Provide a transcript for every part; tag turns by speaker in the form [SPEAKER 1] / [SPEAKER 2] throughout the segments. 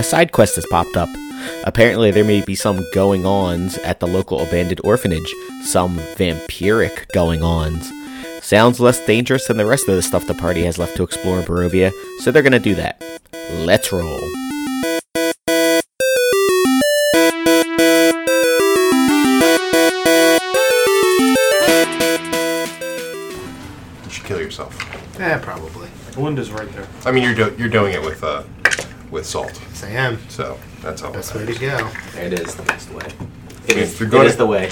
[SPEAKER 1] side quest has popped up. Apparently, there may be some going ons at the local abandoned orphanage, some vampiric going ons. Sounds less dangerous than the rest of the stuff the party has left to explore in Barovia, so they're gonna do that. Let's roll.
[SPEAKER 2] You should kill yourself.
[SPEAKER 3] Yeah, probably.
[SPEAKER 4] The window's right there.
[SPEAKER 2] I mean, you're do- you're doing it with uh, with salt,
[SPEAKER 3] Yes, I am.
[SPEAKER 2] so that's all.
[SPEAKER 3] Best way to go.
[SPEAKER 5] It is the best way. It
[SPEAKER 2] Yeah,
[SPEAKER 5] is,
[SPEAKER 2] if you're
[SPEAKER 5] it
[SPEAKER 2] gonna-
[SPEAKER 5] is the way.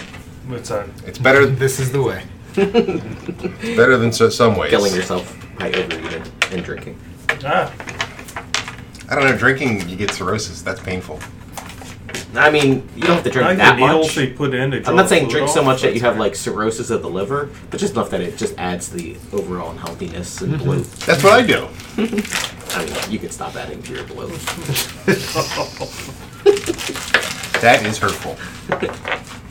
[SPEAKER 4] It's uh, on.
[SPEAKER 2] It's better
[SPEAKER 3] This is the way.
[SPEAKER 2] better than so, some ways.
[SPEAKER 5] Killing yourself by overeating and drinking.
[SPEAKER 4] Ah,
[SPEAKER 2] I don't know. Drinking, you get cirrhosis. That's painful.
[SPEAKER 5] I mean, you don't have to drink
[SPEAKER 4] I like the
[SPEAKER 5] that
[SPEAKER 4] needles
[SPEAKER 5] much.
[SPEAKER 4] they put in. To draw
[SPEAKER 5] I'm not saying
[SPEAKER 4] fluid
[SPEAKER 5] drink so
[SPEAKER 4] off,
[SPEAKER 5] much that
[SPEAKER 4] that's
[SPEAKER 5] you have
[SPEAKER 4] fine.
[SPEAKER 5] like cirrhosis of the liver, but just enough that it just adds to the overall unhealthiness and bloat.
[SPEAKER 2] That's what I do.
[SPEAKER 5] I mean, you could stop adding to your bloat.
[SPEAKER 2] That is hurtful.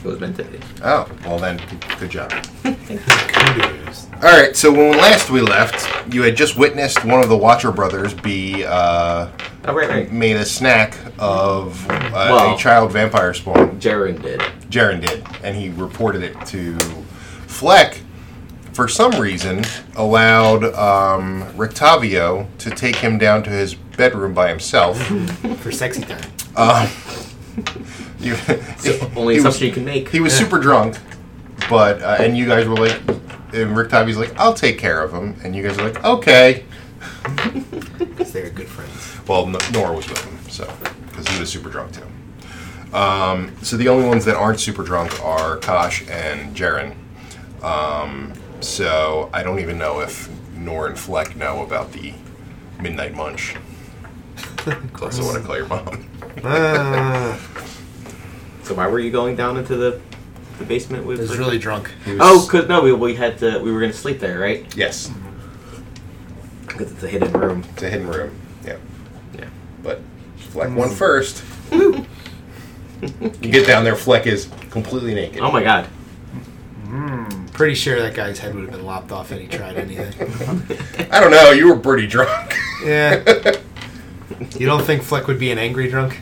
[SPEAKER 5] It was meant to be.
[SPEAKER 2] Oh, well then, good job.
[SPEAKER 3] Kudos.
[SPEAKER 2] All right. So when last we left, you had just witnessed one of the Watcher brothers be uh,
[SPEAKER 5] Oh, right, right.
[SPEAKER 2] made a snack of uh,
[SPEAKER 5] Well-
[SPEAKER 2] a child vampire spawn.
[SPEAKER 5] Jaren did.
[SPEAKER 2] Jaren did, and he reported it to Fleck. For some reason, allowed um, Rictavio to take him down to his bedroom by himself.
[SPEAKER 3] For sexy time.
[SPEAKER 2] You,
[SPEAKER 5] The only
[SPEAKER 2] he was,
[SPEAKER 5] assumption you can make.
[SPEAKER 2] he was super drunk, but uh, and you guys were like, and Rictavio's like, "I'll take care of him," and you guys are like, "Okay."
[SPEAKER 3] Because they're good friends.
[SPEAKER 2] Well, N- Nora was with him, so because he was super drunk too. Um, so the only ones that aren't super drunk are Kosh and Jaren. Um, so I don't even know if Nora and Fleck know about the midnight munch. That's what I call your mom.
[SPEAKER 3] Uh,
[SPEAKER 5] So why were you going down into the, the basement with?
[SPEAKER 3] I was
[SPEAKER 5] Rick?
[SPEAKER 3] really drunk.
[SPEAKER 2] He was-
[SPEAKER 5] Oh, cause no, we, we had to. We were gonna sleep there, right?
[SPEAKER 2] yes,
[SPEAKER 5] Because it's a hidden room.
[SPEAKER 2] it's a hidden room. Yeah.
[SPEAKER 5] Yeah.
[SPEAKER 2] But Fleck won first. you get down there, Fleck is completely naked.
[SPEAKER 5] Oh my god.
[SPEAKER 3] Pretty sure that guy's head would have been lopped off had he tried anything.
[SPEAKER 2] I don't know, you were pretty drunk.
[SPEAKER 3] Yeah. You don't think Fleck would be an angry drunk?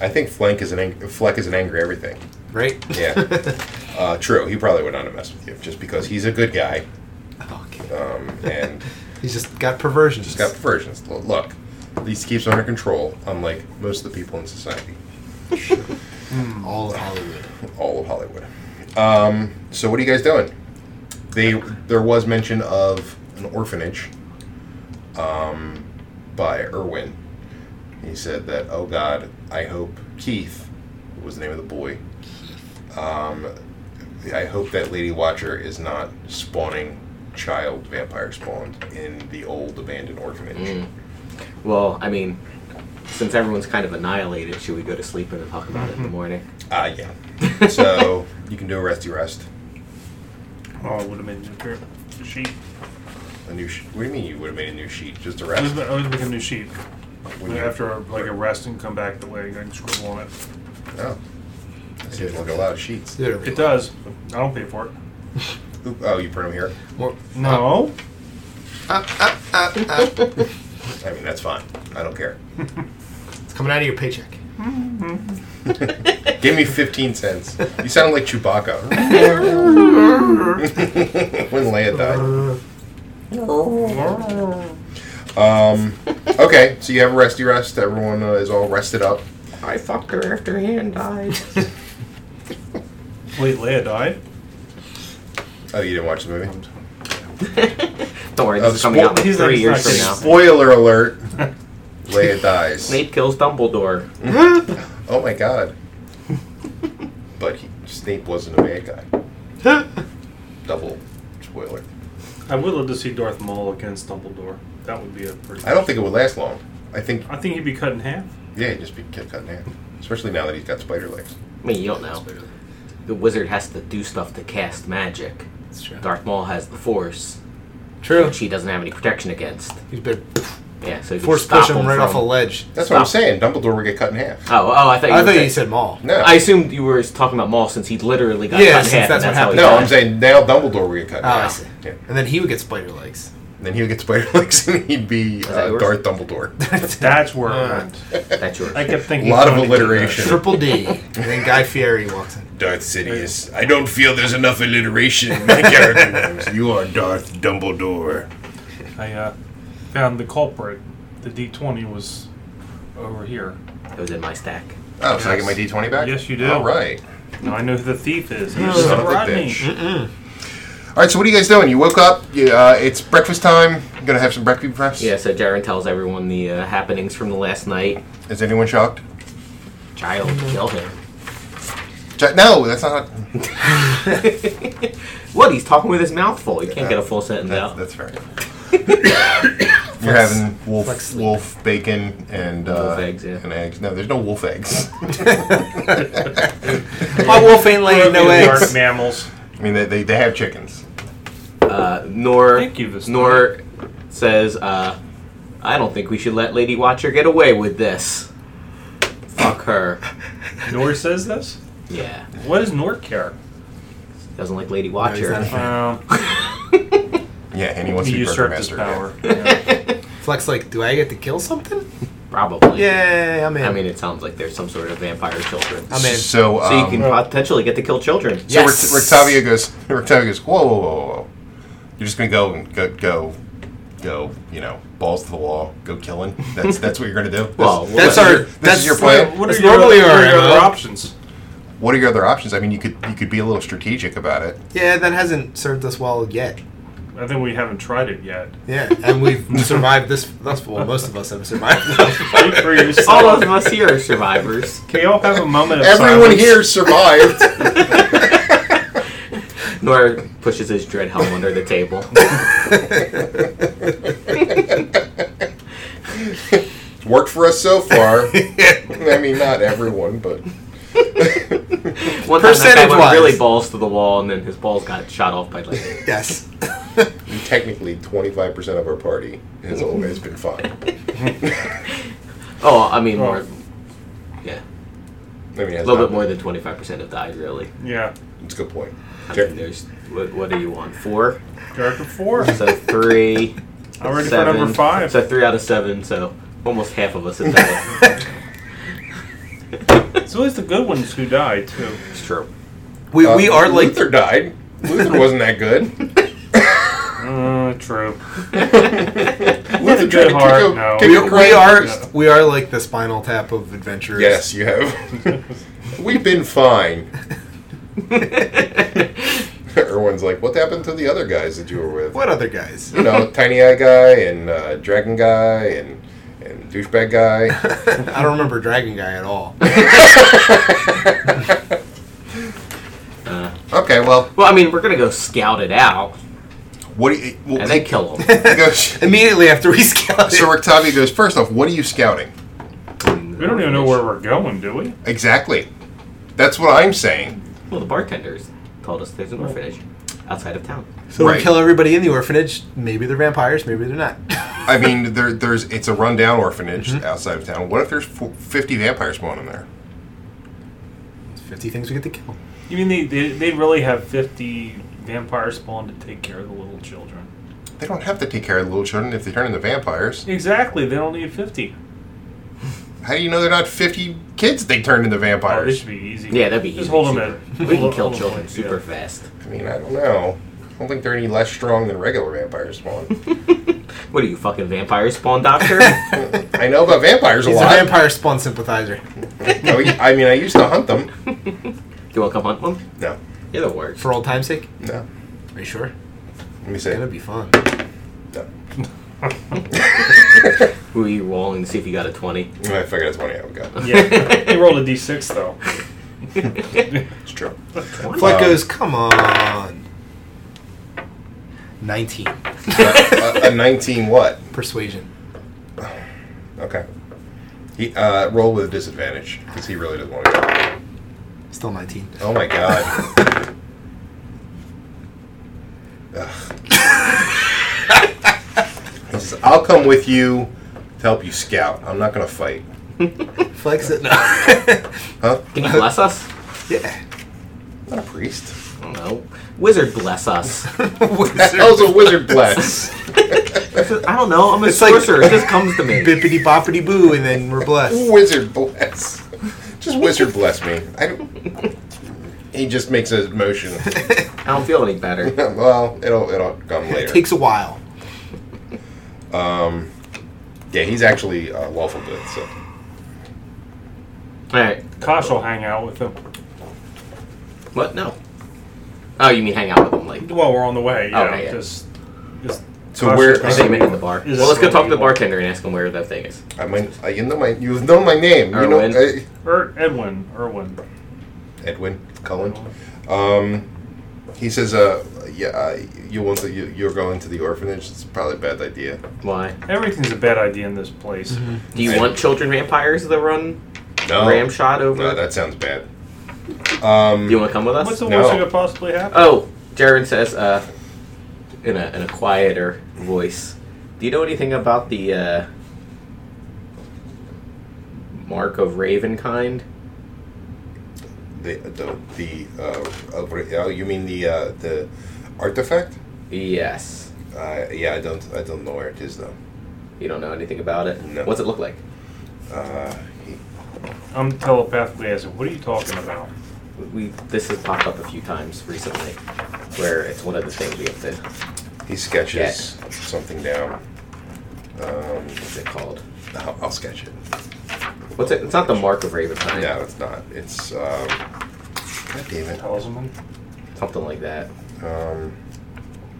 [SPEAKER 2] I think Fleck is an ang- Fleck is an angry everything.
[SPEAKER 3] Right?
[SPEAKER 2] Yeah. uh, true, he probably would not have messed with you just because he's a good guy
[SPEAKER 3] Oh, okay.
[SPEAKER 2] um, and
[SPEAKER 3] He's just got perversions.
[SPEAKER 2] just got perversions. L- Look, at least he keeps under control, unlike most of the people in society,
[SPEAKER 3] all of Hollywood.
[SPEAKER 2] all of Hollywood. Um, so what are you guys doing? They there was mention of an orphanage um, by Irwin. He said that, oh God, I hope Keith was the name of the boy. Um, I hope that Lady Watcher is not spawning child vampire spawned in the old abandoned orphanage.
[SPEAKER 5] Mm. Well, I mean, since everyone's kind of annihilated, should we go to sleep and talk about it in the morning?
[SPEAKER 2] Ah, yeah. so you can do a resty rest.
[SPEAKER 4] Oh, I would have made a new pair. sheet.
[SPEAKER 2] A new. Sh- what do you mean you would have made a new sheet? Just a
[SPEAKER 4] I
[SPEAKER 2] rest.
[SPEAKER 4] would I would make a new sheet
[SPEAKER 2] When you-
[SPEAKER 4] after like a rest and come back the way I can scribble on it.
[SPEAKER 2] Oh. That seems like a lot of sheets.
[SPEAKER 3] Do whatever you
[SPEAKER 4] It does. I don't pay for it.
[SPEAKER 2] Oop, oh, you print them here.
[SPEAKER 3] want.
[SPEAKER 4] No.
[SPEAKER 2] I mean, that's fine. I don't care.
[SPEAKER 3] It's coming out of your paycheck.
[SPEAKER 2] Give me 15 cents. You sound like Chewbacca. when Leia died.
[SPEAKER 3] Uh,
[SPEAKER 2] Um, okay, so you have a resty rest. Everyone uh, is all rested up.
[SPEAKER 5] I fucked her after Han died.
[SPEAKER 4] Wait, Leia died.
[SPEAKER 2] Oh, you didn't watch the movie?
[SPEAKER 5] Don't worry,
[SPEAKER 2] Uh,
[SPEAKER 5] this is coming out
[SPEAKER 2] spoil-
[SPEAKER 5] like
[SPEAKER 4] he's not-
[SPEAKER 5] three
[SPEAKER 4] he's
[SPEAKER 5] years
[SPEAKER 4] not
[SPEAKER 5] from now.
[SPEAKER 4] getting-
[SPEAKER 2] Spoiler alert. Leia dies.
[SPEAKER 5] Snape kills Dumbledore.
[SPEAKER 2] Oh my god. But he, Snape wasn't a bad guy. Double spoiler.
[SPEAKER 4] I would love to see Darth Maul against Dumbledore. That would be a pretty.
[SPEAKER 2] I don't think it would last long. I think,
[SPEAKER 4] I think he'd be cut in half.
[SPEAKER 2] yeah, he'd just be kept cut in half. Especially now that he's got spider legs.
[SPEAKER 5] I mean, you don't know. The wizard has to do stuff to cast magic.
[SPEAKER 3] That's true.
[SPEAKER 5] Darth Maul has the Force,
[SPEAKER 3] True.
[SPEAKER 5] which he doesn't have any protection against.
[SPEAKER 3] He's been
[SPEAKER 5] Yeah, so he can
[SPEAKER 3] force
[SPEAKER 5] stop
[SPEAKER 3] push him right off a
[SPEAKER 5] from-
[SPEAKER 3] ledge.
[SPEAKER 2] That's what I'm
[SPEAKER 5] Stop.
[SPEAKER 2] saying. Dumbledore would get cut in half.
[SPEAKER 5] Oh, oh, I thought you,
[SPEAKER 3] I
[SPEAKER 5] were
[SPEAKER 3] thought
[SPEAKER 5] saying-
[SPEAKER 3] you said Maul.
[SPEAKER 2] No.
[SPEAKER 5] I assumed you were talking about Maul since he literally got
[SPEAKER 3] Yeah,
[SPEAKER 5] cut in
[SPEAKER 3] since
[SPEAKER 5] half.
[SPEAKER 3] that's
[SPEAKER 5] and
[SPEAKER 3] what
[SPEAKER 5] how he
[SPEAKER 2] no,
[SPEAKER 5] died.
[SPEAKER 2] I'm saying now Dumbledore would get cut in
[SPEAKER 3] Oh, I
[SPEAKER 2] half.
[SPEAKER 3] see.
[SPEAKER 2] Yeah.
[SPEAKER 3] And then he would get spider legs.
[SPEAKER 2] And then he'll get spider legs and he'd be
[SPEAKER 5] that
[SPEAKER 2] uh,
[SPEAKER 5] yours?
[SPEAKER 2] Darth Dumbledore.
[SPEAKER 4] That's where
[SPEAKER 3] Uh.
[SPEAKER 4] it went.
[SPEAKER 5] That's yours.
[SPEAKER 4] I kept
[SPEAKER 2] A
[SPEAKER 4] thinking.
[SPEAKER 2] lot of
[SPEAKER 4] somebody did that.
[SPEAKER 2] alliteration.
[SPEAKER 3] Triple D. And then Guy Fieri walks in.
[SPEAKER 2] Darth Sidious. I don't feel there's enough alliteration in my character names. You are Darth Dumbledore.
[SPEAKER 4] I uh, found the culprit. The D20 was over here.
[SPEAKER 5] It was in my stack.
[SPEAKER 2] Oh, so I get my D20 back?
[SPEAKER 4] Yes, you do.
[SPEAKER 2] All right.
[SPEAKER 4] Now I know who the thief is.
[SPEAKER 2] You
[SPEAKER 4] It's
[SPEAKER 2] Oh, son of a
[SPEAKER 4] Oh, Rodney.
[SPEAKER 2] bitch. All right, so what are you guys doing? You woke up. You, uh, it's breakfast time. You're going to have some breakfast perhaps?
[SPEAKER 5] Yeah, so Jaren tells everyone the uh, happenings from the last night.
[SPEAKER 2] Is anyone shocked?
[SPEAKER 5] Child, kill him.
[SPEAKER 2] Ch- No, that's not.
[SPEAKER 5] what? He's talking with his mouth full. He can't get a full sentence
[SPEAKER 2] That's,
[SPEAKER 5] out.
[SPEAKER 2] Oh, that's fair. You're having wolf,
[SPEAKER 3] flex sleep.
[SPEAKER 2] wolf bacon and uh,
[SPEAKER 5] Wolf eggs, yeah.
[SPEAKER 2] and eggs. No, there's no wolf eggs.
[SPEAKER 3] My wolf ain't laying no
[SPEAKER 4] Rodney and the
[SPEAKER 3] eggs.
[SPEAKER 4] Dark mammals.
[SPEAKER 2] I mean, they, they, they have chickens.
[SPEAKER 5] Uh, Nor,
[SPEAKER 4] Thank you, Vistani.
[SPEAKER 5] Nor says, uh, I don't think we should let Lady Watcher get away with this. Fuck her.
[SPEAKER 4] Nor says this?
[SPEAKER 5] Yeah.
[SPEAKER 4] What does Nor care?
[SPEAKER 5] Doesn't like Lady
[SPEAKER 3] he's
[SPEAKER 5] Watcher.
[SPEAKER 3] not a
[SPEAKER 4] Um,
[SPEAKER 2] Yeah, and he wants
[SPEAKER 4] he
[SPEAKER 2] to be
[SPEAKER 4] usurped his
[SPEAKER 2] burgomaster.
[SPEAKER 4] power. Yeah.
[SPEAKER 3] Flex like, do I get to kill something?
[SPEAKER 5] Probably.
[SPEAKER 3] Yeah, I'm in.
[SPEAKER 5] I mean, it sounds like there's some sort of vampire children.
[SPEAKER 3] I'm in.
[SPEAKER 2] So, um,
[SPEAKER 5] so you can potentially get to kill children.
[SPEAKER 2] So
[SPEAKER 3] Yes.
[SPEAKER 2] Rick- Rictavia goes. Rictavia goes. Whoa, whoa, whoa, whoa! You're just gonna go and go, go, go. You know, balls to the wall. Go killing. That's that's what you're gonna do. This-
[SPEAKER 5] Well,
[SPEAKER 2] this,
[SPEAKER 3] That's
[SPEAKER 2] is
[SPEAKER 3] our-
[SPEAKER 2] your- This
[SPEAKER 3] that's-
[SPEAKER 2] is your plan.
[SPEAKER 4] What are
[SPEAKER 3] That's
[SPEAKER 4] your,
[SPEAKER 3] normally
[SPEAKER 4] what
[SPEAKER 3] our
[SPEAKER 4] are your
[SPEAKER 3] MO.
[SPEAKER 4] other options?
[SPEAKER 2] What are your other options? I mean, you could you could be a little strategic about it.
[SPEAKER 3] yeah, that hasn't served us well yet.
[SPEAKER 4] I think we haven't tried it yet.
[SPEAKER 3] Yeah, and we've survived this. That's well, most of us have survived.
[SPEAKER 4] Speak for yourself.
[SPEAKER 5] All of us here are survivors.
[SPEAKER 4] Can we all have a moment of
[SPEAKER 2] Everyone
[SPEAKER 4] silence?
[SPEAKER 2] here survived.
[SPEAKER 5] Nor pushes his dread helm under the table.
[SPEAKER 2] It's worked for us so far. I mean, not everyone, but
[SPEAKER 5] One time that guy went
[SPEAKER 3] Percentage-wise.
[SPEAKER 5] really balls to the wall, and then his balls got shot off by lightning.
[SPEAKER 3] yes.
[SPEAKER 2] technically, 25% of our party has always been fine.
[SPEAKER 5] Oh, I mean, more.
[SPEAKER 4] Well.
[SPEAKER 5] Yeah,
[SPEAKER 2] I mean,
[SPEAKER 5] a little bit more than twenty-five percent have died. Really,
[SPEAKER 4] Yeah.
[SPEAKER 2] It's a good point.
[SPEAKER 5] I
[SPEAKER 2] Sure.
[SPEAKER 5] mean, there's what, what do you want? Four,
[SPEAKER 4] Character four.
[SPEAKER 5] so three,
[SPEAKER 4] I'm ready for
[SPEAKER 5] seven.
[SPEAKER 4] number five.
[SPEAKER 5] So three out of seven. So almost half of us have died.
[SPEAKER 4] It's always the good ones who die too.
[SPEAKER 5] it's true.
[SPEAKER 3] We,
[SPEAKER 2] Uh,
[SPEAKER 3] we are like
[SPEAKER 2] Luther died. Luther wasn't that good.
[SPEAKER 4] Uh, true.
[SPEAKER 2] With
[SPEAKER 4] a
[SPEAKER 2] a good
[SPEAKER 4] good heart,
[SPEAKER 2] kick a-
[SPEAKER 4] no.
[SPEAKER 2] kick
[SPEAKER 3] we,
[SPEAKER 2] a
[SPEAKER 3] we
[SPEAKER 2] crack.
[SPEAKER 3] are
[SPEAKER 4] Yeah.
[SPEAKER 3] we are like the Spinal Tap of adventurers.
[SPEAKER 2] Yes, you have. We've been fine. Erwin's like, what happened to the other guys that you were with?
[SPEAKER 3] What other guys?
[SPEAKER 2] You know, Tiny Eye Guy and uh, Dragon Guy and and Douchebag Guy.
[SPEAKER 3] I don't remember Dragon Guy at all.
[SPEAKER 5] Uh,
[SPEAKER 2] Okay, well,
[SPEAKER 5] well, I mean, we're gonna go scout it out
[SPEAKER 2] what do you? Well,
[SPEAKER 5] and then kill them.
[SPEAKER 2] he goes-
[SPEAKER 3] Immediately after we scouted,
[SPEAKER 2] so Rictavia goes. First off, what are you scouting?
[SPEAKER 4] We don't even know where we're going, do we?
[SPEAKER 2] Exactly. That's what I'm saying.
[SPEAKER 5] Well, the bartenders told us there's an orphanage outside of town.
[SPEAKER 3] so
[SPEAKER 2] Right.
[SPEAKER 3] we kill everybody in the orphanage. Maybe they're vampires. Maybe they're not.
[SPEAKER 2] I mean, there, there's it's a rundown orphanage
[SPEAKER 3] Mm-hmm.
[SPEAKER 2] outside of town. What if there's fo- 50 vampires spawn in there?
[SPEAKER 3] Fifty things we get to kill.
[SPEAKER 4] You mean they, they, they really have 50 vampires spawned to take care of the little children?
[SPEAKER 2] They don't have to take care of the little children if they turn into vampires.
[SPEAKER 4] Exactly, they don't need 50.
[SPEAKER 2] How do you know they're not 50 kids they turned into
[SPEAKER 4] Oh, this
[SPEAKER 2] vampires?
[SPEAKER 4] should be easy.
[SPEAKER 5] Yeah, that'd be
[SPEAKER 4] Just
[SPEAKER 5] easy,
[SPEAKER 4] hold them
[SPEAKER 5] super.
[SPEAKER 4] at.
[SPEAKER 5] We can
[SPEAKER 4] hold-
[SPEAKER 5] kill
[SPEAKER 4] hold 'em
[SPEAKER 5] children
[SPEAKER 4] at-
[SPEAKER 5] super
[SPEAKER 4] yeah.
[SPEAKER 5] fast.
[SPEAKER 2] I mean, I don't know. I don't think they're any less strong than regular vampires spawn.
[SPEAKER 5] What are you, fucking vampire spawn doctor?
[SPEAKER 2] I know about vampires a
[SPEAKER 3] He's a
[SPEAKER 2] lot.
[SPEAKER 3] vampire spawn sympathizer.
[SPEAKER 2] No, I mean, I used to hunt them.
[SPEAKER 5] you want to come hunt them?
[SPEAKER 2] No,
[SPEAKER 5] You're the worst.
[SPEAKER 3] For old time's sake.
[SPEAKER 2] no.
[SPEAKER 3] Are you sure?
[SPEAKER 2] Let me
[SPEAKER 3] It's gonna
[SPEAKER 2] say.
[SPEAKER 3] be fun.
[SPEAKER 2] No.
[SPEAKER 5] Who are you rolling to see if you got a 20?
[SPEAKER 2] I figured that's one I would go.
[SPEAKER 4] Yeah, they rolled a d6 though.
[SPEAKER 2] It's true.
[SPEAKER 3] Fleck
[SPEAKER 4] Uh,
[SPEAKER 2] Um,
[SPEAKER 3] goes, come on. Nineteen
[SPEAKER 2] a, a 19 what?
[SPEAKER 3] persuasion.
[SPEAKER 2] Okay. He uh, roll with disadvantage because he really doesn't want to go.
[SPEAKER 3] Still nineteen.
[SPEAKER 2] Oh my god. Ugh. he says, I'll come with you to help you scout. I'm not gonna fight.
[SPEAKER 3] Flex it. No.
[SPEAKER 2] Huh?
[SPEAKER 5] Can you bless us?
[SPEAKER 3] yeah.
[SPEAKER 2] I'm not a priest.
[SPEAKER 5] I don't know. Wizard bless us.
[SPEAKER 2] What the hell's a wizard bless?
[SPEAKER 5] This is- I don't know. I'm a
[SPEAKER 3] It's like-
[SPEAKER 5] sorcerer. it just comes to me.
[SPEAKER 3] Bippity boppity boo, and then we're blessed.
[SPEAKER 2] Wizard bless. Just wizard bless me. I don't- he just makes a motion.
[SPEAKER 5] I don't feel any better.
[SPEAKER 2] well, it'll it'll come
[SPEAKER 3] It
[SPEAKER 2] later.
[SPEAKER 3] takes a while.
[SPEAKER 2] Yeah, he's actually uh, lawful good. So
[SPEAKER 5] All right.
[SPEAKER 4] Kosh will hang out with him.
[SPEAKER 5] What? No. Oh, you mean hang out with them? Like,
[SPEAKER 4] Well, we're on the way. Yeah,
[SPEAKER 5] Okay, Oh, yeah.
[SPEAKER 4] just, just
[SPEAKER 2] So
[SPEAKER 4] Kosh
[SPEAKER 2] where-
[SPEAKER 4] is
[SPEAKER 5] I
[SPEAKER 4] gonna
[SPEAKER 5] think
[SPEAKER 4] be-
[SPEAKER 5] in the bar.
[SPEAKER 4] is
[SPEAKER 5] Well, let's go talk to the
[SPEAKER 4] gonna be-
[SPEAKER 5] bartender and ask him where that thing is.
[SPEAKER 2] I mean, I, you know my you know my name. You know
[SPEAKER 5] Erwin.
[SPEAKER 2] I-
[SPEAKER 4] Er, Edwin, Erwin.
[SPEAKER 2] Edwin Cullen. Um, he says, uh, yeah, uh, you want to you, you're going to the orphanage. It's probably a bad idea.
[SPEAKER 5] Why?
[SPEAKER 4] Everything's a bad idea in this place.
[SPEAKER 3] Mm-hmm.
[SPEAKER 5] Do you
[SPEAKER 2] I-
[SPEAKER 5] want children vampires to run
[SPEAKER 2] No,
[SPEAKER 5] ram shot over?
[SPEAKER 2] no, that sounds bad. Um,
[SPEAKER 5] Do you want to come with us?
[SPEAKER 4] What's the
[SPEAKER 2] No.
[SPEAKER 4] worst that could possibly happen?
[SPEAKER 5] Oh, Jared says, uh, in a in a quieter voice, "Do you know anything about the uh, mark of Ravenkind?
[SPEAKER 2] the the, the uh, of- oh, you mean the uh, the artifact?
[SPEAKER 5] Yes.
[SPEAKER 2] Uh, yeah, I don't I don't know where it is though.
[SPEAKER 5] You don't know anything about it.
[SPEAKER 2] No.
[SPEAKER 5] What's it look like?
[SPEAKER 2] Uh, he,
[SPEAKER 4] I'm telepathically asking, what are you talking about?
[SPEAKER 5] We this has popped up a few times recently, where it's one of the things we have to.
[SPEAKER 2] he sketches something down. Um,
[SPEAKER 5] What's it called?
[SPEAKER 2] I'll, I'll sketch it.
[SPEAKER 5] What's it? It's not the mark of Ravenkind.
[SPEAKER 2] No, it's not. It's um, God damn it.
[SPEAKER 4] Talisman?
[SPEAKER 5] Something like that.
[SPEAKER 2] Um,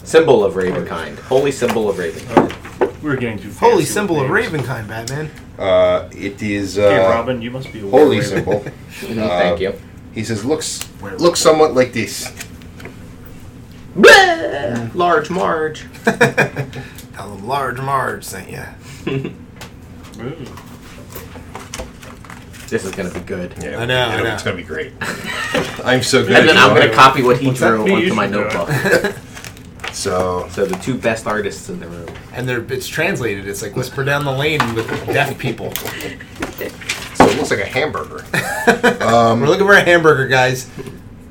[SPEAKER 5] Symbol of Ravenkind. Holy symbol of Ravenkind.
[SPEAKER 4] Oh, we were getting too fancy
[SPEAKER 3] Holy
[SPEAKER 4] with
[SPEAKER 3] symbol of
[SPEAKER 4] names.
[SPEAKER 3] Ravenkind, Batman.
[SPEAKER 2] uh, it is uh,
[SPEAKER 4] Hey, Robin, you must be aware
[SPEAKER 2] holy
[SPEAKER 4] of Raven.
[SPEAKER 2] symbol.
[SPEAKER 5] Mhm,
[SPEAKER 2] Uh,
[SPEAKER 5] Thank you.
[SPEAKER 2] He says, looks looks somewhat like this.
[SPEAKER 5] Bleh! Large Marge.
[SPEAKER 3] Tell them large Marge sent you.
[SPEAKER 4] Ooh.
[SPEAKER 5] This is gonna be good.
[SPEAKER 2] Yeah,
[SPEAKER 3] I know, I
[SPEAKER 2] it'll-
[SPEAKER 3] know.
[SPEAKER 2] It's gonna be great. I'm so good.
[SPEAKER 5] And then
[SPEAKER 2] at
[SPEAKER 5] I'm gonna
[SPEAKER 2] drawing.
[SPEAKER 5] copy what he
[SPEAKER 4] What's that?
[SPEAKER 5] drew
[SPEAKER 4] Me, you
[SPEAKER 5] onto my
[SPEAKER 4] should do it.
[SPEAKER 5] notebook.
[SPEAKER 2] So
[SPEAKER 5] So the two best artists in the room.
[SPEAKER 3] And they're, it's translated. It's like whisper down the lane with deaf people.
[SPEAKER 2] so it looks like a hamburger. Um,
[SPEAKER 3] We're looking for a hamburger, guys.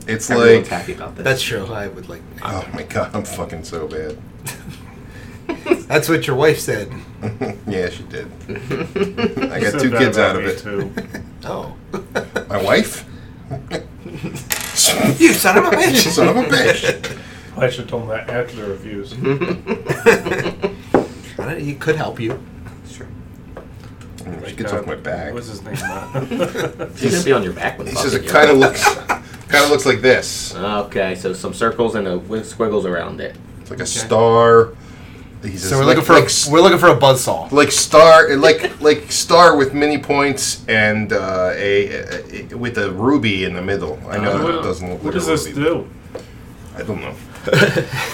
[SPEAKER 2] It's
[SPEAKER 5] Everyone's
[SPEAKER 2] like
[SPEAKER 5] happy about this.
[SPEAKER 3] That's true. I would like.
[SPEAKER 2] oh my god, I'm fucking so bad.
[SPEAKER 3] That's what your wife said.
[SPEAKER 2] Yeah, she did. I
[SPEAKER 4] You
[SPEAKER 2] got
[SPEAKER 4] said
[SPEAKER 2] two
[SPEAKER 4] that
[SPEAKER 2] kids out
[SPEAKER 4] about
[SPEAKER 2] of
[SPEAKER 4] me,
[SPEAKER 2] it.
[SPEAKER 4] too.
[SPEAKER 3] Oh,
[SPEAKER 2] My wife.
[SPEAKER 3] you son of a bitch!
[SPEAKER 2] Son of a bitch.
[SPEAKER 4] I should have told him that after the reviews.
[SPEAKER 3] I don't- He could help you.
[SPEAKER 5] Sure.
[SPEAKER 2] She gets off my back.
[SPEAKER 4] What's his name? Uh,
[SPEAKER 5] He's gonna be on your back when
[SPEAKER 2] He says
[SPEAKER 5] fucking
[SPEAKER 2] it
[SPEAKER 5] you.
[SPEAKER 2] kind of looks kind of looks like this.
[SPEAKER 5] Okay, so some circles and a with squiggles around it.
[SPEAKER 2] It's like a star. He says,
[SPEAKER 3] So we're
[SPEAKER 2] like-
[SPEAKER 3] looking for
[SPEAKER 2] like,
[SPEAKER 3] a, we're looking for a buzzsaw.
[SPEAKER 2] like star like like star with many points and uh, a, a, a- with a ruby in the middle. I know that it doesn't look
[SPEAKER 4] Uh, what
[SPEAKER 2] like
[SPEAKER 4] does
[SPEAKER 2] a
[SPEAKER 4] this
[SPEAKER 2] ruby.
[SPEAKER 4] do?
[SPEAKER 2] I don't know.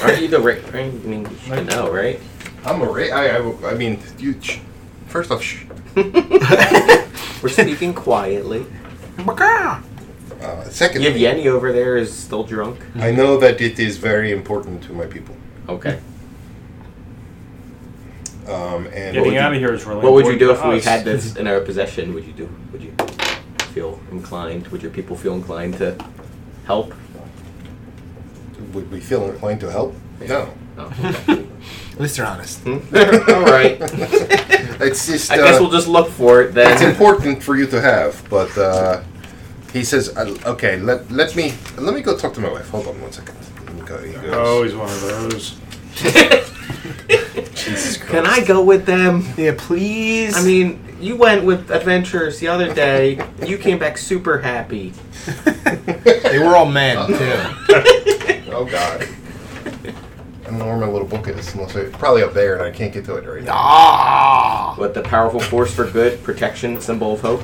[SPEAKER 5] Aren't you the right? I mean, you should know, right?
[SPEAKER 2] I'm a ra- I, I, I mean, you. Sh- first off, sh-
[SPEAKER 5] We're speaking quietly.
[SPEAKER 2] uh, second,
[SPEAKER 5] Yevgeny over there is still drunk.
[SPEAKER 2] I know that it is very important to my people.
[SPEAKER 5] Okay.
[SPEAKER 2] Um, and
[SPEAKER 4] Getting
[SPEAKER 5] you-
[SPEAKER 4] out of here is really
[SPEAKER 5] What would you
[SPEAKER 4] important
[SPEAKER 5] do
[SPEAKER 4] to
[SPEAKER 5] if we
[SPEAKER 4] us.
[SPEAKER 5] had this in our possession? Would you do? Would you feel inclined? Would your people feel inclined to help?
[SPEAKER 2] would we feel inclined to help? No.
[SPEAKER 5] No.
[SPEAKER 3] At least they're honest.
[SPEAKER 5] All right.
[SPEAKER 2] It's just.
[SPEAKER 5] I guess
[SPEAKER 2] uh,
[SPEAKER 5] we'll just look for it
[SPEAKER 2] it's
[SPEAKER 5] then.
[SPEAKER 2] important for you to have, but uh, he says, uh, "Okay, let let me let me go talk to my wife. Hold on one second. He go- he goes,
[SPEAKER 4] Oh, he's one of those.
[SPEAKER 2] Jesus
[SPEAKER 5] Can
[SPEAKER 2] Christ.
[SPEAKER 5] I go with them?
[SPEAKER 3] Yeah, please.
[SPEAKER 5] I mean, you went with adventures the other day. You came back super happy.
[SPEAKER 3] they were all men too.
[SPEAKER 2] Oh God. I don't know where my little book is. Unless I, probably up there, and I can't get to it right now.
[SPEAKER 3] Ah.
[SPEAKER 5] What the powerful force for good, protection, symbol of hope.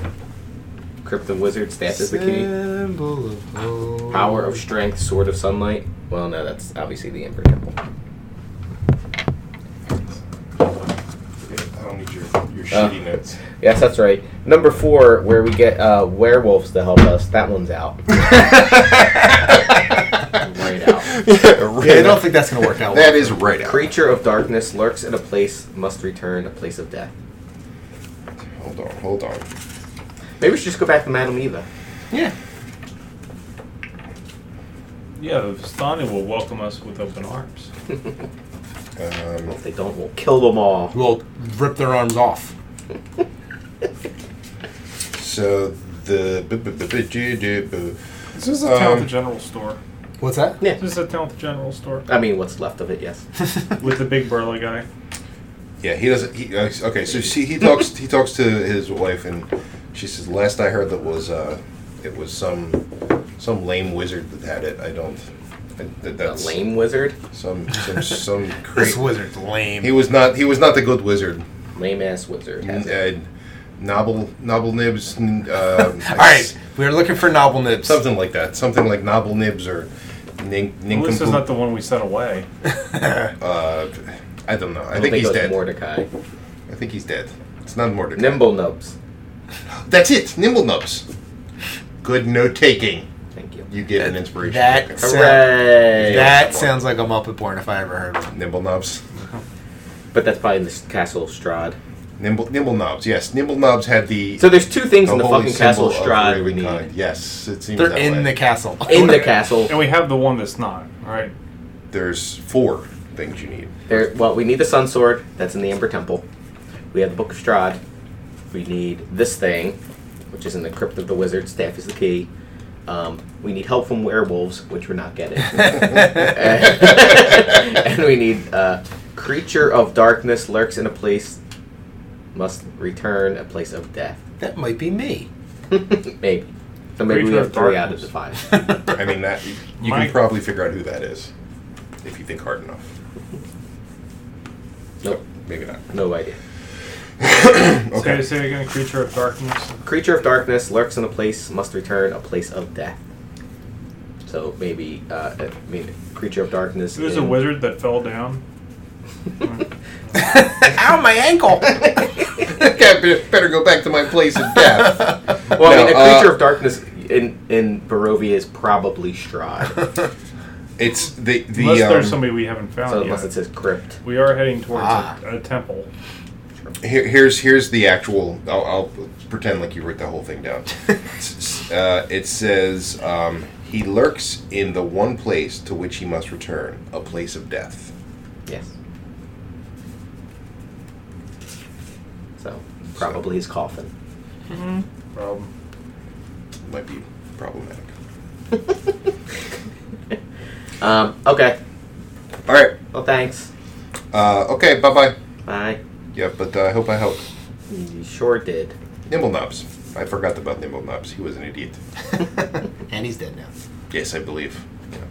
[SPEAKER 5] Krypton wizard, staff is the key.
[SPEAKER 3] Symbol of hope.
[SPEAKER 5] Power of strength, sword of sunlight. Well, no, that's obviously the Ember Temple.
[SPEAKER 2] I don't need your your
[SPEAKER 5] Uh.
[SPEAKER 2] shitty notes.
[SPEAKER 5] Yes, that's right. Number four, where we get uh, werewolves to help us. That one's out. right out.
[SPEAKER 3] Yeah, I don't think that's gonna work out. well.
[SPEAKER 2] that is right out.
[SPEAKER 5] Creature of darkness lurks in a place, must return, a place of death.
[SPEAKER 2] Hold on, hold on.
[SPEAKER 5] Maybe we should just go back to Madam Eva.
[SPEAKER 3] Yeah.
[SPEAKER 4] Yeah, Stani will welcome us with open arms.
[SPEAKER 2] Um,
[SPEAKER 5] If they don't, we'll kill them all.
[SPEAKER 6] We'll rip their arms off.
[SPEAKER 2] so the bu- bu- bu- bu- do- do- bu-
[SPEAKER 4] This is a town
[SPEAKER 2] Um,
[SPEAKER 4] at the general store.
[SPEAKER 3] What's that?
[SPEAKER 5] Yeah.
[SPEAKER 4] This is a town at the general store
[SPEAKER 5] I mean, what's left of it, yes.
[SPEAKER 4] with the big burly guy.
[SPEAKER 2] yeah, he doesn't. He, uh, okay, so see, he talks. He talks to his wife, and she says, "Last I heard, that was uh, it was some some lame wizard that had it. I don't. I, that,
[SPEAKER 5] The
[SPEAKER 2] that's
[SPEAKER 5] lame wizard.
[SPEAKER 2] Some some some. cra-
[SPEAKER 3] This wizard's lame.
[SPEAKER 2] he was not. He was not the good wizard.
[SPEAKER 5] Lame ass wizard. Has it.
[SPEAKER 2] Uh, Nobble, Nobble Nibs. n- Um,
[SPEAKER 3] All right, we are looking for novel nibs.
[SPEAKER 2] something like that. Something like Nobble Nibs or nin-
[SPEAKER 4] Well, this is not
[SPEAKER 2] Nincompoop.
[SPEAKER 4] the one we sent away.
[SPEAKER 2] uh, I don't know. I,
[SPEAKER 5] I
[SPEAKER 2] think,
[SPEAKER 5] think
[SPEAKER 2] he's
[SPEAKER 5] it was
[SPEAKER 2] dead.
[SPEAKER 5] Mordecai.
[SPEAKER 2] I think he's dead. It's not Mordecai.
[SPEAKER 5] Nimble nubs.
[SPEAKER 2] That's it. Nimble Nubs. Good note taking.
[SPEAKER 5] Thank you.
[SPEAKER 2] You get an inspiration.
[SPEAKER 3] that-
[SPEAKER 2] Okay.
[SPEAKER 5] Hooray!
[SPEAKER 3] That sounds like a Muppet Born if I ever heard one.
[SPEAKER 2] Nimble Nubs.
[SPEAKER 5] But that's probably in the castle of Strahd.
[SPEAKER 2] Nimble Nimble Nubs. Yes, Nimble Nubs had the.
[SPEAKER 5] So there's two things in the
[SPEAKER 2] holy
[SPEAKER 5] fucking castle of
[SPEAKER 2] symbol
[SPEAKER 5] Strahd we need.
[SPEAKER 2] Ravenkind. Yes, it seems
[SPEAKER 3] They're
[SPEAKER 2] that
[SPEAKER 3] in
[SPEAKER 2] way.
[SPEAKER 3] the castle.
[SPEAKER 5] In the castle,
[SPEAKER 4] And we have the one that's not, right?
[SPEAKER 2] There's four things you need.
[SPEAKER 5] there. Well, we need the sun sword. That's in the Amber Temple. We have the Book of Strahd. We need this thing, which is in the crypt of the wizard. Staff is the key. Um, we need help from werewolves, which we're not getting. and we need uh, creature of darkness lurks in a place, must return a place of death.
[SPEAKER 3] that might be me.
[SPEAKER 5] maybe. So maybe we
[SPEAKER 4] Creature
[SPEAKER 5] have
[SPEAKER 4] of
[SPEAKER 5] three out of
[SPEAKER 4] darkness.
[SPEAKER 5] the five.
[SPEAKER 2] I mean that you
[SPEAKER 4] My-
[SPEAKER 2] can probably figure out who that is if you think hard enough.
[SPEAKER 5] Nope.
[SPEAKER 2] Maybe not.
[SPEAKER 5] No idea.
[SPEAKER 2] Okay.
[SPEAKER 4] Say, say again, creature of darkness.
[SPEAKER 5] Creature of darkness lurks in a place, must return a place of death. So maybe, uh, I mean, creature of darkness.
[SPEAKER 4] There's a
[SPEAKER 5] in-
[SPEAKER 4] wizard that fell down.
[SPEAKER 3] Ow, my ankle!
[SPEAKER 2] Okay, be- better go back to my place of death.
[SPEAKER 5] Well, I
[SPEAKER 2] No,
[SPEAKER 5] mean, a creature
[SPEAKER 2] uh,
[SPEAKER 5] of darkness in in Barovia is probably Strahd.
[SPEAKER 2] It's the the
[SPEAKER 4] Unless there's
[SPEAKER 2] um,
[SPEAKER 4] somebody we haven't found
[SPEAKER 5] so
[SPEAKER 4] yet.
[SPEAKER 5] unless it says crypt.
[SPEAKER 4] we are heading towards
[SPEAKER 3] Ah.
[SPEAKER 4] a, a temple.
[SPEAKER 2] here, here's here's the actual. I'll, I'll pretend like you wrote the whole thing down. S- s- uh, it says um, he lurks in the one place to which he must return, a place of death.
[SPEAKER 5] Yes. So probably his coffin.
[SPEAKER 4] Problem.
[SPEAKER 2] Might be problematic.
[SPEAKER 5] Um, okay.
[SPEAKER 2] All right.
[SPEAKER 5] Well, thanks.
[SPEAKER 2] Uh, okay. Bye bye.
[SPEAKER 5] Bye.
[SPEAKER 2] Yeah, but uh, I hope I helped.
[SPEAKER 5] You sure did.
[SPEAKER 2] Nimble Knobs. I forgot about Nimble Knobs. He was an idiot.
[SPEAKER 3] and he's dead now.
[SPEAKER 2] Yes, I believe. Yeah.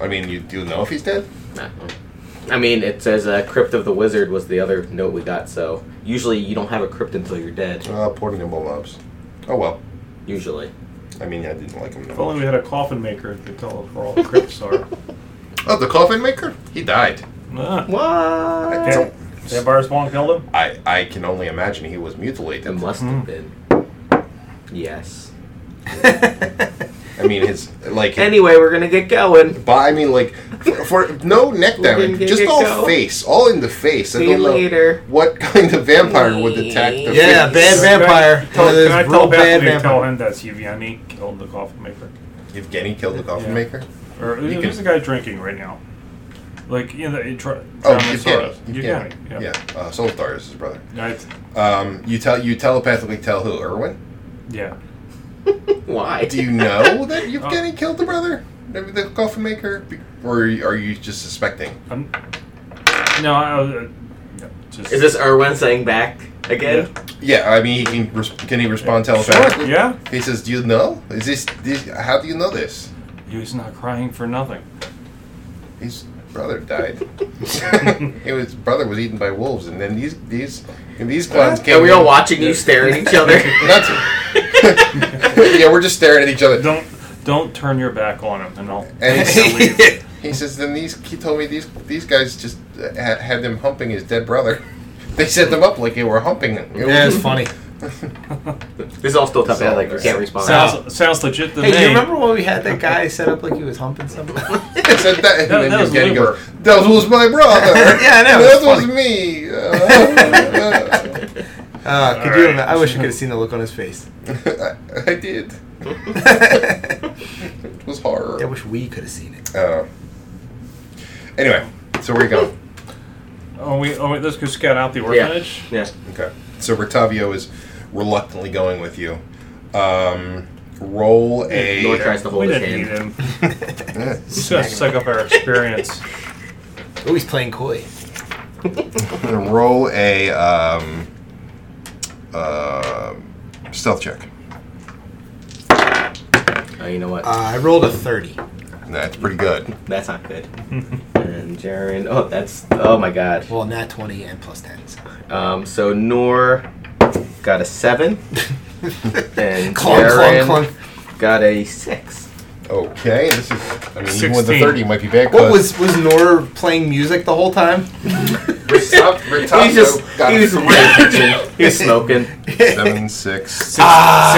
[SPEAKER 2] I mean, you do you know if he's dead?
[SPEAKER 5] Nah. I mean, it says uh, Crypt of the Wizard was the other note we got, so usually you don't have a crypt until you're dead.
[SPEAKER 2] Uh, poor Nimble Knobs. Oh well.
[SPEAKER 5] Usually.
[SPEAKER 2] I mean, I didn't like him. that
[SPEAKER 4] If only we had a coffin maker to tell us where all the crypts are.
[SPEAKER 2] much. Oh, the coffin maker? He died.
[SPEAKER 4] Ah.
[SPEAKER 5] What?
[SPEAKER 4] Can't- That virus won't kill them?
[SPEAKER 2] I, I can only imagine he was mutilated.
[SPEAKER 5] It must have
[SPEAKER 4] Mm.
[SPEAKER 5] been. Yes.
[SPEAKER 2] I mean, his like.
[SPEAKER 5] Anyway, we're gonna get going.
[SPEAKER 2] but I mean, like, for, for no neck damage,
[SPEAKER 5] get
[SPEAKER 2] just
[SPEAKER 5] it
[SPEAKER 2] all
[SPEAKER 5] go.
[SPEAKER 2] face, all in the face. I
[SPEAKER 5] See you
[SPEAKER 2] don't know
[SPEAKER 5] later.
[SPEAKER 2] what kind of vampire would attack the
[SPEAKER 3] Yeah,
[SPEAKER 2] face.
[SPEAKER 3] bad vampire.
[SPEAKER 4] Can I, tell,
[SPEAKER 3] One of those
[SPEAKER 4] can I
[SPEAKER 3] real
[SPEAKER 4] tell
[SPEAKER 3] bad
[SPEAKER 4] Bethany to tell
[SPEAKER 3] vampire.
[SPEAKER 4] him that's Yevgeny killed the coffin maker?
[SPEAKER 2] Evgeny killed the coffin
[SPEAKER 4] Yeah.
[SPEAKER 2] maker.
[SPEAKER 4] Or who's
[SPEAKER 2] You
[SPEAKER 4] who's
[SPEAKER 2] can-
[SPEAKER 4] the guy drinking right now? Like, you know, it try,
[SPEAKER 2] Oh,
[SPEAKER 4] Tyrannosaurus-
[SPEAKER 2] Evgeny.
[SPEAKER 4] Yevgeny,
[SPEAKER 2] Evgeny. Yeah, Uh, Solstar is his brother.
[SPEAKER 4] Yeah. It's-
[SPEAKER 2] Um, you tell you telepathically tell who Irwin.
[SPEAKER 4] yeah.
[SPEAKER 5] Why?
[SPEAKER 2] Do you know that
[SPEAKER 4] Oh.
[SPEAKER 2] Evgeny killed the brother, the, the coffin maker, Be- or are you just suspecting?
[SPEAKER 4] I'm, no, I was. Uh, no, just,
[SPEAKER 5] Is this Erwin saying back again?
[SPEAKER 2] Yeah, I mean, he can res- can he respond telepathically?
[SPEAKER 4] Sure, yeah.
[SPEAKER 2] He says, "Do you know? Is this, this? How do you know this?
[SPEAKER 4] He's not crying for nothing.
[SPEAKER 2] His brother died. it was his brother was eaten by wolves, and then these these and these clowns came.
[SPEAKER 5] Are we all
[SPEAKER 2] in-
[SPEAKER 5] watching you stare at each other?
[SPEAKER 2] Nuts. yeah, we're just staring at each other.
[SPEAKER 4] Don't don't turn your back on him, and I'll.
[SPEAKER 2] And he, he says, "Then these." He told me these these guys just uh, ha- had them humping his dead brother. They set them up like they were humping him. It
[SPEAKER 3] Yeah,
[SPEAKER 2] was-
[SPEAKER 3] it's funny.
[SPEAKER 5] this is all still tough.
[SPEAKER 2] Sounds-
[SPEAKER 5] Like you can't respond.
[SPEAKER 3] sounds-
[SPEAKER 4] Sounds, sounds legit to
[SPEAKER 3] Hey,
[SPEAKER 4] me.
[SPEAKER 3] do you remember when we had that guy set up like he was humping somebody?
[SPEAKER 2] They said that, and
[SPEAKER 4] That-
[SPEAKER 2] then
[SPEAKER 4] that was
[SPEAKER 2] Evgeny
[SPEAKER 4] Luber.
[SPEAKER 2] goes, "That was my brother.
[SPEAKER 3] Yeah, I know,
[SPEAKER 2] That
[SPEAKER 3] it's
[SPEAKER 2] was
[SPEAKER 3] funny.
[SPEAKER 2] me." Uh,
[SPEAKER 3] Uh, could
[SPEAKER 4] All
[SPEAKER 3] you?
[SPEAKER 4] right.
[SPEAKER 3] ima- I wish you could have seen the look on his face.
[SPEAKER 2] I, I did.
[SPEAKER 3] I
[SPEAKER 2] It was horror.
[SPEAKER 3] wish we could have seen it.
[SPEAKER 2] Uh, anyway, So where are you going?
[SPEAKER 4] Oh, we, oh, wait, let's go scout out the orphanage.
[SPEAKER 5] Yeah.
[SPEAKER 2] Okay. So Rotavio is reluctantly going with you. Um, roll a.
[SPEAKER 5] Nor tries to
[SPEAKER 4] We
[SPEAKER 5] hold his
[SPEAKER 4] didn't need
[SPEAKER 5] hand.
[SPEAKER 4] him.
[SPEAKER 2] Eh,
[SPEAKER 4] He's gonna suck up our experience.
[SPEAKER 3] Oh, he's playing coy.
[SPEAKER 2] roll a um, uh, stealth check.
[SPEAKER 5] Oh, you know what?
[SPEAKER 3] Uh, I rolled a 30.
[SPEAKER 2] That's pretty good.
[SPEAKER 5] that's not good. and Jaren, oh, that's oh my god.
[SPEAKER 3] Well, nat 20 and plus 10. so.
[SPEAKER 5] Um, so Nor got a seven, and
[SPEAKER 3] Clunk,
[SPEAKER 5] Jaren
[SPEAKER 3] clunk,
[SPEAKER 5] got a six.
[SPEAKER 2] Okay. This is. I mean, even with the
[SPEAKER 4] 16.
[SPEAKER 2] thirty, might be bad.
[SPEAKER 3] What was was Nora playing music the whole time?
[SPEAKER 2] Rotavio?
[SPEAKER 5] He's just he was in the kitchen. He was smoking.
[SPEAKER 2] seven six.
[SPEAKER 4] Ah,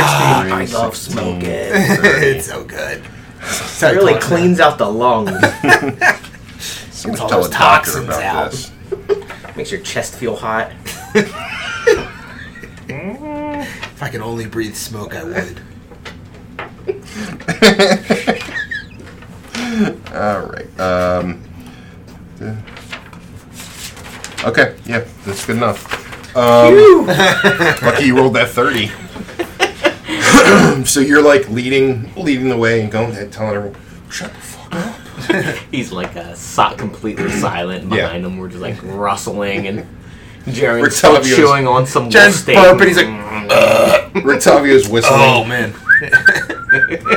[SPEAKER 2] three, sixteen,
[SPEAKER 3] it's so good.
[SPEAKER 5] It really cleans out the lungs.
[SPEAKER 2] Someone's
[SPEAKER 3] all
[SPEAKER 2] tell
[SPEAKER 3] those
[SPEAKER 2] a doctor
[SPEAKER 3] toxins
[SPEAKER 2] about
[SPEAKER 3] out.
[SPEAKER 2] this.
[SPEAKER 5] Makes your chest feel hot.
[SPEAKER 3] If I could only breathe smoke, I would.
[SPEAKER 2] All right. Um, the- okay. Yeah, that's good enough. Um, lucky you rolled that thirty. so you're like leading, leading the way, and going and telling everyone, "Shut the fuck up."
[SPEAKER 5] He's like a sock completely silent
[SPEAKER 2] Yeah.
[SPEAKER 5] behind him. We're just like rustling and Jaren's
[SPEAKER 2] telling
[SPEAKER 5] still
[SPEAKER 2] you-
[SPEAKER 5] chewing on some
[SPEAKER 3] Jaren's
[SPEAKER 5] steak.
[SPEAKER 3] burping, he's like,
[SPEAKER 2] Rotavio's whistling.
[SPEAKER 5] Oh,
[SPEAKER 3] man,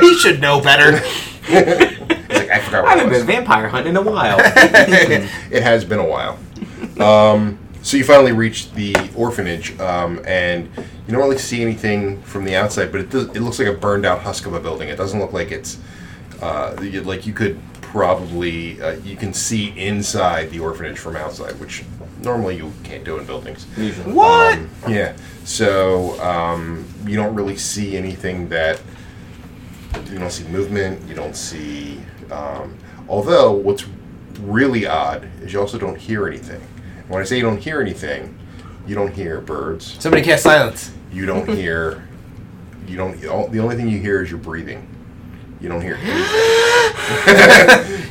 [SPEAKER 3] he should know better.
[SPEAKER 2] He's like, I forgot
[SPEAKER 5] I
[SPEAKER 2] what it
[SPEAKER 5] haven't
[SPEAKER 2] was.
[SPEAKER 5] been vampire hunting in a while.
[SPEAKER 2] it has been a while. Um, so you finally reach the orphanage, um, and you don't really see anything from the outside, but it, does, it looks like a burned out husk of a building. It doesn't look like it's uh, you- like you could probably uh, you can see inside the orphanage from outside, which normally you can't do in buildings.
[SPEAKER 5] what?
[SPEAKER 2] Yeah. So um, you don't really see anything that you don't see movement. You don't see. Um, although what's really odd is you also don't hear anything. And When I say you don't hear anything, you don't hear birds.
[SPEAKER 3] Somebody cast silence.
[SPEAKER 2] You don't hear. You don't. All, the only thing you hear is your breathing. You don't hear. Anything.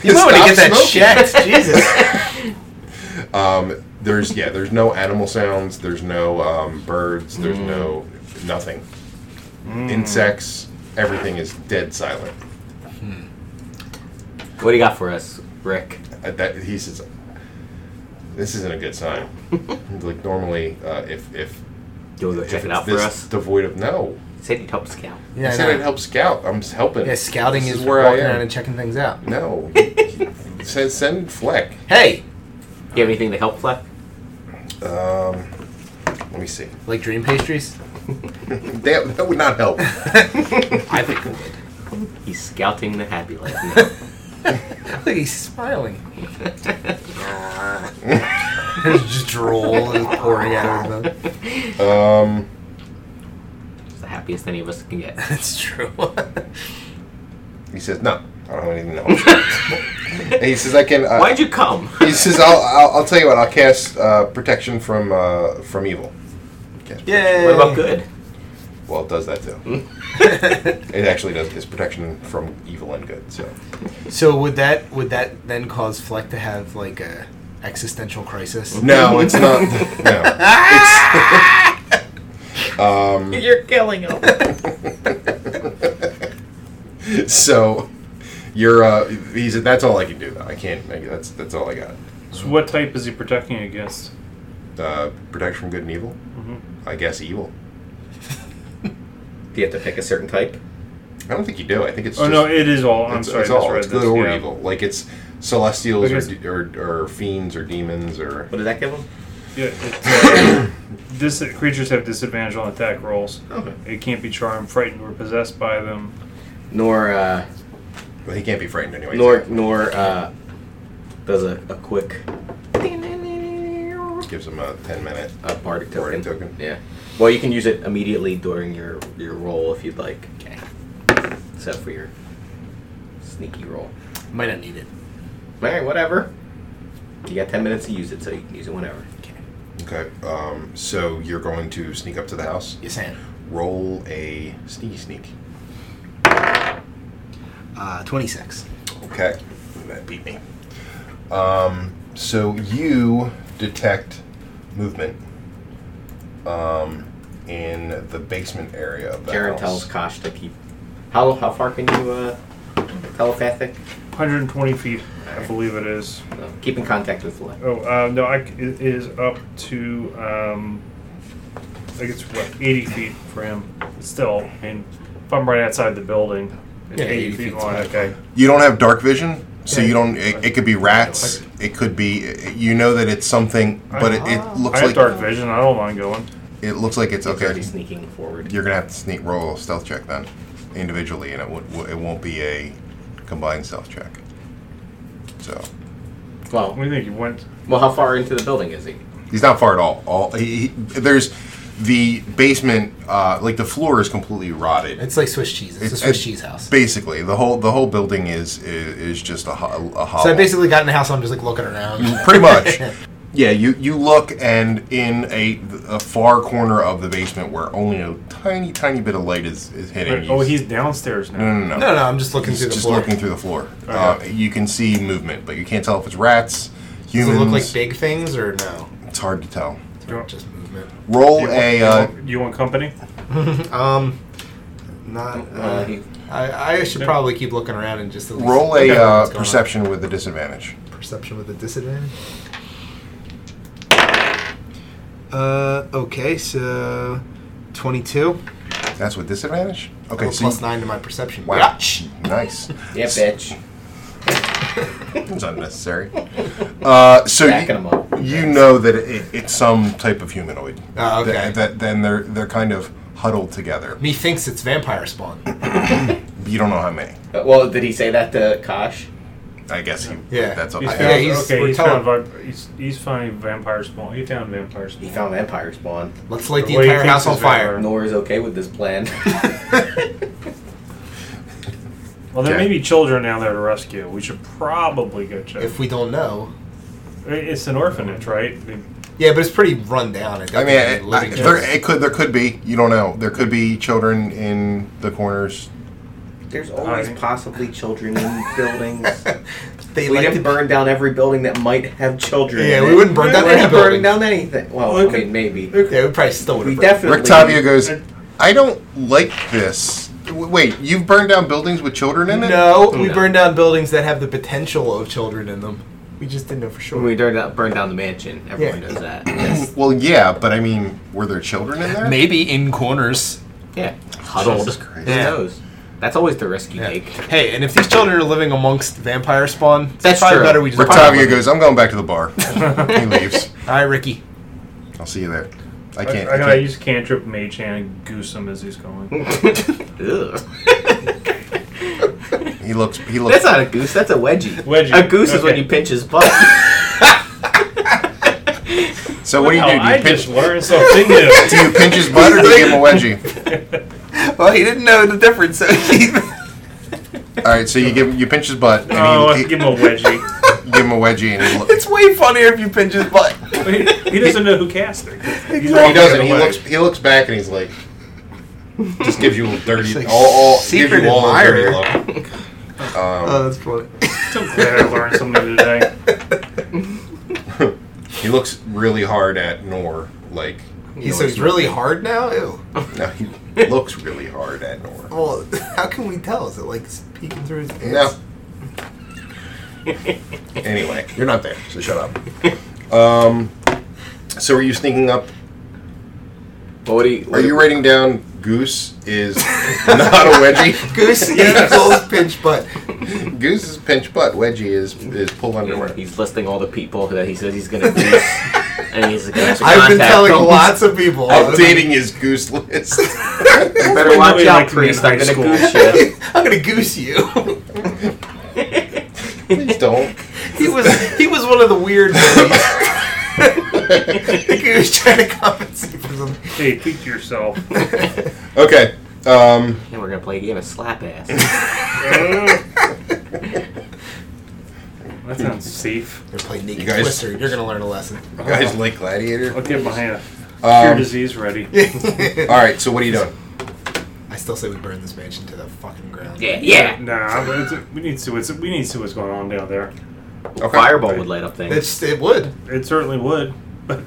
[SPEAKER 3] You might want to
[SPEAKER 2] Stop
[SPEAKER 3] get that
[SPEAKER 2] smoking.
[SPEAKER 3] checked. Jesus.
[SPEAKER 2] Um, there's yeah. There's no animal sounds. There's no um, birds. There's no
[SPEAKER 5] Mm.
[SPEAKER 2] nothing. Insects. Everything is dead silent.
[SPEAKER 5] What do you got for us, Rick?
[SPEAKER 2] At Uh, that he says, "This isn't a good sign." like normally, uh, if if
[SPEAKER 5] Do you want to go
[SPEAKER 2] if
[SPEAKER 5] check it
[SPEAKER 2] it's
[SPEAKER 5] out for
[SPEAKER 2] this
[SPEAKER 5] us?
[SPEAKER 2] devoid of no,
[SPEAKER 5] Said you'd help scout.
[SPEAKER 2] I
[SPEAKER 3] Yeah, I
[SPEAKER 2] said I'd
[SPEAKER 3] know.
[SPEAKER 2] help scout. I'm just helping.
[SPEAKER 3] yeah scouting
[SPEAKER 2] This
[SPEAKER 3] is where walking around and checking things out.
[SPEAKER 2] No, He- he said send Fleck.
[SPEAKER 3] Hey,
[SPEAKER 5] Do you have anything to help Fleck?
[SPEAKER 2] Um, let me see.
[SPEAKER 3] like dream pastries?
[SPEAKER 2] That, that would not help.
[SPEAKER 3] I think it would.
[SPEAKER 5] He's scouting the Happy Land. now.
[SPEAKER 3] Look, he's smiling. There's just drool just pouring out of his mouth.
[SPEAKER 2] Um,
[SPEAKER 5] it's the happiest any of us can get.
[SPEAKER 3] That's true.
[SPEAKER 2] he says no. I don't have anything to help. And he says I can. Uh,
[SPEAKER 5] Why'd you come?
[SPEAKER 2] He says I'll, I'll I'll tell you what. I'll cast uh, protection from uh, from evil. Cast
[SPEAKER 3] Yay.
[SPEAKER 5] What about good?
[SPEAKER 2] Well, it does that too. it actually does. It's protection from evil and good. So
[SPEAKER 3] So would that would that then cause Fleck to have like a existential crisis? Ah!
[SPEAKER 2] no, it's not. No,
[SPEAKER 5] You're killing him.
[SPEAKER 2] so you're. Uh, he said that's all I can do. Though I can't. I, that's that's all I got.
[SPEAKER 4] So what type is he protecting against?
[SPEAKER 2] Uh, protection from good and evil.
[SPEAKER 3] Mm-hmm.
[SPEAKER 2] I guess evil.
[SPEAKER 5] Do you have to pick a certain type?
[SPEAKER 2] I don't think you do. I think it's.
[SPEAKER 4] Oh
[SPEAKER 2] just,
[SPEAKER 4] no, it is all. I'm
[SPEAKER 2] it's,
[SPEAKER 4] sorry,
[SPEAKER 2] it's
[SPEAKER 4] I
[SPEAKER 2] all.
[SPEAKER 4] misread
[SPEAKER 2] It's good
[SPEAKER 4] this,
[SPEAKER 2] or
[SPEAKER 4] yeah.
[SPEAKER 2] evil. Like it's celestials or,
[SPEAKER 4] Because-
[SPEAKER 2] d- or or fiends or demons or.
[SPEAKER 5] What did that give him?
[SPEAKER 4] Yeah, it's, uh, dis- creatures have disadvantage on attack rolls.
[SPEAKER 5] Okay.
[SPEAKER 4] It can't be charmed, frightened, or possessed by them.
[SPEAKER 5] Nor, uh,
[SPEAKER 2] Well, he can't be frightened anyway.
[SPEAKER 5] nor, nor, uh, does a, a quick
[SPEAKER 2] so gives him a ten minute.
[SPEAKER 5] uh, bardic token.
[SPEAKER 2] Bardic token.
[SPEAKER 5] Yeah. Well, you can use it immediately during your your roll if you'd like. Okay. Except for your sneaky roll.
[SPEAKER 3] Might not need it.
[SPEAKER 5] All right, whatever. You got ten minutes to use it, so you can use it whenever. Okay.
[SPEAKER 2] Okay. Um, so you're going to sneak up to the house.
[SPEAKER 3] Yes, and
[SPEAKER 2] Roll a sneaky sneak.
[SPEAKER 3] uh, twenty six.
[SPEAKER 2] Okay. That beat me. Um, So you detect movement um, in the basement area of the
[SPEAKER 5] Karen
[SPEAKER 2] house.
[SPEAKER 5] tells Kosh to keep. How how far can you uh, telepathic?
[SPEAKER 4] 120 feet, I believe it is.
[SPEAKER 5] No, keep in contact with the
[SPEAKER 4] Oh uh, no, I c it is up to um, I think it's what 80 feet for him. It's still, I mean, if I'm right outside the building, it's
[SPEAKER 7] Yeah,
[SPEAKER 4] 80,
[SPEAKER 7] 80
[SPEAKER 4] feet
[SPEAKER 7] feet's
[SPEAKER 4] long.
[SPEAKER 7] fine.
[SPEAKER 4] Okay,
[SPEAKER 2] You don't have dark vision, so
[SPEAKER 4] Yeah.
[SPEAKER 2] you don't. It, it could be rats. It could be. You know that it's something, but it, it looks
[SPEAKER 4] Ah. I have
[SPEAKER 2] like
[SPEAKER 4] dark vision. I don't mind going.
[SPEAKER 2] it looks like it's
[SPEAKER 5] already
[SPEAKER 2] okay.
[SPEAKER 5] sneaking forward.
[SPEAKER 2] You're gonna have to sneak roll a stealth check then, individually, and it would it won't be a combined stealth check. So
[SPEAKER 5] Well,
[SPEAKER 4] What do you think? You went?
[SPEAKER 5] well, how far into the building is he?
[SPEAKER 2] He's not far at all. All he, he, there's the basement, uh, like the floor is completely rotted.
[SPEAKER 3] It's like Swiss cheese. It's,
[SPEAKER 2] It's-
[SPEAKER 3] a Swiss
[SPEAKER 2] it's
[SPEAKER 3] cheese house.
[SPEAKER 2] basically the whole the whole building is is, is just a, ho- a hollow.
[SPEAKER 3] so I basically got in the house. and I'm just like looking around.
[SPEAKER 2] pretty much. Yeah, you you look and in a, a far corner of the basement where only a tiny tiny bit of light is is hitting.
[SPEAKER 4] But, oh,
[SPEAKER 2] you-
[SPEAKER 4] he's downstairs now.
[SPEAKER 2] no no no.
[SPEAKER 3] no, no, I'm just looking
[SPEAKER 2] He's
[SPEAKER 3] through the
[SPEAKER 2] just
[SPEAKER 3] floor.
[SPEAKER 2] looking through the floor. Uh, you can see movement, but you can't tell if it's rats,
[SPEAKER 3] Does
[SPEAKER 2] humans.
[SPEAKER 3] it look like big things or no?
[SPEAKER 2] It's hard to tell.
[SPEAKER 4] Do you want,
[SPEAKER 3] Just movement.
[SPEAKER 2] Roll
[SPEAKER 4] do you
[SPEAKER 2] a.
[SPEAKER 4] want- do you
[SPEAKER 2] Uh,
[SPEAKER 4] want- do you want company?
[SPEAKER 3] Um, not.
[SPEAKER 5] Uh,
[SPEAKER 3] Uh,
[SPEAKER 5] he-
[SPEAKER 3] I, I should
[SPEAKER 4] Yeah.
[SPEAKER 3] probably keep looking around and just at least
[SPEAKER 2] Roll a
[SPEAKER 3] figure out
[SPEAKER 2] uh,
[SPEAKER 3] what's going on.
[SPEAKER 2] perception with a disadvantage.
[SPEAKER 3] Perception with a disadvantage. Uh, okay, so twenty-two.
[SPEAKER 2] That's with disadvantage. Okay,
[SPEAKER 3] Okay,
[SPEAKER 2] so
[SPEAKER 3] plus
[SPEAKER 2] you-
[SPEAKER 3] nine to my perception.
[SPEAKER 2] Wow,
[SPEAKER 3] Yeah.
[SPEAKER 2] nice.
[SPEAKER 5] yeah, bitch.
[SPEAKER 2] It's unnecessary. Uh, so
[SPEAKER 5] Backing
[SPEAKER 2] you,
[SPEAKER 5] him up.
[SPEAKER 2] you know that it, it's some type of humanoid.
[SPEAKER 3] Oh, okay.
[SPEAKER 2] That, that- then they're they're kind of huddled together.
[SPEAKER 3] Methinks it's vampire spawn.
[SPEAKER 2] You don't know how many.
[SPEAKER 5] Uh, Well, did he say that to Kosh?
[SPEAKER 2] I guess he,
[SPEAKER 3] Yeah.
[SPEAKER 2] that's up
[SPEAKER 4] He's
[SPEAKER 2] to
[SPEAKER 4] found,
[SPEAKER 3] Yeah,
[SPEAKER 2] him.
[SPEAKER 3] he's-
[SPEAKER 4] okay,
[SPEAKER 3] we're
[SPEAKER 4] he's found, vi- he's, he's found vampire spawn. He found vampire
[SPEAKER 5] He
[SPEAKER 4] spawn.
[SPEAKER 5] found vampire spawn.
[SPEAKER 3] Let's light the
[SPEAKER 4] What do you
[SPEAKER 3] entire
[SPEAKER 4] think
[SPEAKER 3] house on
[SPEAKER 4] is
[SPEAKER 3] fire.
[SPEAKER 5] Nor is okay with this plan.
[SPEAKER 4] Well, there
[SPEAKER 2] Okay.
[SPEAKER 4] may be children now there to rescue. We should probably go check.
[SPEAKER 3] If we don't know.
[SPEAKER 4] it's an orphanage, right? I mean,
[SPEAKER 3] Yeah, but it's pretty run down. It
[SPEAKER 2] I mean,
[SPEAKER 3] doesn't have
[SPEAKER 2] it, I,
[SPEAKER 3] living
[SPEAKER 2] there,
[SPEAKER 3] things.
[SPEAKER 2] it could there could be. You don't know. There could be children in the corners.
[SPEAKER 5] There's always
[SPEAKER 4] Alright.
[SPEAKER 5] possibly children in buildings.
[SPEAKER 3] they
[SPEAKER 5] we
[SPEAKER 3] like
[SPEAKER 5] didn't
[SPEAKER 3] to
[SPEAKER 5] burn down every building that might have children.
[SPEAKER 3] Yeah,
[SPEAKER 5] in
[SPEAKER 3] we
[SPEAKER 5] it.
[SPEAKER 3] wouldn't burn down
[SPEAKER 5] We're
[SPEAKER 3] any
[SPEAKER 5] not burning
[SPEAKER 3] building.
[SPEAKER 5] down anything. Well,
[SPEAKER 4] Well, it
[SPEAKER 5] I
[SPEAKER 4] could-
[SPEAKER 5] mean, maybe.
[SPEAKER 3] Yeah, we probably still would
[SPEAKER 5] We
[SPEAKER 3] have.
[SPEAKER 5] definitely.
[SPEAKER 2] Rick Tavia goes. I don't like this. W- Wait, you've burned down buildings with children in it?
[SPEAKER 3] No, we
[SPEAKER 5] No.
[SPEAKER 3] burned down buildings that have the potential of children in them. We just didn't know for sure.
[SPEAKER 5] When we burn down, burn down the mansion, everyone
[SPEAKER 3] Yeah.
[SPEAKER 5] knows that. Yes.
[SPEAKER 2] Well, yeah, but I mean, were there children in there?
[SPEAKER 7] Maybe in corners.
[SPEAKER 5] Yeah. Huddled.
[SPEAKER 2] Jesus
[SPEAKER 5] Who
[SPEAKER 2] Christ.
[SPEAKER 3] Yeah.
[SPEAKER 5] knows? That's always the risk you
[SPEAKER 3] Yeah.
[SPEAKER 5] take.
[SPEAKER 3] Hey, and if these children are living amongst vampire spawn, it's
[SPEAKER 5] That's
[SPEAKER 3] probably
[SPEAKER 5] true.
[SPEAKER 3] better we just.
[SPEAKER 2] Rictavia goes, I'm going back to the bar. he leaves.
[SPEAKER 3] All right, Ricky.
[SPEAKER 2] I'll see you there. I
[SPEAKER 4] I,
[SPEAKER 2] can't.
[SPEAKER 4] I,
[SPEAKER 2] I,
[SPEAKER 4] I,
[SPEAKER 2] can't.
[SPEAKER 4] use cantrip mage hand and goose him as he's going.
[SPEAKER 5] Ugh.
[SPEAKER 2] he looks. He looks.
[SPEAKER 5] that's not a goose. That's a wedgie.
[SPEAKER 4] Wedgie.
[SPEAKER 5] A goose is when
[SPEAKER 4] Okay.
[SPEAKER 5] you pinch his butt.
[SPEAKER 2] so what do you do?
[SPEAKER 4] Wow,
[SPEAKER 2] Do you,
[SPEAKER 4] I
[SPEAKER 2] pinch,
[SPEAKER 4] just learned something new.
[SPEAKER 2] do you pinch his butt or do you give him a wedgie?
[SPEAKER 3] Well, he didn't know the difference. So he...
[SPEAKER 2] All right, so you give you pinch his butt and he-
[SPEAKER 4] oh, let's
[SPEAKER 2] he,
[SPEAKER 4] give him a wedgie.
[SPEAKER 2] you give him a wedgie and he, looks.
[SPEAKER 3] way funnier if you pinch his butt.
[SPEAKER 4] he, he doesn't know who cast it. He's
[SPEAKER 2] he
[SPEAKER 4] walking
[SPEAKER 2] doesn't. He
[SPEAKER 4] away.
[SPEAKER 2] looks. He looks back and he's like, just gives you a dirty, all, all
[SPEAKER 3] secret
[SPEAKER 2] gives you all a dirty
[SPEAKER 3] admirer.
[SPEAKER 2] look. Um, Uh.
[SPEAKER 3] Oh, that's funny.
[SPEAKER 4] I'm glad I learned something new today.
[SPEAKER 2] He looks really hard at Nor. Like,
[SPEAKER 3] He says really hard now. Ew.
[SPEAKER 2] no, he looks really hard at Nor.
[SPEAKER 3] Well, how can we tell? Is it like peeking through his pants?
[SPEAKER 2] No. anyway, you're not there, so shut up. Um, so are you sneaking up?
[SPEAKER 5] But what do you?
[SPEAKER 2] Are you writing down goose is not a wedgie?
[SPEAKER 3] Goose
[SPEAKER 2] Yes.
[SPEAKER 3] equals pinch butt.
[SPEAKER 2] Goose is pinch butt. Wedgie is is pull underwear.
[SPEAKER 5] He's listing all the people that he says he's gonna goose, and he's gonna.
[SPEAKER 3] I've been
[SPEAKER 5] contact
[SPEAKER 3] telling
[SPEAKER 5] them.
[SPEAKER 3] lots of people.
[SPEAKER 2] Updating his goose list.
[SPEAKER 5] You
[SPEAKER 4] Wait,
[SPEAKER 5] better watch
[SPEAKER 4] wait,
[SPEAKER 5] out,
[SPEAKER 4] like me in
[SPEAKER 5] priest. I'm gonna
[SPEAKER 4] high school.
[SPEAKER 5] goose you.
[SPEAKER 3] I'm gonna goose you.
[SPEAKER 2] Please don't.
[SPEAKER 3] He was he was one of the weird movies. like he was trying to compensate for something.
[SPEAKER 4] Hey, peek yourself.
[SPEAKER 2] Okay. Um,
[SPEAKER 5] And we're gonna play a game of slap ass.
[SPEAKER 4] that
[SPEAKER 8] Mm.
[SPEAKER 2] Hmm.
[SPEAKER 4] sounds safe.
[SPEAKER 3] You're playing Naked
[SPEAKER 2] You guys-
[SPEAKER 3] Twister. You're gonna learn a lesson.
[SPEAKER 2] you guys like gladiator.
[SPEAKER 4] I'll get my uh, cure
[SPEAKER 2] Um,
[SPEAKER 4] disease ready.
[SPEAKER 2] all right. So what are you doing?
[SPEAKER 3] I still say we burn this mansion to the fucking ground.
[SPEAKER 5] yeah, yeah.
[SPEAKER 4] Nah, but it's, we need to see what's we need to see what's going on down there.
[SPEAKER 2] Okay.
[SPEAKER 5] Fireball would light up things.
[SPEAKER 8] It's, it would.
[SPEAKER 4] It certainly would. But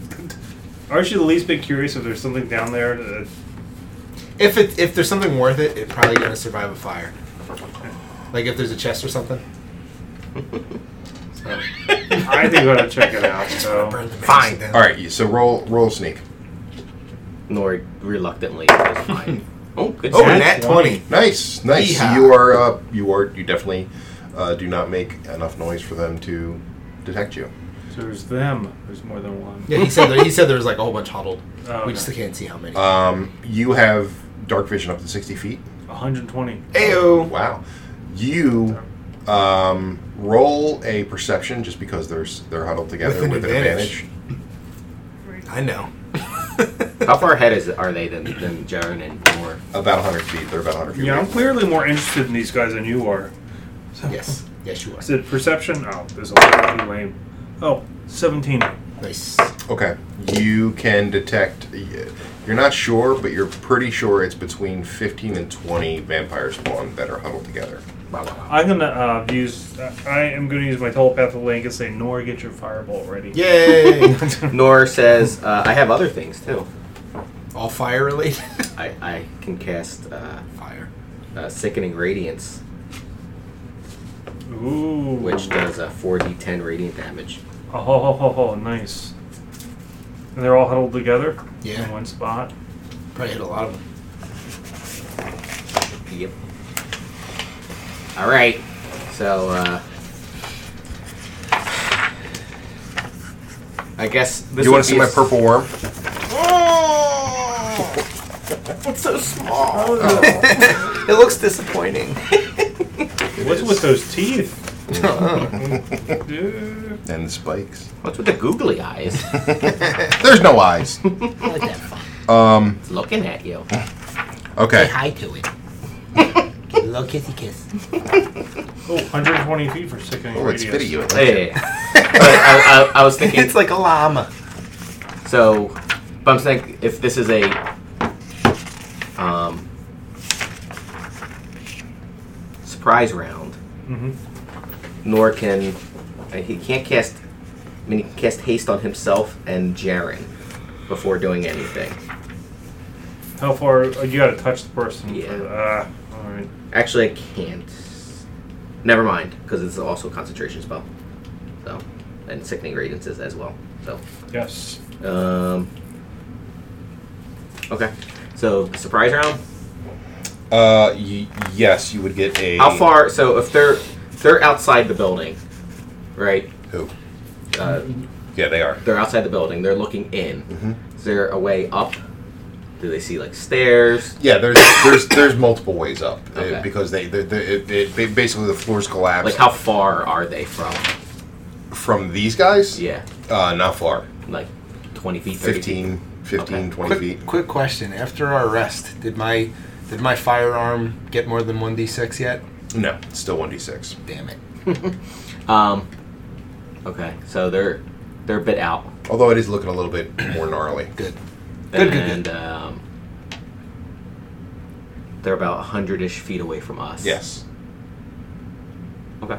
[SPEAKER 4] aren't you at least bit curious if there's something down there? That,
[SPEAKER 8] If it if there's something worth it, it's probably gonna survive a fire. Like if there's a chest or something. So,
[SPEAKER 4] I think we ought to check it out. So
[SPEAKER 8] burn the fine.
[SPEAKER 2] All right, so roll roll sneak.
[SPEAKER 5] Nor reluctantly. is mine. oh, good.
[SPEAKER 8] Oh,
[SPEAKER 5] save.
[SPEAKER 8] and that twenty.
[SPEAKER 2] Nice, nice.
[SPEAKER 8] Yeehaw.
[SPEAKER 2] You are uh, you are you definitely uh, do not make enough noise for them to detect you.
[SPEAKER 4] there's them. There's more than one.
[SPEAKER 8] Yeah, he said there, he said there was like a whole bunch huddled.
[SPEAKER 4] Oh,
[SPEAKER 8] We
[SPEAKER 4] okay.
[SPEAKER 8] just can't see how many.
[SPEAKER 2] Um, you have dark vision up to sixty feet.
[SPEAKER 4] 120.
[SPEAKER 8] Ayo.
[SPEAKER 2] Wow. You um, roll a perception just because they're s- they're huddled together
[SPEAKER 8] With an
[SPEAKER 2] with an
[SPEAKER 8] advantage.
[SPEAKER 2] advantage.
[SPEAKER 8] I know.
[SPEAKER 5] How far ahead is are they than than Jaren and Nor?
[SPEAKER 2] About hundred feet. They're about hundred feet.
[SPEAKER 4] Yeah, I'm
[SPEAKER 2] away.
[SPEAKER 4] clearly more interested in these guys than you are.
[SPEAKER 8] Yes. Yes, you are.
[SPEAKER 4] I said perception. Oh, there's a lot of lame. Oh, 17.
[SPEAKER 8] Nice.
[SPEAKER 2] Okay. You can detect. You're not sure, but you're pretty sure it's between 15 and 20 vampire spawn that are huddled together.
[SPEAKER 4] I'm gonna uh, use. Uh, I am gonna use my telepathic link and say, "Nor, get your fireball ready."
[SPEAKER 8] Yay!
[SPEAKER 5] Nor says, uh, "I have other things too.
[SPEAKER 8] All fire related.
[SPEAKER 5] I, I can cast uh,
[SPEAKER 8] Fire.
[SPEAKER 5] uh, sickening radiance,
[SPEAKER 4] Ooh.
[SPEAKER 5] which does a 4d10 radiant damage.
[SPEAKER 4] Oh, ho, ho, ho, ho, nice. And they're all huddled together.
[SPEAKER 8] Yeah.
[SPEAKER 4] In one spot.
[SPEAKER 8] Probably hit a lot of them.
[SPEAKER 5] Yep. All right. So uh, I guess this
[SPEAKER 2] you
[SPEAKER 5] would
[SPEAKER 2] want to see
[SPEAKER 5] be a
[SPEAKER 2] my
[SPEAKER 5] s- Oh!
[SPEAKER 2] purple worm?
[SPEAKER 8] It's so small. it looks disappointing.
[SPEAKER 4] What's with those teeth?
[SPEAKER 8] Uh-huh.
[SPEAKER 2] And the spikes.
[SPEAKER 5] What's with the googly eyes?
[SPEAKER 2] There's no eyes.
[SPEAKER 5] it's looking at you.
[SPEAKER 2] Okay.
[SPEAKER 3] hi to it. Little kissy kiss.
[SPEAKER 4] Oh, 120 feet for sickening
[SPEAKER 2] Oh, it's
[SPEAKER 4] radius.
[SPEAKER 2] pity you.
[SPEAKER 5] Yeah, yeah, yeah. but I, I, I was thinking.
[SPEAKER 8] It's like a llama.
[SPEAKER 5] So, but I'm saying if this is a, um, surprise round,
[SPEAKER 4] Mhm.
[SPEAKER 5] nor can uh, he can't cast. I mean, he can cast haste on himself and Jaren before doing anything.
[SPEAKER 4] How far? Oh, you gotta touch the person.
[SPEAKER 5] Yeah.
[SPEAKER 4] For, uh, all right.
[SPEAKER 5] Actually, I can't. Never mind, because it's also a concentration spell. So, and sickening radiance is as well. So.
[SPEAKER 4] Yes.
[SPEAKER 5] Um. Okay. So surprise round.
[SPEAKER 2] Uh, y- yes, you would get a.
[SPEAKER 5] How far? So if they're if they're outside the building, right?
[SPEAKER 2] Who?
[SPEAKER 5] Uh,
[SPEAKER 2] Yeah, they are. Mm-hmm.
[SPEAKER 5] they're outside the building. They're looking in. Is there a way up? Do they see like stairs?
[SPEAKER 2] Yeah, there's there's there's multiple ways up uh,
[SPEAKER 5] Okay.
[SPEAKER 2] because they, they, they, it, it, ba- basically the floors collapse
[SPEAKER 5] Like how far are they from?
[SPEAKER 2] from these guys.
[SPEAKER 5] Yeah,
[SPEAKER 2] Uh, not far.
[SPEAKER 5] like twenty feet, thirty feet.
[SPEAKER 2] 15, 15
[SPEAKER 5] Okay.
[SPEAKER 2] 20 feet.
[SPEAKER 8] Quick, quick question. After our rest, did my did my firearm get more than one d six yet?
[SPEAKER 2] No, it's still one d six.
[SPEAKER 8] Damn it.
[SPEAKER 5] Um. Okay, so they're they're a bit out.
[SPEAKER 2] Although it is looking a little bit more gnarly.
[SPEAKER 8] Good. Good, good, good.
[SPEAKER 5] and um, they're about hundred ish feet away from us.
[SPEAKER 2] Yes.
[SPEAKER 5] Okay.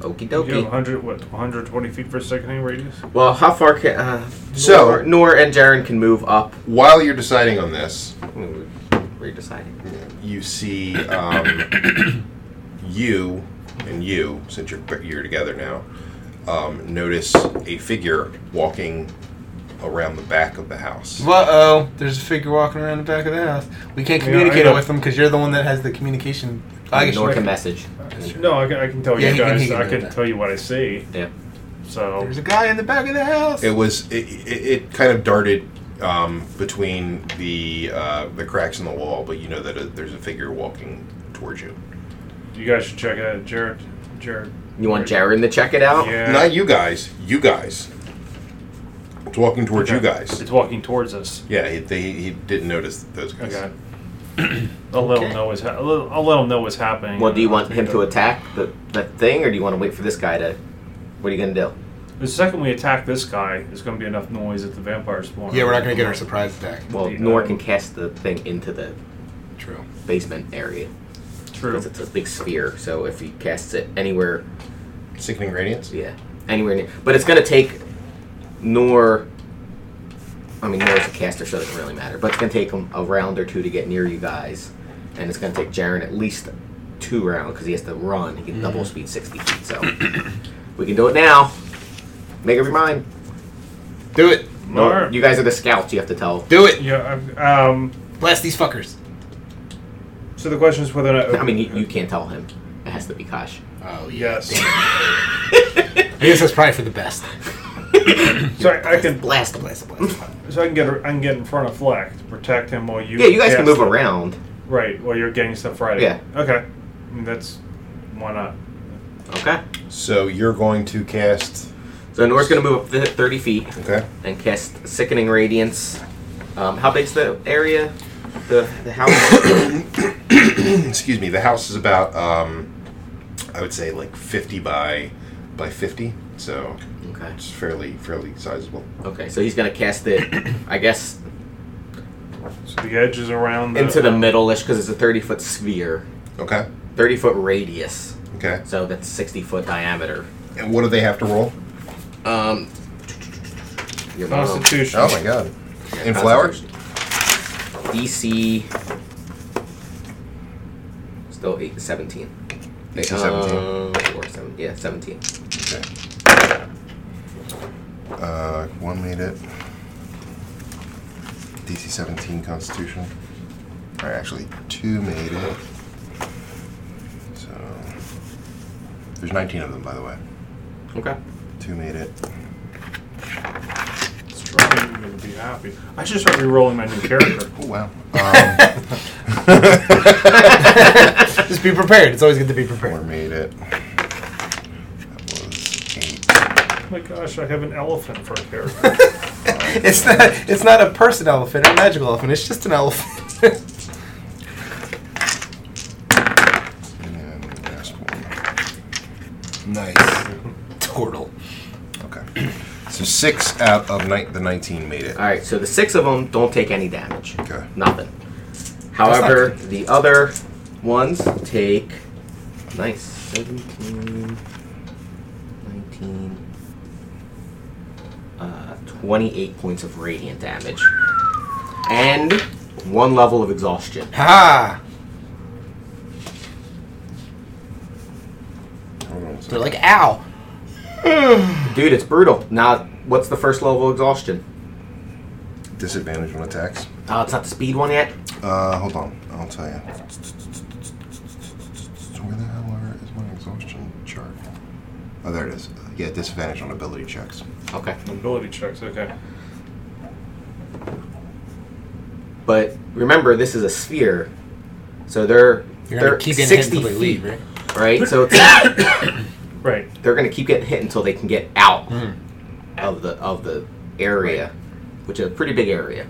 [SPEAKER 5] Okie
[SPEAKER 4] You have
[SPEAKER 5] dokie.
[SPEAKER 4] 100 what? 120 feet for sickening radius.
[SPEAKER 5] Well, how far can uh,
[SPEAKER 2] So-
[SPEAKER 5] Nor, Nor and Jaren can move up?
[SPEAKER 2] While you're deciding on this,
[SPEAKER 5] We're we're deciding.
[SPEAKER 2] you see um, you and you, since you're you're together now, um, notice a figure walking around the back of the house.
[SPEAKER 8] Uh oh, there's a figure walking around the back of the house. We can't
[SPEAKER 4] Yeah,
[SPEAKER 8] communicate
[SPEAKER 4] I know.
[SPEAKER 8] it with them because you're the one that has the communication. I guess
[SPEAKER 5] Nor
[SPEAKER 8] you
[SPEAKER 5] can
[SPEAKER 8] can.
[SPEAKER 5] message.
[SPEAKER 4] No, I can, I can tell
[SPEAKER 8] Yeah,
[SPEAKER 4] you
[SPEAKER 8] he can-
[SPEAKER 4] guys.
[SPEAKER 8] he can
[SPEAKER 4] I
[SPEAKER 8] do
[SPEAKER 4] can
[SPEAKER 8] that.
[SPEAKER 4] tell you what I see.
[SPEAKER 5] Yeah.
[SPEAKER 4] So
[SPEAKER 8] There's a guy in the back of the house.
[SPEAKER 2] It was it, it, it kind of darted um, between the uh, the cracks in the wall, but you know that uh there's a figure walking towards you.
[SPEAKER 4] you guys should check it out Jared. Jared.
[SPEAKER 5] You want Jaren to check it
[SPEAKER 8] Oh,
[SPEAKER 5] out?
[SPEAKER 4] Yeah.
[SPEAKER 2] Not you guys, you guys. It's walking towards you guys.
[SPEAKER 4] It's walking towards us.
[SPEAKER 2] Yeah, he, they, he didn't notice those guys.
[SPEAKER 4] Okay. I'll let him know what's. Ha- I'll, I'll let him know what's happening. Uh,
[SPEAKER 5] Well, do you
[SPEAKER 4] I'll
[SPEAKER 5] want
[SPEAKER 4] take
[SPEAKER 5] him
[SPEAKER 4] it.
[SPEAKER 5] to attack the, the thing, or do you want to wait for this guy to? What are you gonna do?
[SPEAKER 4] The second we attack this guy, there's going to be enough noise that the vampires spawn.
[SPEAKER 8] Yeah, we're not gonna get our surprise attack.
[SPEAKER 5] Well,
[SPEAKER 4] The,
[SPEAKER 5] Nor
[SPEAKER 4] um,
[SPEAKER 5] can cast the thing into the
[SPEAKER 8] True.
[SPEAKER 5] basement area.
[SPEAKER 4] True.
[SPEAKER 5] because it's a big sphere. So if he casts it anywhere,
[SPEAKER 2] Sickening radiance.
[SPEAKER 5] yeah, anywhere near. But it's going to take Nor. I mean, Nor's a caster, so it doesn't really matter. But it's going to take him a round or two to get near you guys, and it's going to take Jaren at least two rounds because he has to run. He can double speed sixty feet. So we can do it now. Make up your mind.
[SPEAKER 2] Do it.
[SPEAKER 5] No,
[SPEAKER 4] Alright.
[SPEAKER 5] you guys are the scouts. You have to tell.
[SPEAKER 2] Do it.
[SPEAKER 4] Yeah. I've- Um.
[SPEAKER 3] Blast these fuckers.
[SPEAKER 4] So the question is whether or not.
[SPEAKER 5] I mean, you, you can't tell him. It has to be Kosh.
[SPEAKER 3] Oh, yeah.
[SPEAKER 4] Yes.
[SPEAKER 3] I guess that's probably for the best.
[SPEAKER 4] so I, I can.
[SPEAKER 5] Blast him.
[SPEAKER 3] Blast, blast, blast.
[SPEAKER 4] So I can get. I can get in front of Flack to protect him while you.
[SPEAKER 5] Yeah, you guys can
[SPEAKER 4] cast
[SPEAKER 5] move
[SPEAKER 4] it.
[SPEAKER 5] around.
[SPEAKER 4] Right. While you're getting stuff Friday.
[SPEAKER 5] Yeah.
[SPEAKER 4] Okay. I mean, that's why not.
[SPEAKER 5] Okay.
[SPEAKER 2] So you're going to cast.
[SPEAKER 5] So Nor's gonna move up th- thirty feet
[SPEAKER 2] Okay.
[SPEAKER 5] and cast sickening radiance. Um, how big's the area? The the house.
[SPEAKER 2] Excuse me. The house is about, um, I would say, like 50 by by 50. So
[SPEAKER 5] okay.
[SPEAKER 2] it's fairly fairly sizable.
[SPEAKER 5] Okay. So he's gonna cast it. I guess
[SPEAKER 4] So the edge is around. The,
[SPEAKER 5] into the middle-ish because it's a thirty foot sphere,
[SPEAKER 2] Okay.
[SPEAKER 5] thirty foot radius.
[SPEAKER 2] Okay.
[SPEAKER 5] So that's sixty foot diameter.
[SPEAKER 2] And what do they have to roll?
[SPEAKER 5] Um. Your mom.
[SPEAKER 4] Constitution.
[SPEAKER 2] Oh my god. In
[SPEAKER 5] Constitution.
[SPEAKER 2] flour?
[SPEAKER 5] DC. Still eight, 17.
[SPEAKER 2] Next to 17.
[SPEAKER 5] Uh, or seven, yeah, 17.
[SPEAKER 2] Okay. Uh, one made it. DC 17 Constitution. Or actually, two made it. So. There's 19 of them, by the way.
[SPEAKER 5] Okay.
[SPEAKER 2] Two made it.
[SPEAKER 4] I'm gonna be happy. I should start re-rolling my new character.
[SPEAKER 2] Oh, wow. Um,
[SPEAKER 3] Just be prepared. It's always good to be
[SPEAKER 2] four
[SPEAKER 3] prepared.
[SPEAKER 2] made it. That was eight.
[SPEAKER 4] Oh my gosh, I have an elephant for a character.
[SPEAKER 3] It's not. It's not a person elephant or a magical elephant. It's just an elephant.
[SPEAKER 2] And then the last one.
[SPEAKER 3] nice. Turtle.
[SPEAKER 2] Okay. So six out of ni- the 19 made it.
[SPEAKER 5] All right, so the six of them don't take any damage.
[SPEAKER 2] Okay.
[SPEAKER 5] Nothing. However, the other ones take. Nice. 17, 19, uh, 28 points of radiant damage. And one level of exhaustion.
[SPEAKER 3] Ha!
[SPEAKER 2] Hold on a
[SPEAKER 3] They're
[SPEAKER 2] second.
[SPEAKER 3] like, ow.
[SPEAKER 5] Dude, it's brutal. Now, what's the first level of exhaustion?
[SPEAKER 2] Disadvantage on attacks.
[SPEAKER 5] Oh, it's not the speed one yet?
[SPEAKER 2] Uh, hold on. I'll tell you. Where the hell are, is my exhaustion chart? Oh, there it is. Yeah, disadvantage on ability checks.
[SPEAKER 5] Okay.
[SPEAKER 4] Ability checks. Okay.
[SPEAKER 5] But remember, this is a sphere. So they're,
[SPEAKER 3] You're
[SPEAKER 5] they're
[SPEAKER 3] gonna keep getting hit
[SPEAKER 5] 60
[SPEAKER 3] until they
[SPEAKER 5] feet,
[SPEAKER 3] leave, right?
[SPEAKER 5] right? So it's,
[SPEAKER 4] Right.
[SPEAKER 5] they're going to keep getting hit until they can get out
[SPEAKER 3] Mm-hmm.
[SPEAKER 9] Hmm.
[SPEAKER 5] of the of the area, which is a pretty big area.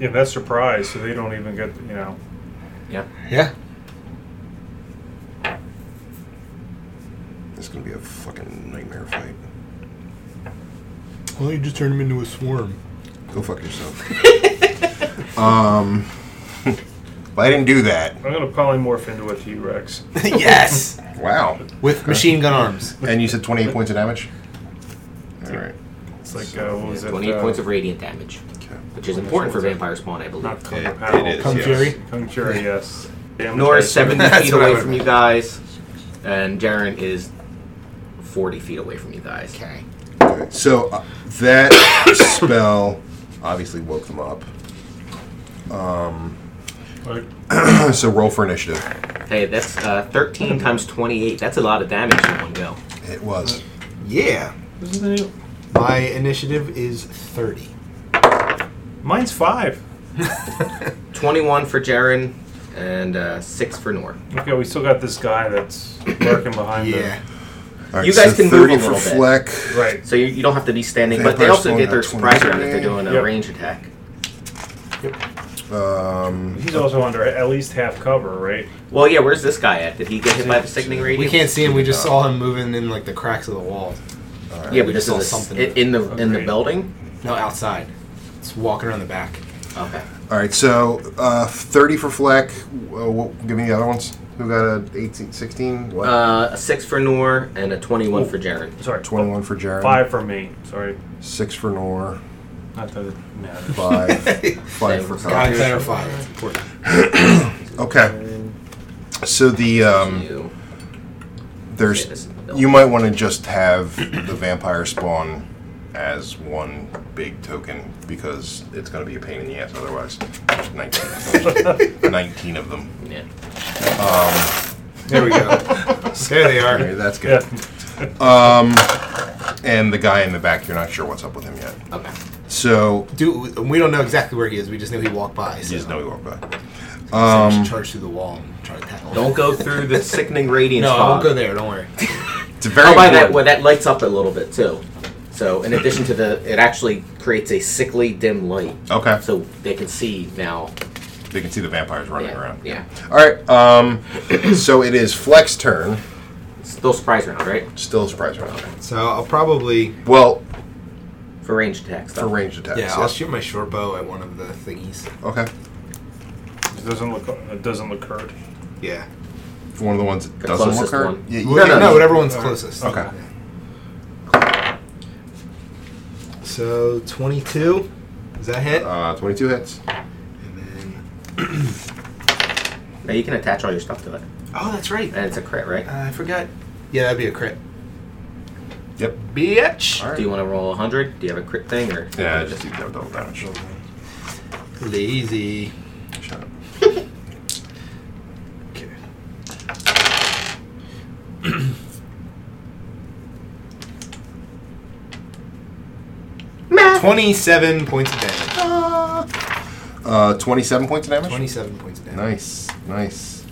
[SPEAKER 4] Yeah, that's surprise. So they don't even get. You know.
[SPEAKER 5] Yeah.
[SPEAKER 3] Yeah.
[SPEAKER 2] This is gonna be a fucking nightmare fight.
[SPEAKER 9] Well, you just turn him into a swarm.
[SPEAKER 2] Go fuck yourself. um, but I didn't do that.
[SPEAKER 4] I'm gonna polymorph into a T-Rex.
[SPEAKER 3] yes.
[SPEAKER 2] Wow.
[SPEAKER 3] With machine gun arms.
[SPEAKER 2] And you said 28 points of damage? Alright.
[SPEAKER 4] It's like uh, what was it?
[SPEAKER 5] 28
[SPEAKER 4] uh,
[SPEAKER 5] points of radiant damage,
[SPEAKER 2] Okay.
[SPEAKER 5] which is important for vampire spawn, I believe.
[SPEAKER 4] Not Kung
[SPEAKER 2] It-
[SPEAKER 4] Pao.
[SPEAKER 2] it is,
[SPEAKER 4] Kung
[SPEAKER 2] yes.
[SPEAKER 4] Fury. Kung Fury. Yes. Damn
[SPEAKER 5] Nor is
[SPEAKER 4] right.
[SPEAKER 5] 70
[SPEAKER 3] That's
[SPEAKER 5] feet
[SPEAKER 3] what I
[SPEAKER 5] away
[SPEAKER 3] would've
[SPEAKER 5] from you guys, and Jaren is 40 feet away from you guys.
[SPEAKER 3] Okay.
[SPEAKER 2] Okay. So uh, that spell obviously woke them up.
[SPEAKER 4] Like,
[SPEAKER 2] so roll for initiative.
[SPEAKER 5] Hey, that's uh, 13 times 28. That's a lot of damage in one go.
[SPEAKER 2] It was.
[SPEAKER 3] Yeah.
[SPEAKER 4] this is the new-
[SPEAKER 3] My initiative is 30.
[SPEAKER 4] Mine's five.
[SPEAKER 5] 21 for Jaren and uh, 6 for Nor.
[SPEAKER 4] Okay, we still got this guy that's lurking behind.
[SPEAKER 3] Yeah.
[SPEAKER 2] All
[SPEAKER 5] You guys can move a
[SPEAKER 2] 30
[SPEAKER 5] little bit.
[SPEAKER 2] for Fleck.
[SPEAKER 4] The, right.
[SPEAKER 5] So you, you don't have to be standing, but they
[SPEAKER 2] Vampire
[SPEAKER 5] also
[SPEAKER 2] spawn
[SPEAKER 5] get their
[SPEAKER 2] at
[SPEAKER 5] surprise
[SPEAKER 2] 20.
[SPEAKER 5] round if they're doing a
[SPEAKER 4] Yep.
[SPEAKER 5] range attack.
[SPEAKER 2] Um,
[SPEAKER 4] He's also under at least half cover, right?
[SPEAKER 5] Well, yeah, where's this guy at? Did he get hit by the sickening radius?
[SPEAKER 3] We can't see him. We just saw him moving in like the cracks of the walls.
[SPEAKER 5] Yeah,
[SPEAKER 3] We
[SPEAKER 5] but this
[SPEAKER 3] saw
[SPEAKER 5] is
[SPEAKER 3] something.
[SPEAKER 5] something in the in the
[SPEAKER 4] Okay.
[SPEAKER 5] building.
[SPEAKER 3] No, outside. It's walking around the back.
[SPEAKER 5] Okay.
[SPEAKER 2] All right, so uh, 30 for Fleck. Uh, what, give me the other ones. Who got a 18, 16? What?
[SPEAKER 5] Uh, a six for Noor and a 21 for Jaren.
[SPEAKER 4] Sorry,
[SPEAKER 2] 21 for Jared.
[SPEAKER 4] Five for me. Sorry,
[SPEAKER 2] 6 for Nor.
[SPEAKER 4] not that it matters.
[SPEAKER 2] 5. 5 for
[SPEAKER 3] God
[SPEAKER 2] Kyle.
[SPEAKER 3] clarify. It's important.
[SPEAKER 2] Okay. So the. Um,
[SPEAKER 5] You.
[SPEAKER 2] There's,
[SPEAKER 5] Yeah, this is the
[SPEAKER 2] you might want to just have the vampire spawn as one big token because it's going to be a pain in the ass otherwise. There's 19 of them. 19 of them.
[SPEAKER 5] Yeah.
[SPEAKER 3] There we go. there they
[SPEAKER 2] Okay,
[SPEAKER 3] are.
[SPEAKER 2] that's good.
[SPEAKER 4] Yeah.
[SPEAKER 2] And the guy in the back, you're not sure what's up with him yet.
[SPEAKER 5] Okay.
[SPEAKER 2] So,
[SPEAKER 3] Do we don't know exactly where he is. We just knew he walked by. So
[SPEAKER 2] you just know he walked by.
[SPEAKER 3] so we should charge through the wall and try to tackle. him.
[SPEAKER 5] Don't go through the sickening radiance.
[SPEAKER 3] No, I
[SPEAKER 5] fog.
[SPEAKER 3] won't go there. Don't worry.
[SPEAKER 2] It's a very
[SPEAKER 5] Oh, by that,
[SPEAKER 2] important-
[SPEAKER 5] well, that lights up a little bit too. So, in addition to the, it actually creates a sickly dim light.
[SPEAKER 2] Okay.
[SPEAKER 5] So they can see now.
[SPEAKER 2] They can see the vampires running
[SPEAKER 5] Yeah,
[SPEAKER 2] around.
[SPEAKER 5] yeah.
[SPEAKER 2] All right. Um, so it is Flex turn.
[SPEAKER 5] Still surprise round, right?
[SPEAKER 2] Still a surprise round.
[SPEAKER 3] So I'll probably
[SPEAKER 2] Well,
[SPEAKER 5] For range attacks.
[SPEAKER 2] for
[SPEAKER 5] Though.
[SPEAKER 2] ranged attacks.
[SPEAKER 3] yeah. I'll shoot my short bow at one of the thingies.
[SPEAKER 2] Okay.
[SPEAKER 4] It doesn't look. It doesn't look hurt.
[SPEAKER 3] Yeah.
[SPEAKER 2] One of the ones that
[SPEAKER 5] The
[SPEAKER 2] doesn't look
[SPEAKER 5] closest
[SPEAKER 2] hurt.
[SPEAKER 5] one.
[SPEAKER 2] Yeah, you
[SPEAKER 3] No, no,
[SPEAKER 2] got-
[SPEAKER 3] no. Whatever one's closest.
[SPEAKER 2] Okay.
[SPEAKER 3] So twenty-two. Is that hit?
[SPEAKER 2] Uh, 22 hits.
[SPEAKER 3] And then
[SPEAKER 5] Now you can attach all your stuff to it,
[SPEAKER 3] oh, that's right. Uh,
[SPEAKER 5] and it's a crit, right?
[SPEAKER 3] I forgot. Yeah, that'd be a crit.
[SPEAKER 2] Yep.
[SPEAKER 3] Bitch.
[SPEAKER 2] All right.
[SPEAKER 5] Do you want to roll hundred? Do you have a crit thing or?
[SPEAKER 2] Yeah, I just do double damage.
[SPEAKER 3] Lazy.
[SPEAKER 2] Shut up.
[SPEAKER 3] Okay. Twenty-seven points of damage.
[SPEAKER 2] Uh, 27 points of damage.
[SPEAKER 3] Twenty-seven points of damage.
[SPEAKER 2] Nice, nice.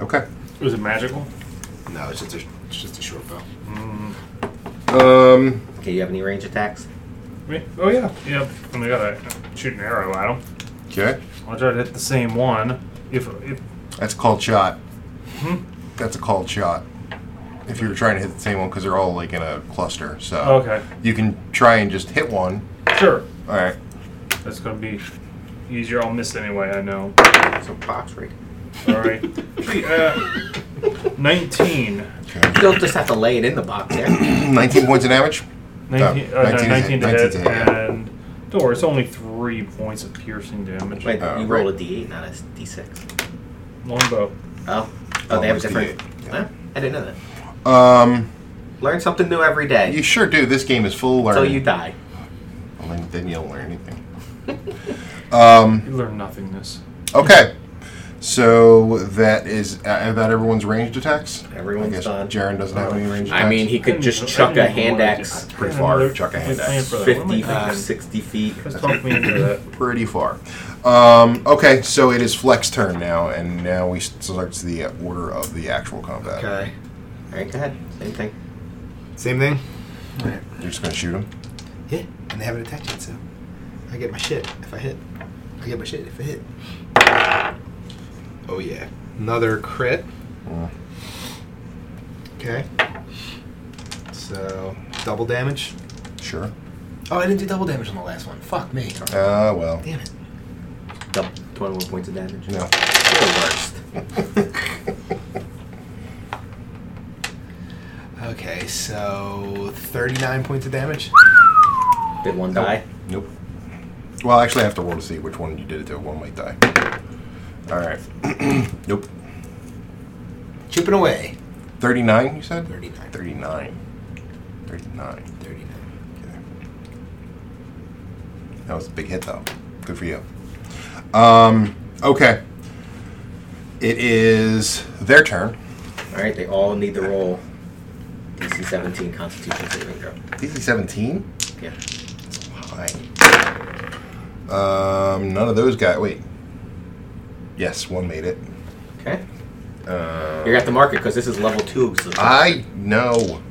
[SPEAKER 2] Okay.
[SPEAKER 4] Was it magical?
[SPEAKER 3] No, it's just a, it's just a short bow.
[SPEAKER 2] Um,
[SPEAKER 5] Okay. You have any range attacks?
[SPEAKER 4] Me? Oh yeah. Yep. And I gotta shoot an arrow at him.
[SPEAKER 2] okay.
[SPEAKER 4] I'll try to hit the same one. If if
[SPEAKER 2] That's a called shot. That's a called shot. If you were trying to hit the same one, because they're all like in a cluster, so
[SPEAKER 4] okay,
[SPEAKER 2] you can try and just hit one.
[SPEAKER 4] sure.
[SPEAKER 2] All right.
[SPEAKER 4] That's gonna be easier. I'll miss anyway. I know.
[SPEAKER 5] So box rate.
[SPEAKER 4] Sorry. uh, Nineteen.
[SPEAKER 2] Okay.
[SPEAKER 5] You'll just have to lay it in the box. Yeah.
[SPEAKER 2] 19 points of damage.
[SPEAKER 4] 19,
[SPEAKER 2] Oh,
[SPEAKER 4] uh,
[SPEAKER 2] 19
[SPEAKER 4] 19,
[SPEAKER 2] to hit, 19 to
[SPEAKER 4] to hit,
[SPEAKER 2] hit, yeah.
[SPEAKER 4] and don't worry, it's only three points of piercing damage.
[SPEAKER 5] Wait,
[SPEAKER 2] Oh,
[SPEAKER 5] you roll
[SPEAKER 2] right.
[SPEAKER 5] a D8, not a D6.
[SPEAKER 4] Longbow.
[SPEAKER 5] Oh. Oh, they have
[SPEAKER 2] Always
[SPEAKER 5] different.
[SPEAKER 2] D8,
[SPEAKER 5] Huh? I didn't know that.
[SPEAKER 2] Um,
[SPEAKER 5] Learn something new every day.
[SPEAKER 2] you sure do. This game is full of
[SPEAKER 5] Until
[SPEAKER 2] learning.
[SPEAKER 5] you die.
[SPEAKER 2] Well, then- then you don't learn anything.
[SPEAKER 4] You learn nothingness.
[SPEAKER 2] Okay. So that is uh, about everyone's ranged attacks.
[SPEAKER 5] Everyone's
[SPEAKER 2] I guess
[SPEAKER 5] done.
[SPEAKER 2] Jaren doesn't have any ranged attacks.
[SPEAKER 5] I mean, he could
[SPEAKER 4] didn't
[SPEAKER 5] just
[SPEAKER 4] even- I
[SPEAKER 5] chuck a
[SPEAKER 4] didn't even
[SPEAKER 5] hand
[SPEAKER 4] wanna do
[SPEAKER 5] axe
[SPEAKER 4] that.
[SPEAKER 2] Pretty
[SPEAKER 4] Yeah,
[SPEAKER 2] far,
[SPEAKER 4] another-
[SPEAKER 2] chuck a
[SPEAKER 4] we
[SPEAKER 2] hand
[SPEAKER 4] planned
[SPEAKER 2] axe.
[SPEAKER 4] for that. What am I
[SPEAKER 5] 50,
[SPEAKER 4] thinking?
[SPEAKER 5] 60 feet.
[SPEAKER 4] Let's talk me into that.
[SPEAKER 2] pretty far. Um, okay, so it is Flex turn now, and now we starts the uh, order of the actual combat.
[SPEAKER 3] Okay.
[SPEAKER 5] Alright, go ahead. Same thing.
[SPEAKER 3] Same thing.
[SPEAKER 2] You're just gonna shoot him.
[SPEAKER 3] Yeah, and they haven't attached yet, so I get my shit if I hit. I get my shit if I hit. Oh yeah, another crit.
[SPEAKER 2] Mm.
[SPEAKER 3] Okay. So double damage.
[SPEAKER 2] Sure.
[SPEAKER 3] Oh, I didn't do double damage on the last one. Fuck me.
[SPEAKER 2] Ah, well.
[SPEAKER 3] Damn it.
[SPEAKER 5] Double, 21 points of damage.
[SPEAKER 2] No.
[SPEAKER 5] You're the worst.
[SPEAKER 3] Okay, so thirty-nine points of damage.
[SPEAKER 5] Did one die?
[SPEAKER 2] Nope. Well, actually, I have to roll to see which one you did it to. One might die. All right. nope.
[SPEAKER 3] Chipping away.
[SPEAKER 2] Thirty-nine. You said.
[SPEAKER 3] 39.
[SPEAKER 2] Thirty-nine. Thirty-nine.
[SPEAKER 3] Thirty-nine.
[SPEAKER 2] Okay. That was a big hit, though. Good for you. Um, okay. It is their turn.
[SPEAKER 5] Alright, they all need to roll DC 17 Constitution saving throw.
[SPEAKER 2] DC 17?
[SPEAKER 5] Yeah.
[SPEAKER 2] Hi. Um, none of those guys. Wait. Yes, one made it.
[SPEAKER 5] Okay. You're at the market because this is level 2. So
[SPEAKER 2] I know.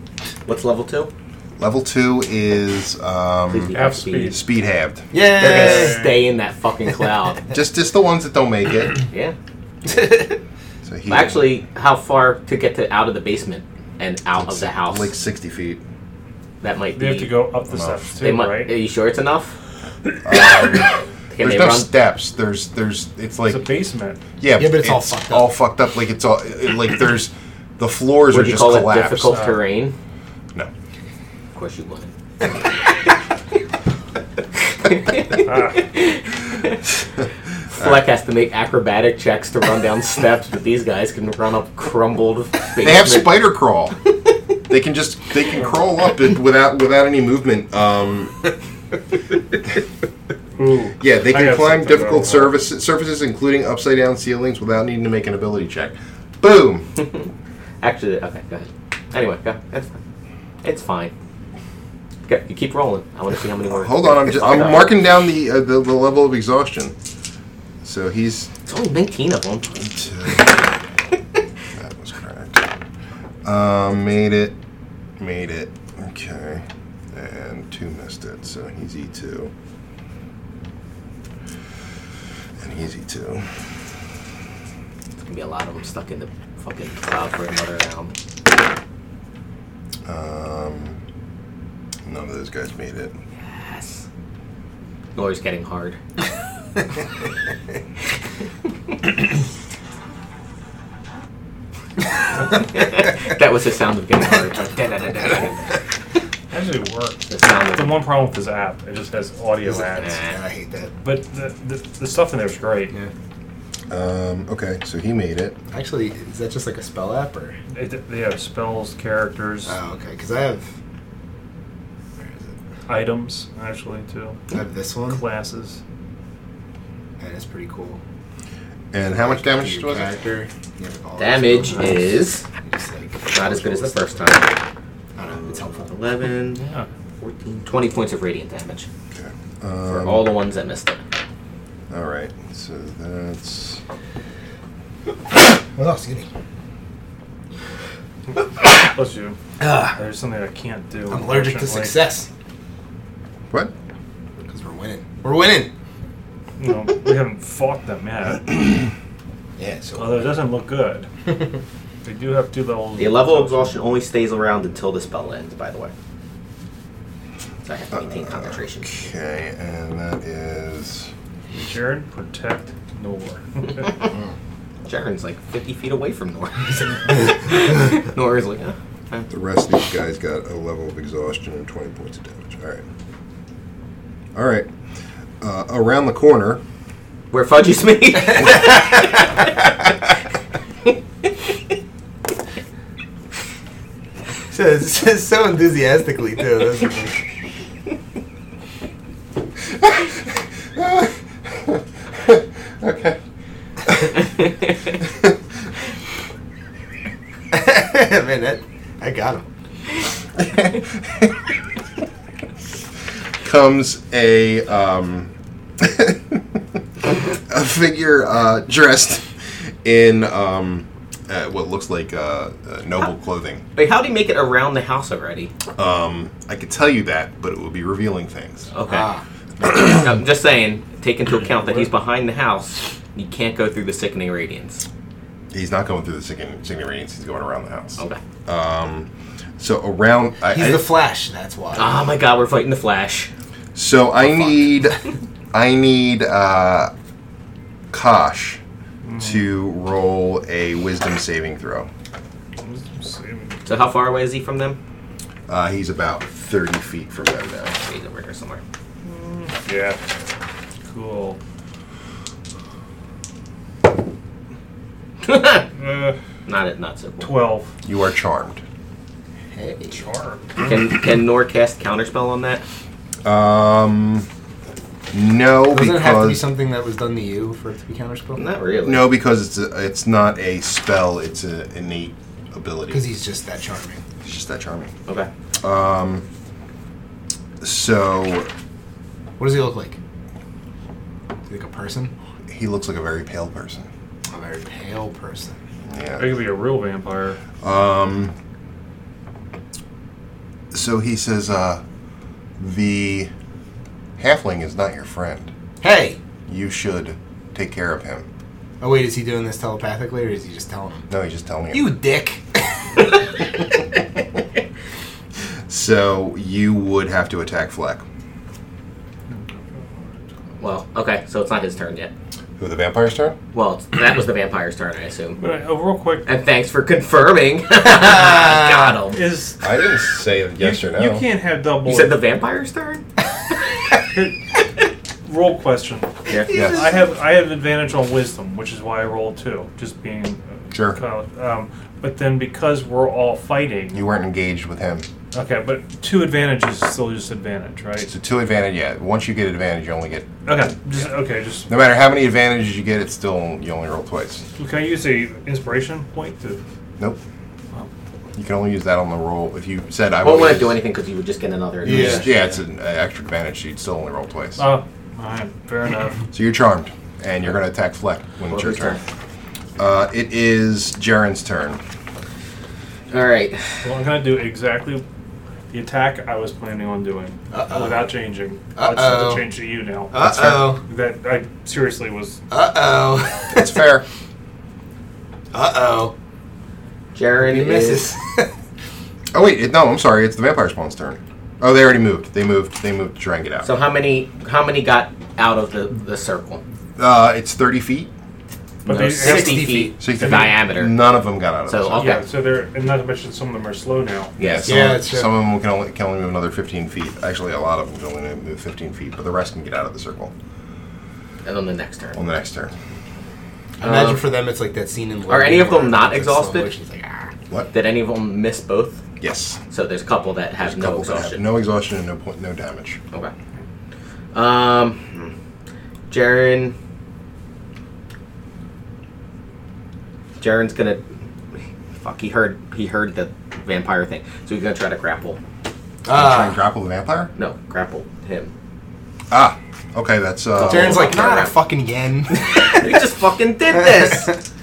[SPEAKER 5] What's level 2?
[SPEAKER 2] Level 2 is
[SPEAKER 5] Please
[SPEAKER 2] um,
[SPEAKER 5] be
[SPEAKER 4] Half
[SPEAKER 5] half speed.
[SPEAKER 4] speed.
[SPEAKER 2] speed halved.
[SPEAKER 5] They're going
[SPEAKER 3] Yay!
[SPEAKER 5] to stay in that fucking cloud.
[SPEAKER 2] Just, just the ones that don't make it.
[SPEAKER 5] yeah.
[SPEAKER 2] So he
[SPEAKER 5] Well, Actually, how far to get to out of the basement and out of the house?
[SPEAKER 2] Like 60 feet.
[SPEAKER 5] that might be.
[SPEAKER 4] They have to go up the
[SPEAKER 2] Enough.
[SPEAKER 4] steps
[SPEAKER 5] They
[SPEAKER 4] too,
[SPEAKER 5] might, Are
[SPEAKER 4] right?
[SPEAKER 5] you sure it's enough? Can
[SPEAKER 2] Um, There's
[SPEAKER 5] they
[SPEAKER 2] no
[SPEAKER 5] run?
[SPEAKER 2] steps. There's there's it's like
[SPEAKER 4] It's a basement.
[SPEAKER 2] yeah,
[SPEAKER 3] Yeah, but it's all fucked up.
[SPEAKER 2] all fucked up. Like it's all it, like there's the floors
[SPEAKER 5] Would
[SPEAKER 2] are
[SPEAKER 5] you
[SPEAKER 2] just
[SPEAKER 5] call it
[SPEAKER 2] collapsed.
[SPEAKER 5] difficult terrain?
[SPEAKER 2] No,
[SPEAKER 5] Of course you wouldn't.
[SPEAKER 4] Ah,
[SPEAKER 5] Fleck has to make acrobatic checks to run down steps, but these guys can run up crumbled.
[SPEAKER 2] they have
[SPEAKER 5] basement-
[SPEAKER 2] spider crawl. they can just they can crawl up it without without any movement. Um,
[SPEAKER 4] Ooh.
[SPEAKER 2] Yeah, they
[SPEAKER 4] I
[SPEAKER 2] can
[SPEAKER 4] have
[SPEAKER 2] climb
[SPEAKER 4] something
[SPEAKER 2] difficult
[SPEAKER 4] wrong
[SPEAKER 2] surface, surfaces, including upside down ceilings, without needing to make an ability check. Boom!
[SPEAKER 5] Actually, okay, go ahead. Anyway, go. That's fine. It's fine. Go, you keep rolling. I want to see how many more.
[SPEAKER 2] Hold on, I'm,
[SPEAKER 5] It's
[SPEAKER 2] just,
[SPEAKER 5] fine.
[SPEAKER 2] I'm marking down the, uh, the the level of exhaustion. So he's
[SPEAKER 5] It's only 19 of them.
[SPEAKER 2] that was correct. Um, made it, made it. Okay, and two missed it. So he's E two, and he's E two.
[SPEAKER 5] It's gonna be a lot of them stuck in the fucking cloud for another round.
[SPEAKER 2] Um, none of those guys made it.
[SPEAKER 5] Yes. Nora's getting hard. that was the sound of getting hard.
[SPEAKER 4] How does it work?
[SPEAKER 5] The sound
[SPEAKER 4] The
[SPEAKER 5] of
[SPEAKER 4] one problem with this app, it just has audio ads.
[SPEAKER 3] Yeah, I hate that.
[SPEAKER 4] But the, the, the stuff in there is great.
[SPEAKER 3] Yeah.
[SPEAKER 2] Um, okay, so he made it.
[SPEAKER 3] Actually, is that just like a spell app or?
[SPEAKER 4] It, they have spells, characters,
[SPEAKER 3] Oh, okay. Because I have. Where is it?
[SPEAKER 4] items, actually, too.
[SPEAKER 3] I have this one,
[SPEAKER 4] Classes.
[SPEAKER 3] and it's pretty cool.
[SPEAKER 2] And how much
[SPEAKER 3] To
[SPEAKER 2] damage
[SPEAKER 3] your
[SPEAKER 2] was it?
[SPEAKER 3] character, you have all
[SPEAKER 5] damage
[SPEAKER 3] this
[SPEAKER 5] is
[SPEAKER 3] stuff. You just, like,
[SPEAKER 5] not as good as the first time.
[SPEAKER 3] I don't know. It's helpful. Mm-hmm.
[SPEAKER 5] 11,
[SPEAKER 4] Yeah.
[SPEAKER 5] 14, 20 points of radiant damage
[SPEAKER 2] Okay.
[SPEAKER 5] for
[SPEAKER 2] Um,
[SPEAKER 5] all the ones that missed it.
[SPEAKER 2] all right. So that's
[SPEAKER 3] What else? Excuse me.
[SPEAKER 4] Plus you.
[SPEAKER 3] Ah,
[SPEAKER 4] There's something I can't do.
[SPEAKER 3] I'm allergic to
[SPEAKER 4] unfortunately.
[SPEAKER 3] success
[SPEAKER 2] what?
[SPEAKER 3] because we're winning. We're winning.
[SPEAKER 4] No, we haven't fought them yet.
[SPEAKER 3] Yeah. So.
[SPEAKER 4] Although it doesn't look good. They do have two levels.
[SPEAKER 5] The level of exhaustion only stays around until the spell ends, by the way. So I have to maintain concentration.
[SPEAKER 2] Okay, and that is
[SPEAKER 4] Jared, protect Nor.
[SPEAKER 5] Jaren's like 50 feet away from Nora. Nora's like, "Oh, fine."
[SPEAKER 2] the rest of these guys got a level of exhaustion and twenty points of damage. All right. All right. Uh, around the corner.
[SPEAKER 5] where fudge is me?
[SPEAKER 3] So, so, so enthusiastically too. That's like-
[SPEAKER 2] okay.
[SPEAKER 3] Man, that I got him.
[SPEAKER 2] Comes a um, a figure uh, dressed in um, uh, what looks like uh, uh, noble clothing.
[SPEAKER 5] Wait, how'd he make it around the house already?
[SPEAKER 2] Um, I could tell you that, but it would be revealing things.
[SPEAKER 5] Okay.
[SPEAKER 3] Ah,
[SPEAKER 5] I'm just saying, take into account that he's behind the house. You can't go through the sickening radiance.
[SPEAKER 2] He's not going through the singing, singing rings. He's going around the house.
[SPEAKER 5] Okay.
[SPEAKER 2] Um, so around. I,
[SPEAKER 3] He's
[SPEAKER 2] I-
[SPEAKER 3] the Flash. That's why.
[SPEAKER 5] Oh my god, we're fighting the Flash.
[SPEAKER 2] so I need, I need uh, Kosh
[SPEAKER 3] Hmm.
[SPEAKER 2] to roll a Wisdom saving throw.
[SPEAKER 5] So how far away is he from them?
[SPEAKER 2] Uh, he's about thirty feet from them now.
[SPEAKER 5] He's over here somewhere.
[SPEAKER 4] yeah. Cool. Uh,
[SPEAKER 5] Not it, not so cool.
[SPEAKER 4] 12.
[SPEAKER 2] You are charmed.
[SPEAKER 5] Hey.
[SPEAKER 4] Charm.
[SPEAKER 5] Can can Nor cast counterspell on that?
[SPEAKER 2] Um, no,
[SPEAKER 3] Doesn't it have to be
[SPEAKER 2] because
[SPEAKER 3] something that was done to you for it to be counterspell?
[SPEAKER 5] Not really.
[SPEAKER 2] no, because it's a, it's not a spell. It's an innate ability.
[SPEAKER 3] Because he's just that charming.
[SPEAKER 2] He's just that charming.
[SPEAKER 5] Okay.
[SPEAKER 2] Um, so
[SPEAKER 3] What does he look like? Is he like a person?
[SPEAKER 2] he looks like a very pale person.
[SPEAKER 3] A very pale person.
[SPEAKER 4] It
[SPEAKER 2] Yeah.
[SPEAKER 4] could be a real vampire.
[SPEAKER 2] Um. So he says, uh, the halfling is not your friend.
[SPEAKER 3] Hey!
[SPEAKER 2] You should take care of him.
[SPEAKER 3] Oh wait, is he doing this telepathically or is he just telling him?
[SPEAKER 2] No, he's just telling
[SPEAKER 3] You dick!
[SPEAKER 2] So you would have to attack Fleck.
[SPEAKER 5] Well, okay, so it's not his turn yet.
[SPEAKER 2] Who the vampire's turn?
[SPEAKER 5] Well, it's, that was the vampire's turn, I assume.
[SPEAKER 4] But I, oh, real quick,
[SPEAKER 5] And thanks for confirming. Got him.
[SPEAKER 4] is
[SPEAKER 2] I didn't say yes
[SPEAKER 4] you,
[SPEAKER 2] or no.
[SPEAKER 4] you can't have double.
[SPEAKER 5] You said the vampire's turn?
[SPEAKER 4] roll question.
[SPEAKER 5] Yeah.
[SPEAKER 2] Yes.
[SPEAKER 4] I have I have advantage on wisdom, which is why I roll two. Just being uh,
[SPEAKER 2] Sure.
[SPEAKER 4] Kind of, um, but then because we're all fighting,
[SPEAKER 2] You weren't engaged with him.
[SPEAKER 4] okay. But two advantages is still just advantage, right?
[SPEAKER 2] It's a two advantage. Yeah, once you get advantage, you only get.
[SPEAKER 4] Okay, just okay. Just
[SPEAKER 2] No matter how many advantages you get, it's still you only roll twice.
[SPEAKER 4] can I use a inspiration point to?
[SPEAKER 2] Nope. You can only use that on the roll if you said I
[SPEAKER 5] I won't
[SPEAKER 2] will
[SPEAKER 5] want to
[SPEAKER 2] use-
[SPEAKER 5] do anything because you would just get another.
[SPEAKER 2] You just- yeah, it's an uh, extra advantage. So you'd still only roll twice.
[SPEAKER 4] Oh, all right, fair enough.
[SPEAKER 2] so you're charmed, and you're going to attack Fleck when
[SPEAKER 5] Well,
[SPEAKER 2] it's your
[SPEAKER 5] whose
[SPEAKER 2] turn.
[SPEAKER 5] turn?
[SPEAKER 2] Uh, it is Jaren's turn.
[SPEAKER 5] All right.
[SPEAKER 4] Well, I'm gonna do exactly the attack I was planning on doing without changing. I just have
[SPEAKER 3] Uh-oh.
[SPEAKER 4] to change to you now.
[SPEAKER 3] Uh oh.
[SPEAKER 4] That I seriously was.
[SPEAKER 3] Uh oh.
[SPEAKER 2] It's fair.
[SPEAKER 3] Uh oh.
[SPEAKER 5] Jared
[SPEAKER 3] He
[SPEAKER 5] is.
[SPEAKER 3] misses.
[SPEAKER 2] Oh wait, it, no, I'm sorry. It's the vampire spawn's turn. Oh, they already moved. They moved. They moved to try and get out.
[SPEAKER 5] So how many? How many got out of the the circle?
[SPEAKER 2] uh, it's 30 feet.
[SPEAKER 4] But
[SPEAKER 5] No,
[SPEAKER 4] they have-
[SPEAKER 5] 60
[SPEAKER 3] feet.
[SPEAKER 5] feet,
[SPEAKER 2] 60
[SPEAKER 5] in
[SPEAKER 2] feet.
[SPEAKER 5] diameter.
[SPEAKER 2] None of them got out of
[SPEAKER 5] So
[SPEAKER 2] the
[SPEAKER 5] I'll-
[SPEAKER 2] circle.
[SPEAKER 4] Yeah,
[SPEAKER 5] Okay.
[SPEAKER 4] so they're and not to mention some of them are slow now.
[SPEAKER 5] Yes.
[SPEAKER 2] some,
[SPEAKER 3] Yeah,
[SPEAKER 2] of-
[SPEAKER 3] it's true.
[SPEAKER 2] some of them can only, can only move another 15 feet. Actually, a lot of them can only move 15 feet, but the rest can get out of the circle
[SPEAKER 5] And on the next turn.
[SPEAKER 2] on the next turn.
[SPEAKER 3] Imagine for them, it's like that scene in.
[SPEAKER 5] Are any of them
[SPEAKER 3] where
[SPEAKER 5] not
[SPEAKER 3] it's like
[SPEAKER 5] exhausted?
[SPEAKER 3] slow motion, it's like, ah.
[SPEAKER 2] What?
[SPEAKER 5] Did any of them miss both?
[SPEAKER 2] Yes.
[SPEAKER 5] So there's a couple that have
[SPEAKER 2] There's a
[SPEAKER 5] no
[SPEAKER 2] couple that have
[SPEAKER 5] exhaustion.
[SPEAKER 2] No exhaustion and no point, no damage.
[SPEAKER 5] Okay. Um, Jaren. Jaren's gonna. Fuck. He heard. He heard the vampire thing, so he's gonna try to grapple.
[SPEAKER 2] Try and
[SPEAKER 3] Ah.
[SPEAKER 2] grapple the vampire?
[SPEAKER 5] No, grapple him.
[SPEAKER 2] Ah, okay, that's. Uh,
[SPEAKER 3] Darren's like, not a fucking yen.
[SPEAKER 5] he just fucking did this.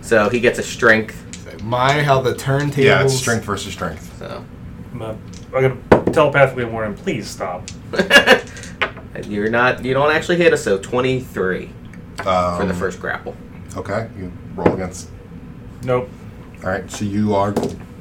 [SPEAKER 5] So he gets a strength.
[SPEAKER 3] My how the turntables.
[SPEAKER 2] yeah, it's strength versus strength.
[SPEAKER 5] So
[SPEAKER 4] I'm, uh, I'm gonna telepathically warn him. Please stop.
[SPEAKER 5] you're not. You don't actually hit us. So twenty three
[SPEAKER 2] Um,
[SPEAKER 5] for the first grapple.
[SPEAKER 2] Okay, you roll against.
[SPEAKER 4] Nope.
[SPEAKER 2] Alright, so you are.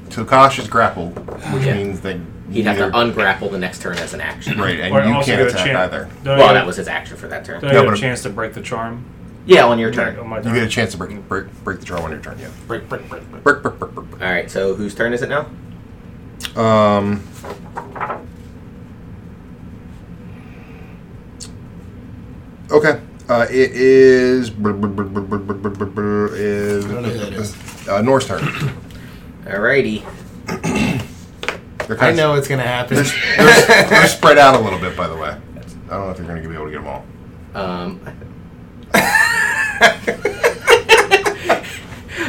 [SPEAKER 2] Tokash is grappled, which
[SPEAKER 5] Yeah.
[SPEAKER 2] means that.
[SPEAKER 5] He'd have to
[SPEAKER 2] neither-
[SPEAKER 5] ungrapple the next turn as an action.
[SPEAKER 2] Right, and
[SPEAKER 4] Or I
[SPEAKER 2] you
[SPEAKER 4] also
[SPEAKER 2] can't
[SPEAKER 4] get a
[SPEAKER 2] attack
[SPEAKER 4] chan-
[SPEAKER 2] either.
[SPEAKER 4] Don't I
[SPEAKER 5] Well,
[SPEAKER 4] get-
[SPEAKER 5] that was his action for that
[SPEAKER 4] Don't
[SPEAKER 5] turn.
[SPEAKER 4] I
[SPEAKER 2] Yeah,
[SPEAKER 4] get
[SPEAKER 2] but-
[SPEAKER 4] a chance to break the charm?
[SPEAKER 5] Yeah, on your turn.
[SPEAKER 4] On my
[SPEAKER 2] You
[SPEAKER 4] turn.
[SPEAKER 2] get a chance to break break, break the draw on your turn, yeah.
[SPEAKER 3] Break, break, break, break.
[SPEAKER 2] Brick, brick, brick, brick,
[SPEAKER 5] All right. So whose turn is it now?
[SPEAKER 2] brick. Um. Okay. Uh, it is. brr, brr, brr, brr, brr, brr, brr, brr, brr, is-
[SPEAKER 3] I don't know who that is.
[SPEAKER 2] Uh, Norse turn.
[SPEAKER 5] Alrighty.
[SPEAKER 2] They're
[SPEAKER 3] I
[SPEAKER 2] kind
[SPEAKER 3] know it's gonna happen.
[SPEAKER 2] Of, they're, they're, they're spread out a little bit, by the way. I don't know if you're going to be able to get them all.
[SPEAKER 5] Um,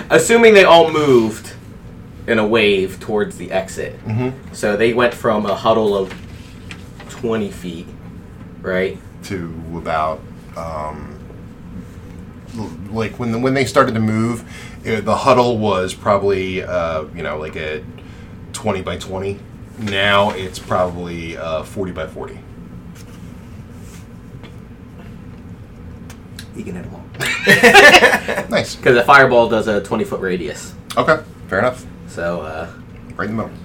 [SPEAKER 5] assuming they all moved in a wave towards the exit.
[SPEAKER 2] Mm-hmm.
[SPEAKER 5] So they went from a huddle of 20 feet, right?
[SPEAKER 2] To about. Um, l- like when the, when they started to move, it, the huddle was probably uh, you know like a twenty by twenty. Now it's probably uh, forty by forty.
[SPEAKER 5] You can hit them all.
[SPEAKER 2] Nice.
[SPEAKER 5] Because a fireball does a 20 foot radius.
[SPEAKER 2] Okay, fair enough.
[SPEAKER 5] So, uh,
[SPEAKER 2] Right in the middle.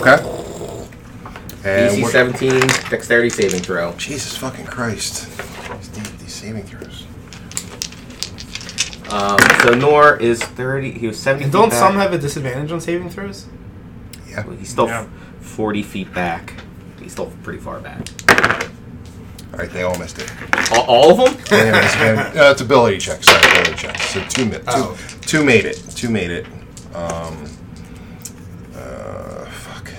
[SPEAKER 2] okay. And
[SPEAKER 5] DC
[SPEAKER 2] what-
[SPEAKER 5] 17, dexterity saving throw.
[SPEAKER 2] Jesus fucking Christ! These, D- these saving throws.
[SPEAKER 5] Um, so Nor is 30, he was 70
[SPEAKER 3] And
[SPEAKER 5] feet
[SPEAKER 3] don't
[SPEAKER 5] back.
[SPEAKER 3] some have a disadvantage on saving throws?
[SPEAKER 2] Yeah.
[SPEAKER 5] He's still
[SPEAKER 4] Yeah.
[SPEAKER 5] 40 feet back. He's still pretty far back.
[SPEAKER 2] All right, they all missed it.
[SPEAKER 5] All, all of them?
[SPEAKER 2] They have disadvantage- uh, it's ability checks. Sorry, ability checks. So two, mi- two,
[SPEAKER 3] Oh.
[SPEAKER 2] two made it. Two made it. Um. Uh, fuck.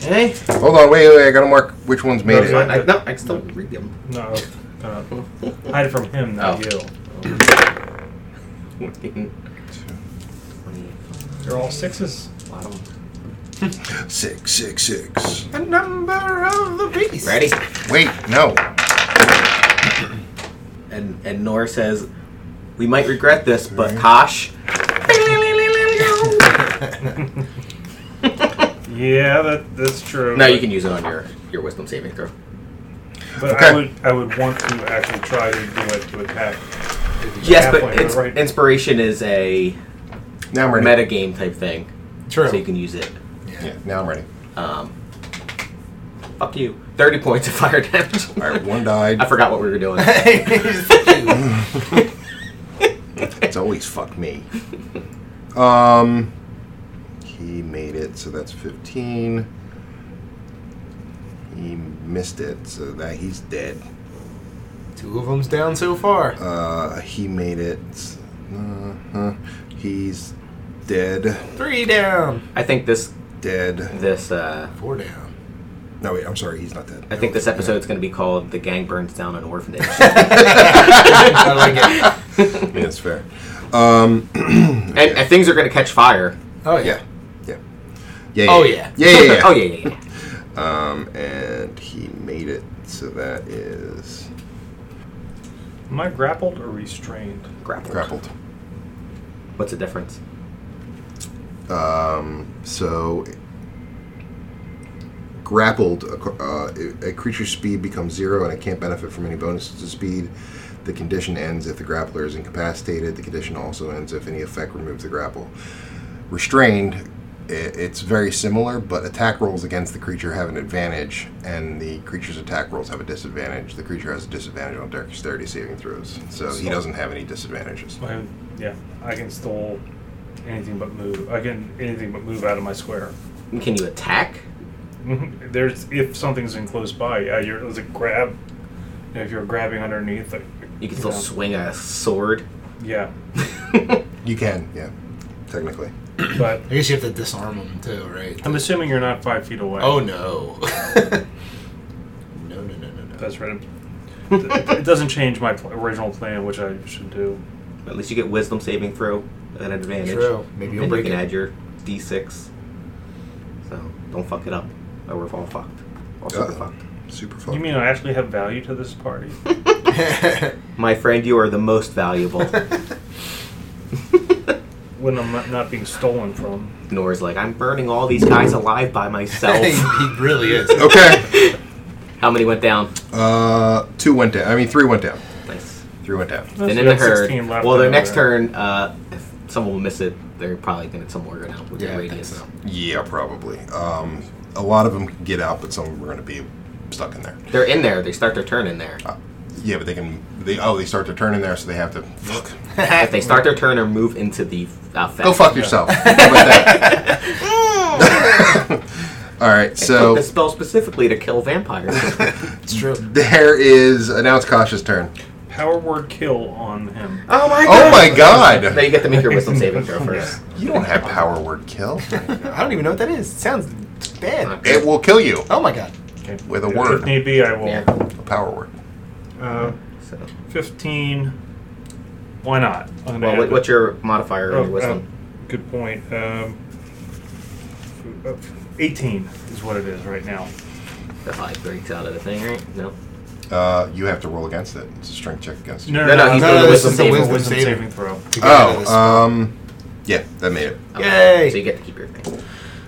[SPEAKER 5] Hey.
[SPEAKER 2] Hold on, wait, wait, I gotta mark which one's made
[SPEAKER 4] Okay.
[SPEAKER 2] it.
[SPEAKER 5] I, no, I can still read them.
[SPEAKER 4] No. Uh, hide it from him, not
[SPEAKER 5] Oh.
[SPEAKER 4] you. They're all sixes.
[SPEAKER 2] Six, six, six.
[SPEAKER 3] The number of the beast.
[SPEAKER 5] Ready?
[SPEAKER 2] Wait, no.
[SPEAKER 5] And and Nor says, "We might regret this, but Kosh."
[SPEAKER 4] Yeah, that that's true.
[SPEAKER 5] No, you can use it on your your wisdom saving throw.
[SPEAKER 4] But
[SPEAKER 2] Okay.
[SPEAKER 4] I would I would want to actually try to do it to attack.
[SPEAKER 5] Yes, but
[SPEAKER 4] Halfway,
[SPEAKER 5] ins-
[SPEAKER 4] right.
[SPEAKER 5] inspiration is a
[SPEAKER 2] Now I'm ready.
[SPEAKER 5] meta game type thing,
[SPEAKER 3] True.
[SPEAKER 5] so you can use it.
[SPEAKER 2] Yeah, now I'm ready.
[SPEAKER 5] Um, fuck you. Thirty points of fire damage.
[SPEAKER 2] All right, one died.
[SPEAKER 5] I forgot what we were doing.
[SPEAKER 2] It's always fuck me. Um, he made it, so that's fifteen. He missed it, so that he's dead.
[SPEAKER 3] Two of them's down so far.
[SPEAKER 2] Uh, he made it. Uh-huh. He's dead.
[SPEAKER 3] Three down.
[SPEAKER 5] I think this
[SPEAKER 2] Dead.
[SPEAKER 5] this uh,
[SPEAKER 3] Four down.
[SPEAKER 2] No, wait. I'm sorry. He's not dead.
[SPEAKER 5] I think this episode's going to be called "The Gang Burns Down an Orphanage."
[SPEAKER 3] I like it.
[SPEAKER 2] Yeah, that's fair. Um,
[SPEAKER 5] and, and things are going to catch fire.
[SPEAKER 3] Oh yeah.
[SPEAKER 2] yeah, yeah, yeah.
[SPEAKER 3] Oh,
[SPEAKER 2] yeah, yeah, yeah. yeah.
[SPEAKER 5] oh yeah, yeah, yeah.
[SPEAKER 2] Um, and he made it, so that is
[SPEAKER 4] Am I grappled or restrained?
[SPEAKER 5] Grappled.
[SPEAKER 2] grappled.
[SPEAKER 5] What's the difference?
[SPEAKER 2] Um, so grappled, a cr- uh, a creature's speed becomes zero, and it can't benefit from any bonuses to speed. The condition ends if the grappler is incapacitated. The condition also ends if any effect removes the grapple. Restrained, i- it's very similar, but attack rolls against the creature have an advantage, and the creature's attack rolls have a disadvantage. The creature has a disadvantage on dexterity saving throws, so he doesn't have any disadvantages.
[SPEAKER 4] I, yeah, I can still anything but move. I can anything but move out of my square.
[SPEAKER 5] Can you attack?
[SPEAKER 4] Mhm. There's if something's in close by. Yeah, you're it was a grab. You know, if you're grabbing underneath, like,
[SPEAKER 5] You can still
[SPEAKER 4] know.
[SPEAKER 5] swing a sword.
[SPEAKER 4] Yeah,
[SPEAKER 2] You can, yeah, technically.
[SPEAKER 4] but
[SPEAKER 3] I guess you have to disarm them too, right?
[SPEAKER 4] I'm assuming you're not five feet away.
[SPEAKER 3] Oh no. no no no no no.
[SPEAKER 4] that's right. It it doesn't change my pl- original plan, which I should do.
[SPEAKER 5] At least you get wisdom saving throw at an advantage.
[SPEAKER 3] True. Maybe you'll
[SPEAKER 5] and
[SPEAKER 3] break
[SPEAKER 5] you can
[SPEAKER 3] it.
[SPEAKER 5] add your d6. So don't fuck it up, or we're all fucked. All super
[SPEAKER 2] Uh-oh.
[SPEAKER 5] fucked.
[SPEAKER 2] Super fun.
[SPEAKER 4] You mean I actually have value to this party?
[SPEAKER 5] My friend, you are the most valuable.
[SPEAKER 4] when I'm not, not being stolen from?
[SPEAKER 5] Nora's like, I'm burning all these guys alive by myself.
[SPEAKER 3] he really is.
[SPEAKER 2] okay.
[SPEAKER 5] How many went down?
[SPEAKER 2] Uh, two went down. I mean, three went down.
[SPEAKER 5] Nice.
[SPEAKER 2] Three went down.
[SPEAKER 5] and
[SPEAKER 4] So
[SPEAKER 5] in
[SPEAKER 4] you
[SPEAKER 5] the
[SPEAKER 4] have 16
[SPEAKER 5] herd.
[SPEAKER 4] left
[SPEAKER 5] Well, their
[SPEAKER 4] over
[SPEAKER 5] next
[SPEAKER 4] there.
[SPEAKER 5] turn, uh, if someone will miss it, they're probably going to somewhere go down with
[SPEAKER 3] Yeah,
[SPEAKER 5] their
[SPEAKER 3] I think
[SPEAKER 5] radius.
[SPEAKER 3] so.
[SPEAKER 2] Yeah, probably. Um, a lot of them can get out, but some of them are going to be stuck in there.
[SPEAKER 5] They're in there. They start their turn in there.
[SPEAKER 2] Uh, yeah, but they can. They oh, they start their turn in there, so they have to. Fuck.
[SPEAKER 5] if they start their turn or move into the uh, fence,
[SPEAKER 2] Go fuck yourself. How about that? All right,
[SPEAKER 5] They took
[SPEAKER 2] so
[SPEAKER 5] this spell specifically to kill vampires.
[SPEAKER 3] It's true.
[SPEAKER 2] there is uh, now it's Kasha's turn.
[SPEAKER 4] Power word kill on him.
[SPEAKER 5] oh my
[SPEAKER 2] Oh my
[SPEAKER 5] Now
[SPEAKER 2] god!
[SPEAKER 5] you get to make your wisdom saving throw first.
[SPEAKER 2] You don't have power word kill.
[SPEAKER 3] I don't even know what that is. It sounds bad.
[SPEAKER 2] It will kill you
[SPEAKER 3] Oh my god.
[SPEAKER 4] Okay.
[SPEAKER 2] with a
[SPEAKER 4] If- If
[SPEAKER 2] word.
[SPEAKER 4] need be, I will.
[SPEAKER 5] Yeah.
[SPEAKER 2] a power word.
[SPEAKER 4] Uh,
[SPEAKER 5] So,
[SPEAKER 4] 15. Why not? I'm
[SPEAKER 5] well,
[SPEAKER 4] gonna add
[SPEAKER 5] what,
[SPEAKER 4] the-
[SPEAKER 5] what's your modifier on
[SPEAKER 4] Oh,
[SPEAKER 5] your
[SPEAKER 4] um,
[SPEAKER 5] wisdom?
[SPEAKER 4] good point. Um, uh, 18 is what it is right now.
[SPEAKER 5] The five breaks out of the thing, right? No.
[SPEAKER 2] Uh, you have to roll against it. It's a strength check against it.
[SPEAKER 4] No,
[SPEAKER 5] No, no, he's doing the
[SPEAKER 3] this
[SPEAKER 5] wisdom
[SPEAKER 3] is the
[SPEAKER 5] saving.
[SPEAKER 3] wisdom
[SPEAKER 4] wisdom
[SPEAKER 3] saving.
[SPEAKER 4] saving, throw.
[SPEAKER 3] To get out of
[SPEAKER 2] Oh,
[SPEAKER 3] this.
[SPEAKER 2] um, yeah, that made it.
[SPEAKER 3] Yay!
[SPEAKER 5] So you get to keep your thing.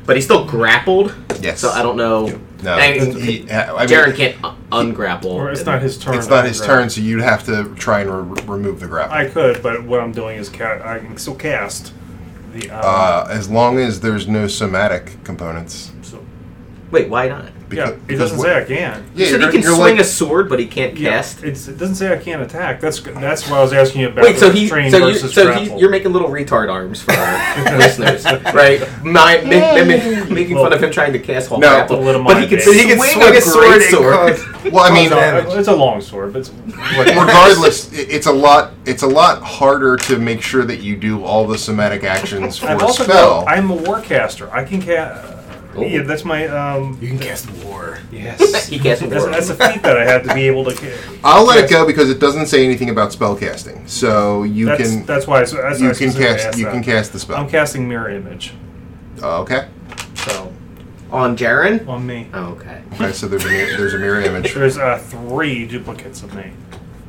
[SPEAKER 5] But he's still grappled.
[SPEAKER 2] Yes.
[SPEAKER 5] So I don't know.
[SPEAKER 2] No,
[SPEAKER 5] I mean,
[SPEAKER 2] he- I mean-
[SPEAKER 5] Jaren can't un- ungrapple.
[SPEAKER 4] Or it's not his turn.
[SPEAKER 2] It's not his
[SPEAKER 4] Right.
[SPEAKER 2] turn, so you'd have to try and re- remove the grapple.
[SPEAKER 4] I could, but what I'm doing is ca- I can still cast the. Um,
[SPEAKER 2] uh, as long as there's no somatic components.
[SPEAKER 4] so,
[SPEAKER 5] Wait, why not?
[SPEAKER 2] Beca-
[SPEAKER 4] yeah, it
[SPEAKER 2] because
[SPEAKER 4] doesn't
[SPEAKER 2] what-
[SPEAKER 4] say I can.
[SPEAKER 2] Yeah,
[SPEAKER 5] you said he
[SPEAKER 2] you're-
[SPEAKER 5] can
[SPEAKER 2] you're
[SPEAKER 5] swing
[SPEAKER 2] like-
[SPEAKER 5] a sword, but he can't cast.
[SPEAKER 4] Yeah, it's, it doesn't say I can't attack. That's that's why I was asking you about.
[SPEAKER 5] Wait, so he,
[SPEAKER 4] restrain
[SPEAKER 5] so you,
[SPEAKER 4] versus
[SPEAKER 5] so
[SPEAKER 4] grapple.
[SPEAKER 5] he, you're making little retard arms for our listeners, right? My, ma- ma- ma- making fun of him trying to cast while
[SPEAKER 2] No.
[SPEAKER 5] grapple,
[SPEAKER 4] Little
[SPEAKER 5] but he
[SPEAKER 4] mind
[SPEAKER 5] can,
[SPEAKER 4] games.
[SPEAKER 5] swing a great sword.
[SPEAKER 2] Well, I mean,
[SPEAKER 4] Uh, it's a long sword, but it's,
[SPEAKER 2] regardless, i- it's a lot. It's a lot harder to make sure that you do all the somatic actions for
[SPEAKER 4] I've
[SPEAKER 2] a
[SPEAKER 4] also
[SPEAKER 2] spell.
[SPEAKER 4] got, I'm a warcaster. I can cast. Yeah, that's my um.
[SPEAKER 3] you can cast war.
[SPEAKER 4] Yes.
[SPEAKER 5] he casts
[SPEAKER 4] That's, that's a
[SPEAKER 5] words.
[SPEAKER 4] feat that I had to be able to. ca-
[SPEAKER 2] I'll let
[SPEAKER 4] Yes.
[SPEAKER 2] it go because it doesn't say anything about spell casting. So you
[SPEAKER 4] That's,
[SPEAKER 2] can
[SPEAKER 4] that's why. I s- That's why I
[SPEAKER 2] you can
[SPEAKER 4] specifically
[SPEAKER 2] cast
[SPEAKER 4] asked
[SPEAKER 2] you
[SPEAKER 4] that.
[SPEAKER 2] can cast the
[SPEAKER 4] I'm
[SPEAKER 2] spell.
[SPEAKER 4] casting mirror image,
[SPEAKER 2] Uh, okay.
[SPEAKER 4] so
[SPEAKER 5] on Jaren.
[SPEAKER 4] on me.
[SPEAKER 5] Oh, okay.
[SPEAKER 2] Okay. So there's a mirror, there's a mirror image.
[SPEAKER 4] There's uh, three duplicates of me.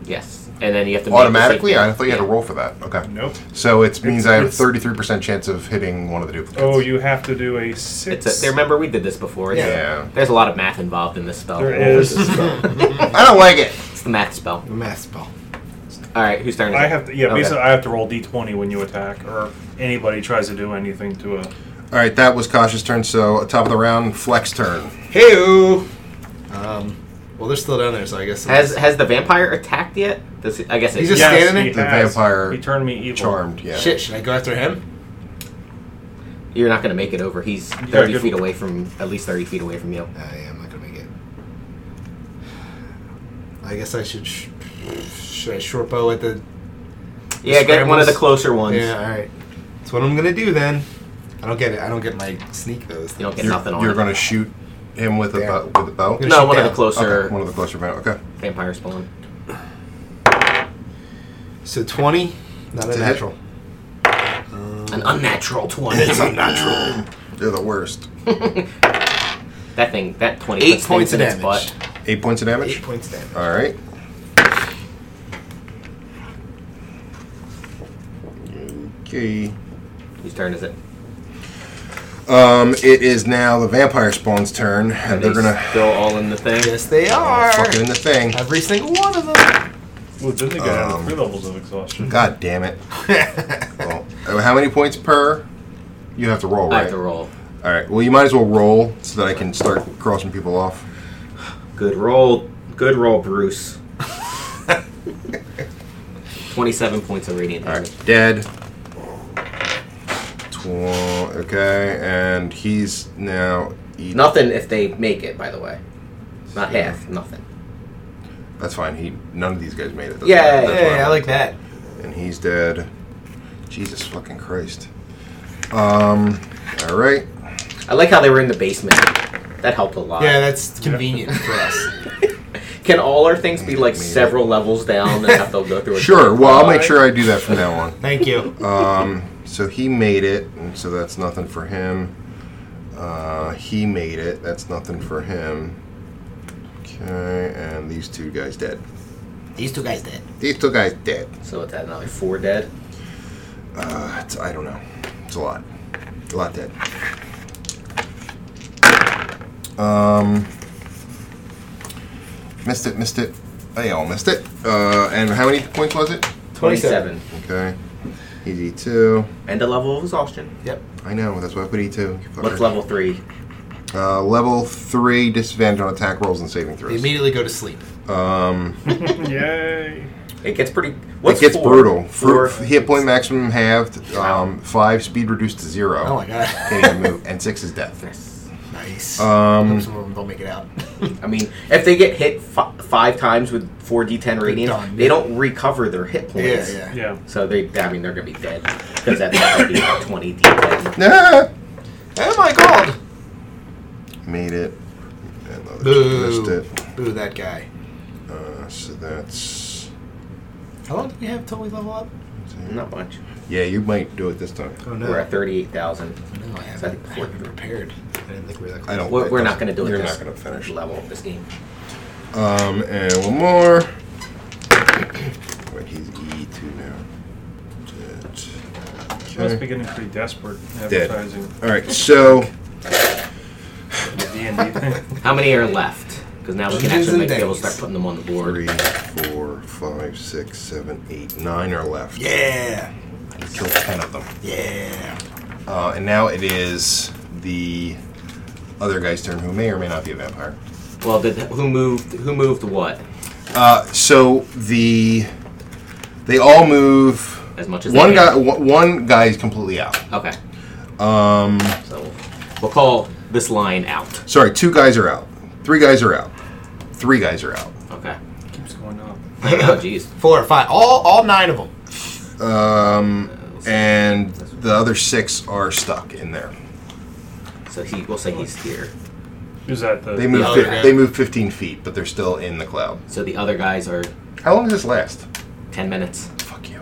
[SPEAKER 5] Yes, and then you have to make the
[SPEAKER 2] Automatically,
[SPEAKER 5] save.
[SPEAKER 2] I thought you had to roll for that. Okay.
[SPEAKER 4] Nope.
[SPEAKER 2] So it means
[SPEAKER 4] It's-
[SPEAKER 2] I have a
[SPEAKER 4] it's-
[SPEAKER 2] 33% chance of hitting one of the duplicates.
[SPEAKER 4] Oh, you have to do a six.
[SPEAKER 5] It's a, remember we did this before.
[SPEAKER 3] Yeah.
[SPEAKER 2] Yeah.
[SPEAKER 5] There's a lot of math involved in Oh, this spell.
[SPEAKER 4] There is.
[SPEAKER 2] I don't like it.
[SPEAKER 5] It's the math spell.
[SPEAKER 3] Math spell.
[SPEAKER 5] All right, whose turn is
[SPEAKER 4] I
[SPEAKER 5] it?
[SPEAKER 4] have to. Yeah,
[SPEAKER 5] Okay.
[SPEAKER 4] basically, I have to roll d20 when you attack, or anybody tries to do anything to a.
[SPEAKER 2] All right, that was Kasha's turn. So top of the round, Flex turn.
[SPEAKER 3] Hey Um, well, they're still down there, so I guess.
[SPEAKER 5] Has has the vampire attacked yet? Does he, I guess
[SPEAKER 3] He's
[SPEAKER 5] it-
[SPEAKER 3] just standing
[SPEAKER 4] he
[SPEAKER 2] there? The
[SPEAKER 4] has.
[SPEAKER 2] vampire
[SPEAKER 4] He turned me evil.
[SPEAKER 2] Charmed, yeah.
[SPEAKER 3] shit, should I go after him?
[SPEAKER 5] you're not going to make it over. He's
[SPEAKER 4] You got a
[SPEAKER 5] thirty
[SPEAKER 4] good-
[SPEAKER 5] feet away from at least thirty feet away from you.
[SPEAKER 3] Uh, yeah, I'm not gonna make it. I guess I should. Sh- should I short bow at the?
[SPEAKER 5] Yeah, get one of the
[SPEAKER 3] scrambles?
[SPEAKER 5] closer ones.
[SPEAKER 3] Yeah, all right. That's what I'm gonna do then. I don't get it. I don't get my sneak those.
[SPEAKER 5] You don't get
[SPEAKER 2] You're,
[SPEAKER 5] nothing on
[SPEAKER 2] you're
[SPEAKER 5] it.
[SPEAKER 2] going to shoot him with a
[SPEAKER 3] Damn.
[SPEAKER 2] bow, with a bow.
[SPEAKER 3] Gonna
[SPEAKER 5] no,
[SPEAKER 3] shoot
[SPEAKER 5] one of
[SPEAKER 3] down.
[SPEAKER 5] the closer
[SPEAKER 2] Okay, one of the closer bow. Okay,
[SPEAKER 5] vampire spawn.
[SPEAKER 3] So twenty, not
[SPEAKER 2] That's
[SPEAKER 3] a
[SPEAKER 2] a
[SPEAKER 3] natural.
[SPEAKER 5] An unnatural twenty.
[SPEAKER 2] unnatural. They're the worst.
[SPEAKER 5] that thing, that twenty.
[SPEAKER 3] Eight
[SPEAKER 5] puts
[SPEAKER 3] points
[SPEAKER 5] things in its
[SPEAKER 3] of damage.
[SPEAKER 5] butt.
[SPEAKER 2] Eight points of damage.
[SPEAKER 3] Eight points damage.
[SPEAKER 2] All right. Okay.
[SPEAKER 5] Whose turn is it?
[SPEAKER 2] Um, it is now the vampire spawn's turn, and they're
[SPEAKER 5] they
[SPEAKER 2] gonna
[SPEAKER 5] still all in the thing.
[SPEAKER 3] Yes, they are.
[SPEAKER 2] Oh, fucking in the thing.
[SPEAKER 3] Every single one of them.
[SPEAKER 4] Well, didn't they go down
[SPEAKER 2] Um,
[SPEAKER 4] to three levels of exhaustion?
[SPEAKER 2] God damn it! well, uh, how many points per? You have to roll,
[SPEAKER 5] I
[SPEAKER 2] right?
[SPEAKER 5] have to roll.
[SPEAKER 2] All right. Well, you might as well roll so that I can start crossing people off.
[SPEAKER 5] Good roll. Good roll, Bruce. Twenty-seven points of radiant
[SPEAKER 2] All
[SPEAKER 5] damage.
[SPEAKER 2] right. Dead. Tw- okay, and he's now. eat-
[SPEAKER 5] Nothing if they make it, by the way. Not
[SPEAKER 2] Yeah.
[SPEAKER 5] half. Nothing.
[SPEAKER 2] That's fine. He none of these guys made it. That's
[SPEAKER 5] Yeah, yeah,
[SPEAKER 2] fine. That's
[SPEAKER 3] Hey,
[SPEAKER 2] fine.
[SPEAKER 3] I like that.
[SPEAKER 2] and he's dead. Jesus fucking Christ. Um. All right.
[SPEAKER 5] I like how they were in the basement. That helped a lot.
[SPEAKER 3] Yeah, that's convenient for us.
[SPEAKER 5] Can all our things be like
[SPEAKER 2] Made it.
[SPEAKER 5] several levels down and have to go through? a-
[SPEAKER 2] Sure. Well, I'll make sure I do that from now on.
[SPEAKER 3] Thank you.
[SPEAKER 2] Um. So he made it, and so that's nothing for him. Uh, he made it. That's nothing for him. Okay, and these two guys dead.
[SPEAKER 3] These two guys did.
[SPEAKER 2] These two guys dead.
[SPEAKER 5] So it's at another four dead.
[SPEAKER 2] Uh, it's, I don't know. It's a lot. A lot dead. Um, missed it, missed it. They all missed it. Uh, and how many points was it?
[SPEAKER 5] Twenty-seven.
[SPEAKER 2] Okay. He's E2.
[SPEAKER 5] And a level of exhaustion.
[SPEAKER 3] Yep.
[SPEAKER 2] I know, that's why I put E2. you fucker.
[SPEAKER 5] What's level three?
[SPEAKER 2] Uh, level 3, disadvantage on attack rolls and saving
[SPEAKER 3] They
[SPEAKER 2] throws.
[SPEAKER 3] immediately go to sleep.
[SPEAKER 2] Um,
[SPEAKER 4] Yay!
[SPEAKER 5] It gets pretty. What's
[SPEAKER 2] it gets
[SPEAKER 5] four?
[SPEAKER 2] brutal. Fruit,
[SPEAKER 5] Four.
[SPEAKER 2] hit point maximum halved. Um, 5, speed reduced to 0.
[SPEAKER 3] Oh my god.
[SPEAKER 2] Can't even move. And 6 is death.
[SPEAKER 5] Yes.
[SPEAKER 3] Nice.
[SPEAKER 2] Um,
[SPEAKER 3] Hope some of them don't make it out.
[SPEAKER 5] I mean, if they get hit fi- five times with four d10 radiant,
[SPEAKER 3] done.
[SPEAKER 5] they don't recover their hit points.
[SPEAKER 3] Yeah, yeah.
[SPEAKER 4] Yeah.
[SPEAKER 5] So they, I mean, they're gonna be dead because that's gonna be like twenty d10.
[SPEAKER 2] Ah!
[SPEAKER 3] Oh my god.
[SPEAKER 2] Made it. And the other two
[SPEAKER 3] Boo.
[SPEAKER 2] missed it.
[SPEAKER 3] Boo that guy.
[SPEAKER 2] Uh, so that's.
[SPEAKER 3] How long do we have till we level up?
[SPEAKER 5] Not much.
[SPEAKER 2] Yeah, you might do it this time.
[SPEAKER 3] Oh
[SPEAKER 5] We're at thirty-eight thousand.
[SPEAKER 3] No, I
[SPEAKER 5] So I
[SPEAKER 3] haven't.
[SPEAKER 5] think
[SPEAKER 3] I haven't prepared. I didn't think we were that close.
[SPEAKER 2] I don't.
[SPEAKER 5] We're,
[SPEAKER 2] it
[SPEAKER 5] we're not
[SPEAKER 2] doesn't-
[SPEAKER 5] gonna do it.
[SPEAKER 2] You're
[SPEAKER 5] this
[SPEAKER 2] not gonna finish.
[SPEAKER 5] level of this game.
[SPEAKER 2] Um, and one more. Wait, he's E two now.
[SPEAKER 4] She must be
[SPEAKER 2] Dead.
[SPEAKER 4] getting pretty desperate
[SPEAKER 2] Dead.
[SPEAKER 4] advertising
[SPEAKER 2] All right, so
[SPEAKER 4] the D and D thing.
[SPEAKER 5] How many are left? Because now we can
[SPEAKER 3] Dungeons
[SPEAKER 5] actually
[SPEAKER 3] and
[SPEAKER 5] make people
[SPEAKER 3] Dragons.
[SPEAKER 5] start putting them on the board.
[SPEAKER 2] three, four, five, six, seven, eight, nine are left.
[SPEAKER 3] Yeah.
[SPEAKER 2] You killed ten of them.
[SPEAKER 3] Yeah.
[SPEAKER 2] Uh, and now it is the other guy's turn, who may or may not be a vampire.
[SPEAKER 5] Well, did, who moved? Who moved what?
[SPEAKER 2] Uh, so the they all move.
[SPEAKER 5] As much as
[SPEAKER 2] One
[SPEAKER 5] they
[SPEAKER 2] guy,
[SPEAKER 5] can.
[SPEAKER 2] one one guy is completely out.
[SPEAKER 5] Okay,
[SPEAKER 2] Um,
[SPEAKER 5] so we'll call this line out.
[SPEAKER 2] sorry, two guys are out. Three guys are out. Three guys are out.
[SPEAKER 5] Okay.
[SPEAKER 4] Keeps going up.
[SPEAKER 5] Oh, jeez.
[SPEAKER 3] Four, five, all, all nine of them.
[SPEAKER 2] Um, and the other six are stuck in there.
[SPEAKER 5] So he, we'll say he's here.
[SPEAKER 4] Who's that? The
[SPEAKER 2] They move.
[SPEAKER 3] other
[SPEAKER 2] fif-
[SPEAKER 3] guy.
[SPEAKER 2] they move 15 feet, but they're still in the cloud.
[SPEAKER 5] So the other guys are
[SPEAKER 2] How long does this last?
[SPEAKER 5] ten minutes.
[SPEAKER 2] Fuck you.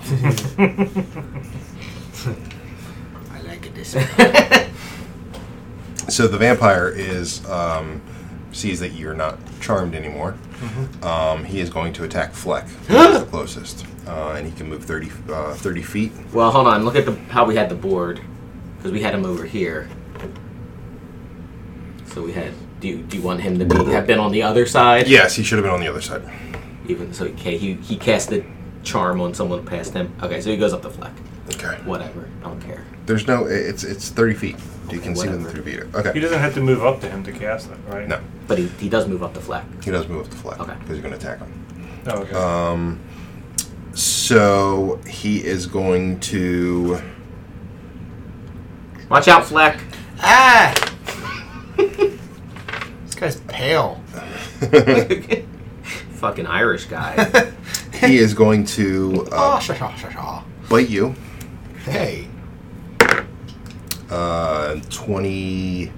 [SPEAKER 3] I like it this
[SPEAKER 2] so the vampire is um, sees that you're not charmed anymore.
[SPEAKER 5] Mm-hmm.
[SPEAKER 2] Um, he is going to attack Fleck, who's the closest, uh, and he can move 30, uh, 30 feet.
[SPEAKER 5] Well, hold on. Look at the how we had the board because we had him over here. So we had. Do you, do you want him to be, have been on the other side?
[SPEAKER 2] Yes, he should have been on the other side.
[SPEAKER 5] Even so, okay, he he cast the charm on someone past him. Okay, so he goes up the fleck.
[SPEAKER 2] Okay.
[SPEAKER 5] Whatever. I don't care.
[SPEAKER 2] There's no. It's it's thirty feet. you
[SPEAKER 5] Okay,
[SPEAKER 2] can see within
[SPEAKER 5] whatever.
[SPEAKER 2] thirty feet.
[SPEAKER 4] He
[SPEAKER 2] Okay.
[SPEAKER 4] doesn't have to move up to him to cast it, right?
[SPEAKER 2] No,
[SPEAKER 5] But he, he does move up the flag.
[SPEAKER 2] he does move up the flag
[SPEAKER 5] Okay.
[SPEAKER 2] because you're going to attack him.
[SPEAKER 4] Oh, okay.
[SPEAKER 2] Um, so he is going to.
[SPEAKER 5] Watch out, Fleck.
[SPEAKER 3] Ah! this guy's pale.
[SPEAKER 5] Fucking Irish guy.
[SPEAKER 2] he is going to
[SPEAKER 3] oh,
[SPEAKER 2] uh,
[SPEAKER 3] sha sha sha sha.
[SPEAKER 2] bite you.
[SPEAKER 3] Hey.
[SPEAKER 2] Uh, twenty-five.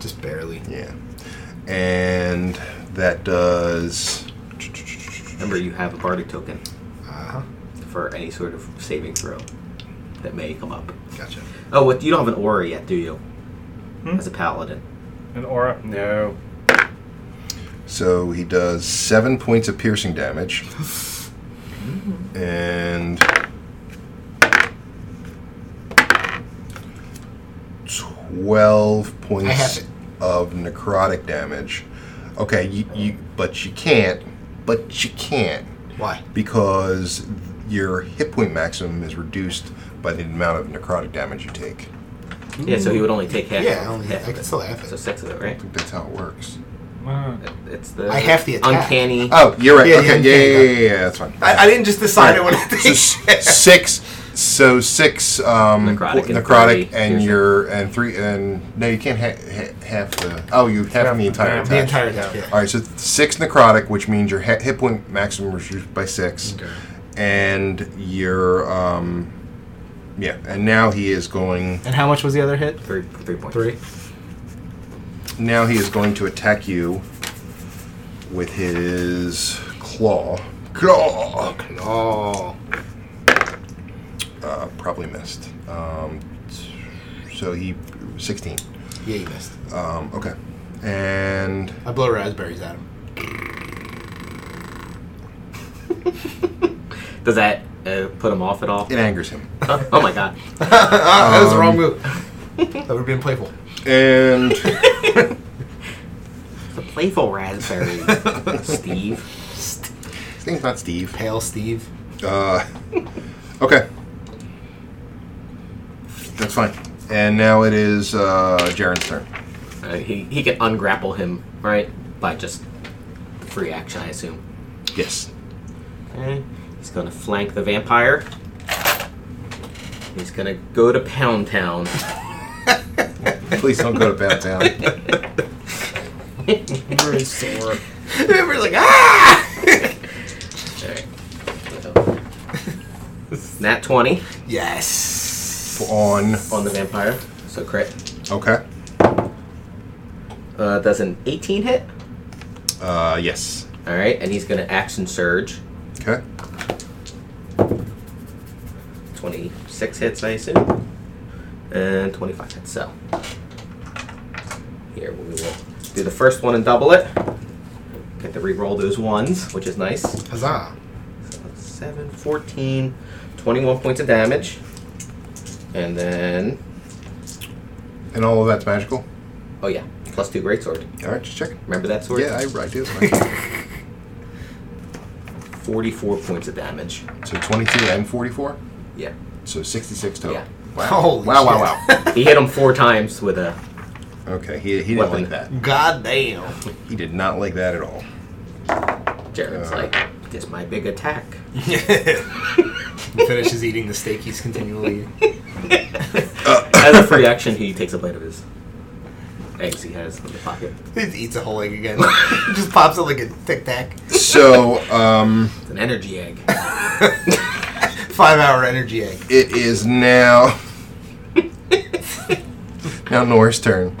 [SPEAKER 3] Just barely.
[SPEAKER 2] Yeah. And that does.
[SPEAKER 5] Remember, you have a bardic token
[SPEAKER 3] Uh huh.
[SPEAKER 5] for any sort of saving throw that may come up.
[SPEAKER 3] Gotcha.
[SPEAKER 5] Oh, what? You don't have an aura yet, do you?
[SPEAKER 4] Hmm?
[SPEAKER 5] As a paladin.
[SPEAKER 4] An aura? No.
[SPEAKER 2] So he does seven points of piercing damage.
[SPEAKER 3] Mm-hmm.
[SPEAKER 2] And. 12 points
[SPEAKER 3] it.
[SPEAKER 2] of necrotic damage. Okay, you, you, but you can't. But you can't.
[SPEAKER 3] Why?
[SPEAKER 2] Because your hit point maximum is reduced by the amount of necrotic damage you take.
[SPEAKER 5] Yeah, so he would only take half.
[SPEAKER 3] Yeah, I
[SPEAKER 5] of-
[SPEAKER 3] only-
[SPEAKER 5] half
[SPEAKER 3] I
[SPEAKER 5] of
[SPEAKER 3] can
[SPEAKER 5] it.
[SPEAKER 3] still have it.
[SPEAKER 5] So six of it,
[SPEAKER 2] I
[SPEAKER 5] right?
[SPEAKER 2] think that's how it works.
[SPEAKER 4] Uh,
[SPEAKER 5] It's the
[SPEAKER 3] I have the attack.
[SPEAKER 5] uncanny.
[SPEAKER 2] Oh, you're right.
[SPEAKER 3] Yeah,
[SPEAKER 2] okay,
[SPEAKER 3] yeah,
[SPEAKER 2] yeah, yeah,
[SPEAKER 3] yeah,
[SPEAKER 2] yeah, yeah, yeah, that's fine.
[SPEAKER 8] I, I didn't just decide I wanted to
[SPEAKER 2] So
[SPEAKER 8] take
[SPEAKER 2] s-
[SPEAKER 8] shit.
[SPEAKER 2] six, so six um,
[SPEAKER 5] Necrotic
[SPEAKER 2] necrotic,
[SPEAKER 5] and
[SPEAKER 2] necrotic
[SPEAKER 5] three
[SPEAKER 2] and
[SPEAKER 5] piercing.
[SPEAKER 2] your and three and no, you can't ha- ha- half the. Oh, you half the entire attack.
[SPEAKER 4] half the
[SPEAKER 3] The entire attack.
[SPEAKER 2] All right, so th- six necrotic, which means your hit hit point maximum is reduced by six,
[SPEAKER 3] Okay.
[SPEAKER 2] and your um, yeah, and now he is going.
[SPEAKER 3] And how much was the other hit?
[SPEAKER 5] Three, three points.
[SPEAKER 3] Three.
[SPEAKER 2] Now he is going to attack you with his claw. Claw.
[SPEAKER 3] Oh.
[SPEAKER 2] Uh, probably missed. Um, so he, sixteen.
[SPEAKER 3] Yeah, you missed.
[SPEAKER 2] Um, okay. And
[SPEAKER 3] I blow raspberries at him.
[SPEAKER 5] Does that uh, put him off at all?
[SPEAKER 2] it angers him.
[SPEAKER 5] oh, oh my god.
[SPEAKER 3] ah, that was the wrong
[SPEAKER 2] Um,
[SPEAKER 3] move. that would have been playful.
[SPEAKER 2] And
[SPEAKER 5] It's a playful raspberry, Steve.
[SPEAKER 2] his name's not Steve.
[SPEAKER 3] Pale Steve.
[SPEAKER 2] Uh, okay. That's fine. And now it is uh, Jaren's turn.
[SPEAKER 5] Uh, he, he can ungrapple him, right? By just the free action, I assume.
[SPEAKER 2] Yes.
[SPEAKER 5] Okay. He's gonna flank the vampire. He's gonna go to Pound Town.
[SPEAKER 2] Please don't go to Bad Town.
[SPEAKER 4] very sore.
[SPEAKER 8] Everyone's like, ah!
[SPEAKER 5] Alright. Nat 20
[SPEAKER 8] yes.
[SPEAKER 2] On.
[SPEAKER 5] on the vampire. So crit.
[SPEAKER 2] Okay.
[SPEAKER 5] Uh, does an 18 hit?
[SPEAKER 2] Uh, yes.
[SPEAKER 5] Alright, and he's gonna action surge.
[SPEAKER 2] Okay.
[SPEAKER 5] 26 hits, I assume. And 25 hits, so. Here, we will do the first one and double it. Get to re-roll those ones, which is nice.
[SPEAKER 3] Huzzah.
[SPEAKER 5] So that's 7, 14, 21 points of damage. And then,
[SPEAKER 2] And all of that's magical.
[SPEAKER 5] oh yeah, plus 2 greatsword.
[SPEAKER 2] All right, just checking.
[SPEAKER 5] Remember that sword?
[SPEAKER 2] Yeah, I, I do.
[SPEAKER 5] 44 points of damage.
[SPEAKER 2] so 22 and 44.
[SPEAKER 5] Yeah.
[SPEAKER 2] So 66 total.
[SPEAKER 5] Yeah.
[SPEAKER 2] Wow.
[SPEAKER 3] Holy
[SPEAKER 2] wow, wow, wow,
[SPEAKER 3] shit.
[SPEAKER 5] He hit him four times with a.
[SPEAKER 2] Okay, he, he didn't
[SPEAKER 5] Weapon.
[SPEAKER 2] like that.
[SPEAKER 3] God damn.
[SPEAKER 2] He did not like that at all.
[SPEAKER 5] Jared's
[SPEAKER 2] Uh.
[SPEAKER 5] like, this my big attack.
[SPEAKER 3] He finishes eating the steak he's continually.
[SPEAKER 2] Uh,
[SPEAKER 5] As a free action, he takes a bite of his eggs he has in the pocket.
[SPEAKER 3] He eats a whole egg again. He just pops it like a tic tac.
[SPEAKER 2] So, um,
[SPEAKER 5] It's an energy egg.
[SPEAKER 3] Five hour energy egg.
[SPEAKER 2] It is now. now Nora's turn.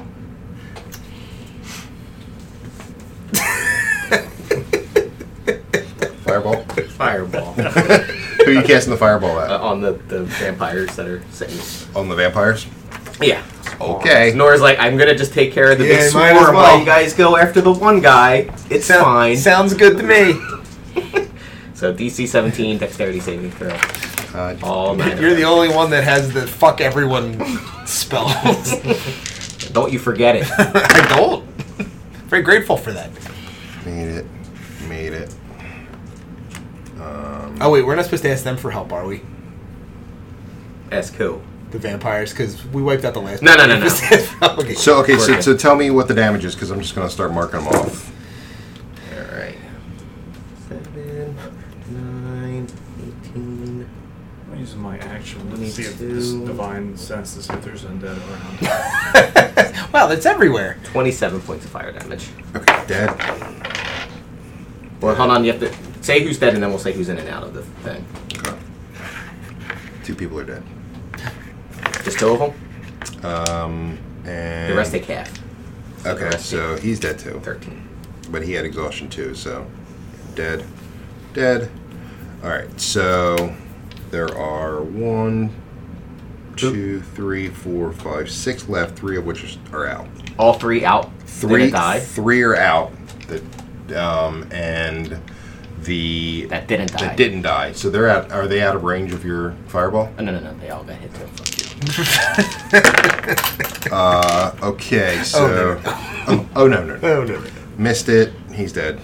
[SPEAKER 2] Fireball.
[SPEAKER 5] Fireball.
[SPEAKER 2] Who are you casting the fireball at?
[SPEAKER 5] Uh, on the, the vampires that are sitting.
[SPEAKER 2] On the vampires.
[SPEAKER 5] Yeah.
[SPEAKER 2] Okay.
[SPEAKER 5] Nora's like, I'm gonna just take care of the
[SPEAKER 3] Yeah,
[SPEAKER 5] big
[SPEAKER 3] might
[SPEAKER 5] swarm
[SPEAKER 3] as
[SPEAKER 5] while
[SPEAKER 3] well.
[SPEAKER 5] you guys go after the one guy. It's fine.
[SPEAKER 3] Sounds good to me.
[SPEAKER 5] so DC 17, dexterity saving throw.
[SPEAKER 2] Uh,
[SPEAKER 5] All nine. of
[SPEAKER 3] You're the
[SPEAKER 5] them.
[SPEAKER 3] only one that has the fuck everyone spells.
[SPEAKER 5] Don't you forget it.
[SPEAKER 3] I don't. Very grateful for that.
[SPEAKER 2] made it. Made it. Um,
[SPEAKER 3] Oh wait, we're not supposed to ask them for help, are we?
[SPEAKER 5] Ask who?
[SPEAKER 3] The vampires, because we wiped out the last.
[SPEAKER 5] No, no, no, no.
[SPEAKER 3] okay.
[SPEAKER 2] So okay, so,
[SPEAKER 5] Correct.
[SPEAKER 2] so tell me what the damage is because I'm just gonna start marking them off.
[SPEAKER 5] All right. Seven, nine, eighteen.
[SPEAKER 4] I'm using my action to
[SPEAKER 5] Me
[SPEAKER 4] see if this
[SPEAKER 5] too.
[SPEAKER 4] divine sense to see if there's undead around.
[SPEAKER 3] wow, that's everywhere.
[SPEAKER 5] 27 points of fire damage.
[SPEAKER 2] Okay, dead.
[SPEAKER 5] Well, hold on. You have to say who's dead, and then we'll say who's in and out of the thing.
[SPEAKER 2] Two people are dead.
[SPEAKER 5] Just two of them.
[SPEAKER 2] Um, and
[SPEAKER 5] The rest they half.
[SPEAKER 2] Okay,
[SPEAKER 5] rest
[SPEAKER 2] so he's dead too,
[SPEAKER 5] 13.
[SPEAKER 2] but he had exhaustion too, so dead, dead. All right, so there are one, two, three, four, five, six left. Three of which are out.
[SPEAKER 5] All three out.
[SPEAKER 2] Three,
[SPEAKER 5] Didn't die.
[SPEAKER 2] three are out. The um and the
[SPEAKER 5] That didn't die.
[SPEAKER 2] that didn't die. So they're out. Are they out of range of your fireball?
[SPEAKER 5] Oh, no, no, no. They all got hit too. Fuck you.
[SPEAKER 2] Uh, okay, so oh, oh no no no
[SPEAKER 3] Oh no!
[SPEAKER 2] missed it. He's dead.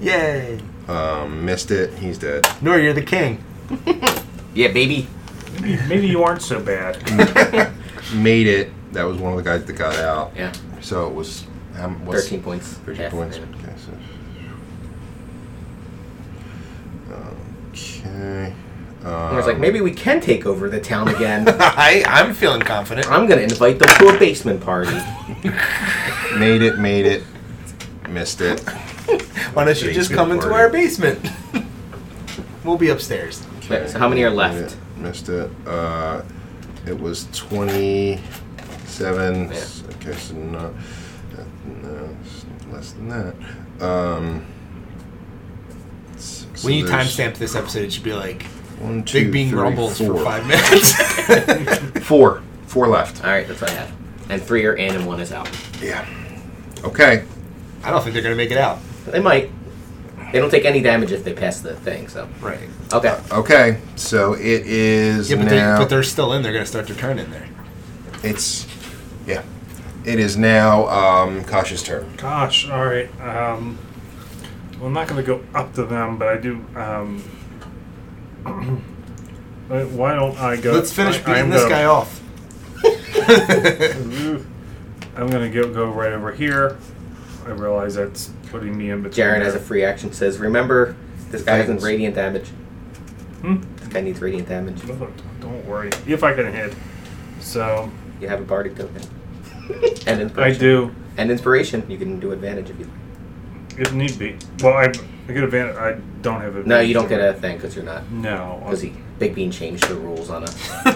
[SPEAKER 3] Yay!
[SPEAKER 2] Um, missed it. He's dead.
[SPEAKER 3] Nor you're the king.
[SPEAKER 5] Yeah, baby.
[SPEAKER 4] Maybe, maybe you aren't so bad.
[SPEAKER 2] Made it. That was one of the guys that got out.
[SPEAKER 5] Yeah.
[SPEAKER 2] So it was um, what's,
[SPEAKER 5] 13 points.
[SPEAKER 2] 13
[SPEAKER 5] Half,
[SPEAKER 2] points.
[SPEAKER 5] yeah.
[SPEAKER 2] Okay. So. Okay.
[SPEAKER 5] I was like,
[SPEAKER 2] um,
[SPEAKER 5] maybe we can take over the town again.
[SPEAKER 3] I I'm feeling confident.
[SPEAKER 5] I'm gonna invite them to a basement party.
[SPEAKER 2] made it. Made it. Missed it.
[SPEAKER 3] Why don't you just
[SPEAKER 2] Basement
[SPEAKER 3] come into
[SPEAKER 2] party.
[SPEAKER 3] our basement? we'll be upstairs.
[SPEAKER 5] Wait, so how many are
[SPEAKER 2] Made
[SPEAKER 5] left?
[SPEAKER 2] it, Missed it. Uh, it was twenty-seven.
[SPEAKER 5] Yeah.
[SPEAKER 2] Okay, so not, uh, no, it's less than that. Um, s- so
[SPEAKER 3] when you
[SPEAKER 2] there's
[SPEAKER 3] timestamp this episode, it should be like
[SPEAKER 2] one, two,
[SPEAKER 3] Big Bean
[SPEAKER 2] three,
[SPEAKER 3] rumbles
[SPEAKER 2] four.
[SPEAKER 3] for five minutes.
[SPEAKER 2] Four. Four left.
[SPEAKER 5] All right, that's what I have. And three are in, and one is out.
[SPEAKER 2] Yeah. Okay.
[SPEAKER 3] I don't think they're gonna make it out.
[SPEAKER 5] They might. They don't take any damage if they pass the thing. So
[SPEAKER 3] Right.
[SPEAKER 5] okay,
[SPEAKER 2] Okay. So it is
[SPEAKER 3] Yeah, but, they,
[SPEAKER 2] now.
[SPEAKER 3] but they're still in. They're gonna start their turn in there.
[SPEAKER 2] it's. Yeah. It is now um, Kasha's turn.
[SPEAKER 4] Gosh, all right. Um, well, I'm not going to go up to them, but I do. Um, why- why don't I go?
[SPEAKER 3] Let's finish
[SPEAKER 4] I- I
[SPEAKER 3] beating
[SPEAKER 4] am
[SPEAKER 3] this
[SPEAKER 4] gonna-
[SPEAKER 3] guy off.
[SPEAKER 4] I'm going to go, go right over here. I realize that's putting me in between.
[SPEAKER 5] Jaren has a
[SPEAKER 4] there.
[SPEAKER 5] free action. Says, remember, this guy has
[SPEAKER 2] Thanks.
[SPEAKER 5] radiant damage.
[SPEAKER 4] Hmm?
[SPEAKER 5] This guy needs radiant damage.
[SPEAKER 4] Don't worry. If I can hit, so
[SPEAKER 5] You have a bardic token. and
[SPEAKER 4] I
[SPEAKER 5] inspiration.
[SPEAKER 4] do.
[SPEAKER 5] And inspiration. You can do advantage if you. like.
[SPEAKER 4] If need be. Well, I, I get advantage. I don't have advantage.
[SPEAKER 5] No, you don't get a thing because you're not.
[SPEAKER 4] No.
[SPEAKER 5] Because he Big Bean changed the rules on us.
[SPEAKER 3] Oh.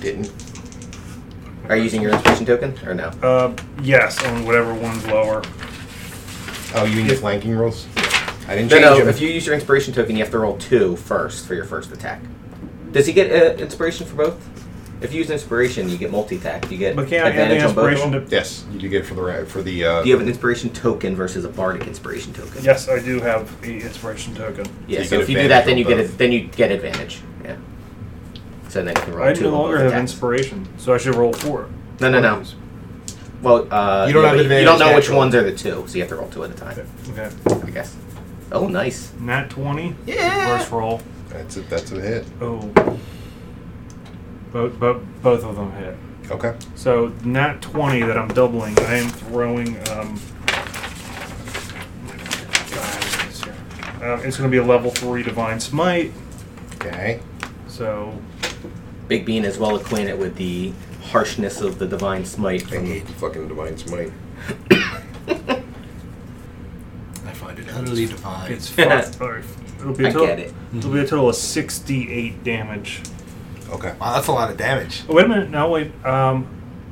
[SPEAKER 2] Didn't.
[SPEAKER 5] Are you using your inspiration token or no?
[SPEAKER 4] Uh, yes, on whatever one's lower.
[SPEAKER 2] Oh, you mean the flanking rules? I didn't
[SPEAKER 5] No,
[SPEAKER 2] change
[SPEAKER 5] no.
[SPEAKER 2] them.
[SPEAKER 5] If you use your inspiration token, you have to roll two first for your first attack. Does he get uh, inspiration for both? If you use inspiration, you get multi-attack. You get
[SPEAKER 4] But can I add the
[SPEAKER 5] advantage on both. of
[SPEAKER 4] inspiration
[SPEAKER 5] them.
[SPEAKER 4] to?
[SPEAKER 2] Yes, you do get it for the ra- for the. Uh,
[SPEAKER 5] Do you have an inspiration token versus a bardic inspiration token?
[SPEAKER 4] Yes, I do have the inspiration token.
[SPEAKER 5] Yeah.
[SPEAKER 2] You
[SPEAKER 5] So
[SPEAKER 2] get
[SPEAKER 5] if you do
[SPEAKER 2] advantage
[SPEAKER 5] that, then
[SPEAKER 2] on
[SPEAKER 5] you get a,
[SPEAKER 2] both.
[SPEAKER 5] then you get advantage. Yeah. So then you can roll
[SPEAKER 4] I
[SPEAKER 5] two.
[SPEAKER 4] no
[SPEAKER 5] on
[SPEAKER 4] longer
[SPEAKER 5] both
[SPEAKER 4] have
[SPEAKER 5] attacks.
[SPEAKER 4] inspiration, so I should roll four.
[SPEAKER 5] No, no, no. Well, uh, yeah, but You
[SPEAKER 3] You don't have
[SPEAKER 5] don't
[SPEAKER 3] advantage
[SPEAKER 5] know which
[SPEAKER 3] natural.
[SPEAKER 5] ones are the two, so you have to roll two at a time.
[SPEAKER 4] Okay.
[SPEAKER 5] I guess. Oh, nice.
[SPEAKER 4] Nat 20.
[SPEAKER 5] Yeah.
[SPEAKER 4] First roll.
[SPEAKER 2] That's a, that's a hit.
[SPEAKER 4] Oh. Both, both, both of them hit.
[SPEAKER 2] Okay.
[SPEAKER 4] So, nat 20 that I'm doubling, I am throwing. Um, um, it's going to be a level 3 Divine Smite.
[SPEAKER 2] Okay.
[SPEAKER 4] So,
[SPEAKER 5] Big Bean is well acquainted with the harshness of the divine smite.
[SPEAKER 2] I hate fucking divine smite.
[SPEAKER 3] I find it utterly divine.
[SPEAKER 4] it's five. or it'll be a
[SPEAKER 5] I
[SPEAKER 4] total,
[SPEAKER 5] get it.
[SPEAKER 4] will be a total of 68 damage.
[SPEAKER 2] Okay.
[SPEAKER 3] Wow, that's a lot of damage.
[SPEAKER 4] Oh, wait a minute. No, wait. Um,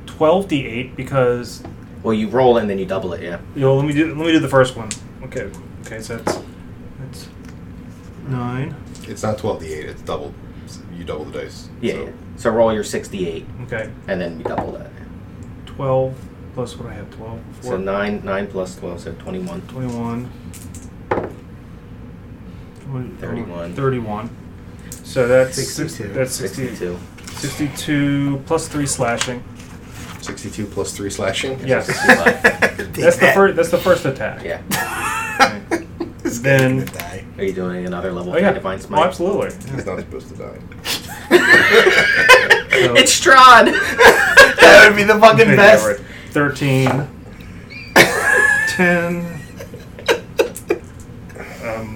[SPEAKER 4] 12d8 because
[SPEAKER 5] Well, you roll and then you double it. Yeah.
[SPEAKER 4] Yo, let me do let me do the first one. Okay, okay, so that's that's nine.
[SPEAKER 2] It's not 12d8, it's double. You double the dice.
[SPEAKER 5] Yeah.
[SPEAKER 2] So
[SPEAKER 5] yeah. So roll your 68
[SPEAKER 4] Okay,
[SPEAKER 5] and then you double that.
[SPEAKER 4] twelve plus what I have twelve
[SPEAKER 5] So
[SPEAKER 4] before.
[SPEAKER 5] 9 9 plus 12 so 21.
[SPEAKER 4] 21, 20,
[SPEAKER 5] 31.
[SPEAKER 4] 31. So that's
[SPEAKER 3] 62.
[SPEAKER 4] six, that's 60,
[SPEAKER 5] 62.
[SPEAKER 4] 62 plus three slashing.
[SPEAKER 2] 62 plus 3 slashing?
[SPEAKER 4] Yes,
[SPEAKER 5] Sixty-five.
[SPEAKER 3] Take
[SPEAKER 4] that's the
[SPEAKER 3] that.
[SPEAKER 4] first. That's the first attack.
[SPEAKER 5] yeah.
[SPEAKER 4] Okay.
[SPEAKER 3] This this guy's
[SPEAKER 4] Then-
[SPEAKER 3] gonna die.
[SPEAKER 5] Are you doing another level
[SPEAKER 4] Oh
[SPEAKER 5] three
[SPEAKER 4] yeah,
[SPEAKER 5] divine
[SPEAKER 4] Oh,
[SPEAKER 5] smite?
[SPEAKER 4] absolutely.
[SPEAKER 2] He's not supposed to die.
[SPEAKER 5] it's Strahd.
[SPEAKER 8] That would be the fucking
[SPEAKER 4] Yeah,
[SPEAKER 8] best.
[SPEAKER 4] right. 13.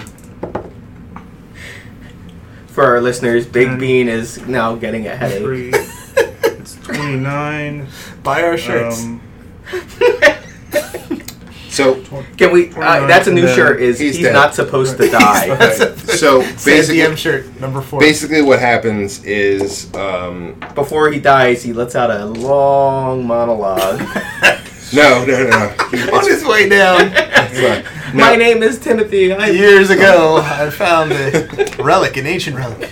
[SPEAKER 4] 10. Um,
[SPEAKER 5] For our listeners, Big
[SPEAKER 2] Mm.
[SPEAKER 4] Ten.
[SPEAKER 5] Bean is now getting a headache.
[SPEAKER 4] three. It's 29.
[SPEAKER 8] Buy our shirts.
[SPEAKER 4] Um,
[SPEAKER 2] So,
[SPEAKER 5] Can we? Uh, that's a new
[SPEAKER 4] No,
[SPEAKER 5] shirt. Is
[SPEAKER 2] he's
[SPEAKER 5] he's,
[SPEAKER 2] dead.
[SPEAKER 5] not supposed to die?
[SPEAKER 8] That's a
[SPEAKER 2] so
[SPEAKER 8] DM
[SPEAKER 2] basically,
[SPEAKER 8] shirt number four.
[SPEAKER 2] basically what happens is, um,
[SPEAKER 5] Before he dies, he lets out a long monologue.
[SPEAKER 2] no, no, no, no. He-
[SPEAKER 8] On
[SPEAKER 2] it's-
[SPEAKER 8] his way down,
[SPEAKER 2] it's not-
[SPEAKER 5] My
[SPEAKER 2] no.
[SPEAKER 5] name is Timothy. I,
[SPEAKER 8] years
[SPEAKER 3] Oh.
[SPEAKER 8] ago, I found
[SPEAKER 2] it.
[SPEAKER 8] a relic, an ancient relic.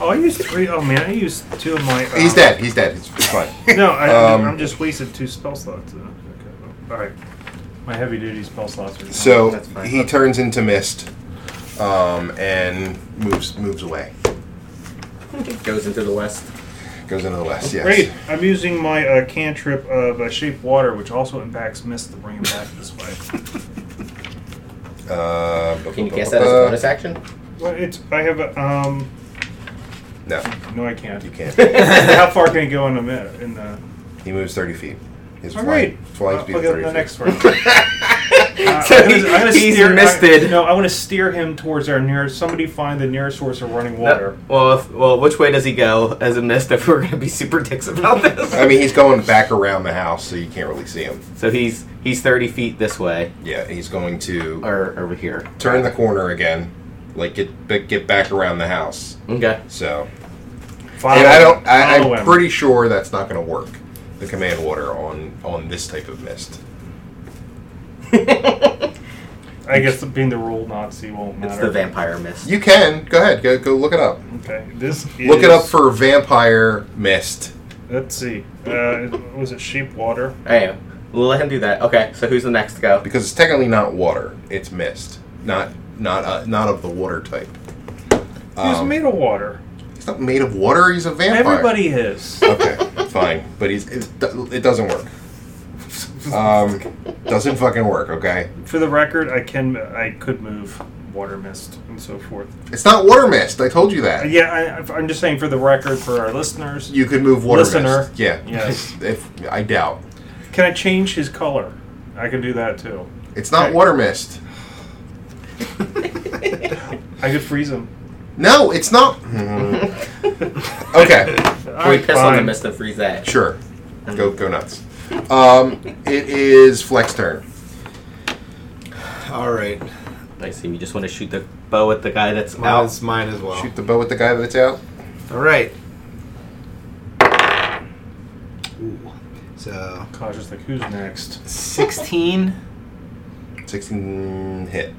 [SPEAKER 4] oh, I used three. Oh man, I used two of my. Uh,
[SPEAKER 2] He's dead. He's dead. It's it's fine.
[SPEAKER 4] No, I,
[SPEAKER 2] Um,
[SPEAKER 4] I'm just wasted two spell slots. uh, Okay, all right, my heavy duty spell slots. Are
[SPEAKER 2] So
[SPEAKER 5] That's fine.
[SPEAKER 2] he turns into mist, um, and moves moves away.
[SPEAKER 5] goes into the west.
[SPEAKER 2] Goes into the west. Yes.
[SPEAKER 4] Great. I'm using my uh, cantrip of uh, shape water, which also impacts mist, to bring him back this way.
[SPEAKER 2] Uh, bu-
[SPEAKER 5] Can you
[SPEAKER 2] bu-
[SPEAKER 5] guess
[SPEAKER 2] bu-
[SPEAKER 5] that as a
[SPEAKER 2] bu-
[SPEAKER 5] bonus action?
[SPEAKER 4] Well, it's I have a um.
[SPEAKER 2] No,
[SPEAKER 4] No, I can't.
[SPEAKER 2] you can't.
[SPEAKER 4] How far can he go in a minute? In the
[SPEAKER 2] he moves thirty feet. His
[SPEAKER 4] all
[SPEAKER 2] flying,
[SPEAKER 4] right.
[SPEAKER 2] flying
[SPEAKER 4] I'll
[SPEAKER 2] speed
[SPEAKER 4] I'll
[SPEAKER 2] of
[SPEAKER 4] get
[SPEAKER 2] thirty
[SPEAKER 4] the
[SPEAKER 2] feet.
[SPEAKER 4] next one. Uh, I'm gonna- I'm gonna
[SPEAKER 5] he's
[SPEAKER 4] steer- I-
[SPEAKER 5] misted.
[SPEAKER 4] no, I want to steer him towards our nearest. Somebody find the nearest source of running water.
[SPEAKER 5] well, if, well, which way does he go as a mist? If we're gonna be super dicks about
[SPEAKER 2] I
[SPEAKER 5] this,
[SPEAKER 2] mean, he's going back around the house, so you can't really see him.
[SPEAKER 5] so he's he's thirty feet this way
[SPEAKER 2] Yeah, he's going to
[SPEAKER 5] or over here.
[SPEAKER 2] turn the corner again, like get ba- get back around the house.
[SPEAKER 5] Okay.
[SPEAKER 2] So,
[SPEAKER 4] Follow
[SPEAKER 2] and I don't. I,
[SPEAKER 4] follow
[SPEAKER 2] I'm
[SPEAKER 4] him.
[SPEAKER 2] pretty sure that's not going to work. The command water on on this type of mist.
[SPEAKER 4] I guess being the rule Nazi won't matter.
[SPEAKER 5] It's the vampire mist.
[SPEAKER 2] You can go ahead. Go go look it up.
[SPEAKER 4] Okay, this is,
[SPEAKER 2] Look it up for vampire mist.
[SPEAKER 4] Let's see. Uh, it- was it sheep water?
[SPEAKER 5] Hey, we'll let him do that. Okay, so who's the next to go?
[SPEAKER 2] because it's technically not water; it's mist, not not uh, not of the water type.
[SPEAKER 4] He's
[SPEAKER 2] Um,
[SPEAKER 4] made of water.
[SPEAKER 2] He's not made of water; he's a vampire.
[SPEAKER 4] Everybody is.
[SPEAKER 2] Okay, fine, but he's it, do- it doesn't work. Um, doesn't fucking work. Okay,
[SPEAKER 4] For the record, I can I could move water mist and so forth. Uh,
[SPEAKER 2] it's not water mist. I told you that.
[SPEAKER 4] Yeah, I, I'm just saying for the record for our listeners.
[SPEAKER 2] You could move water
[SPEAKER 4] Listener.
[SPEAKER 2] mist. Yeah.
[SPEAKER 4] Yes.
[SPEAKER 2] if I doubt,
[SPEAKER 4] Can I change his color? I can do that too.
[SPEAKER 2] it's not
[SPEAKER 4] Okay.
[SPEAKER 2] water mist.
[SPEAKER 4] I could freeze him.
[SPEAKER 2] No, it's not. Hmm.
[SPEAKER 5] Can
[SPEAKER 2] okay,
[SPEAKER 4] All
[SPEAKER 5] we
[SPEAKER 4] right,
[SPEAKER 5] piss on the
[SPEAKER 4] fine.
[SPEAKER 5] mist and freeze that?
[SPEAKER 2] sure. Go go nuts. Um, it is flex turn.
[SPEAKER 3] All right,
[SPEAKER 5] I see. You just want to shoot the bow at the guy that's
[SPEAKER 3] well,
[SPEAKER 5] out.
[SPEAKER 3] it's mine as well.
[SPEAKER 2] Shoot the bow at the guy that's out.
[SPEAKER 3] All right. Ooh. So
[SPEAKER 4] Kosh is like, who's next?
[SPEAKER 3] sixteen.
[SPEAKER 2] 16 hit.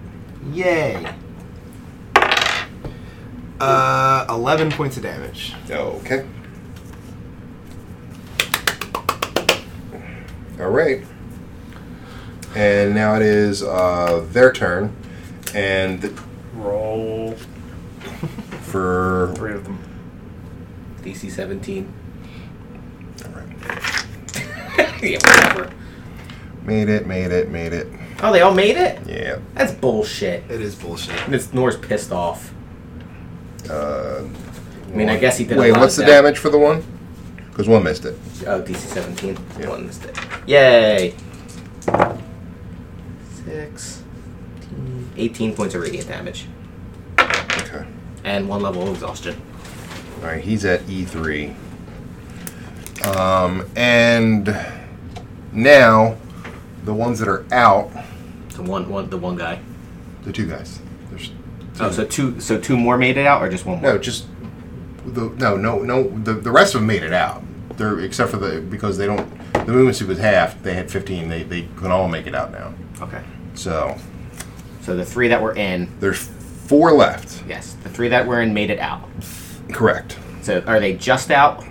[SPEAKER 3] Yay. Uh, eleven points of damage.
[SPEAKER 2] Okay. All right. And now it is uh, their turn, and th-
[SPEAKER 4] Roll
[SPEAKER 2] for
[SPEAKER 4] three of them.
[SPEAKER 5] DC 17.
[SPEAKER 2] all right.
[SPEAKER 5] yeah, whatever.
[SPEAKER 2] made it, made it, made it.
[SPEAKER 5] Oh, they all made it?
[SPEAKER 2] Yeah.
[SPEAKER 5] That's bullshit.
[SPEAKER 3] It is bullshit.
[SPEAKER 5] Miss Nor's pissed off.
[SPEAKER 2] Uh,
[SPEAKER 5] I mean, I guess he did. a
[SPEAKER 2] wait,
[SPEAKER 5] lot
[SPEAKER 2] what's
[SPEAKER 5] of
[SPEAKER 2] the damage for the one? Because one missed it.
[SPEAKER 5] Oh, DC 17.
[SPEAKER 2] Yeah.
[SPEAKER 5] One mistake. Yay! Six. 18 points of radiant damage.
[SPEAKER 2] Okay.
[SPEAKER 5] And one level of exhaustion.
[SPEAKER 2] All right, he's at E3. Um, and now the ones that are out,
[SPEAKER 5] The one, one, the one guy.
[SPEAKER 2] the two guys. There's
[SPEAKER 5] Oh, so two, so two more made it out, or just one more?
[SPEAKER 2] No, just the no, no, no. The, the rest of them made it out. They're except for the because they don't. The movement suit was half. They had fifteen. They they can all make it out now.
[SPEAKER 5] Okay.
[SPEAKER 2] So
[SPEAKER 5] So the three that were in,
[SPEAKER 2] there's four left.
[SPEAKER 5] yes, the three that were in made it out.
[SPEAKER 2] Correct.
[SPEAKER 5] So are they just out?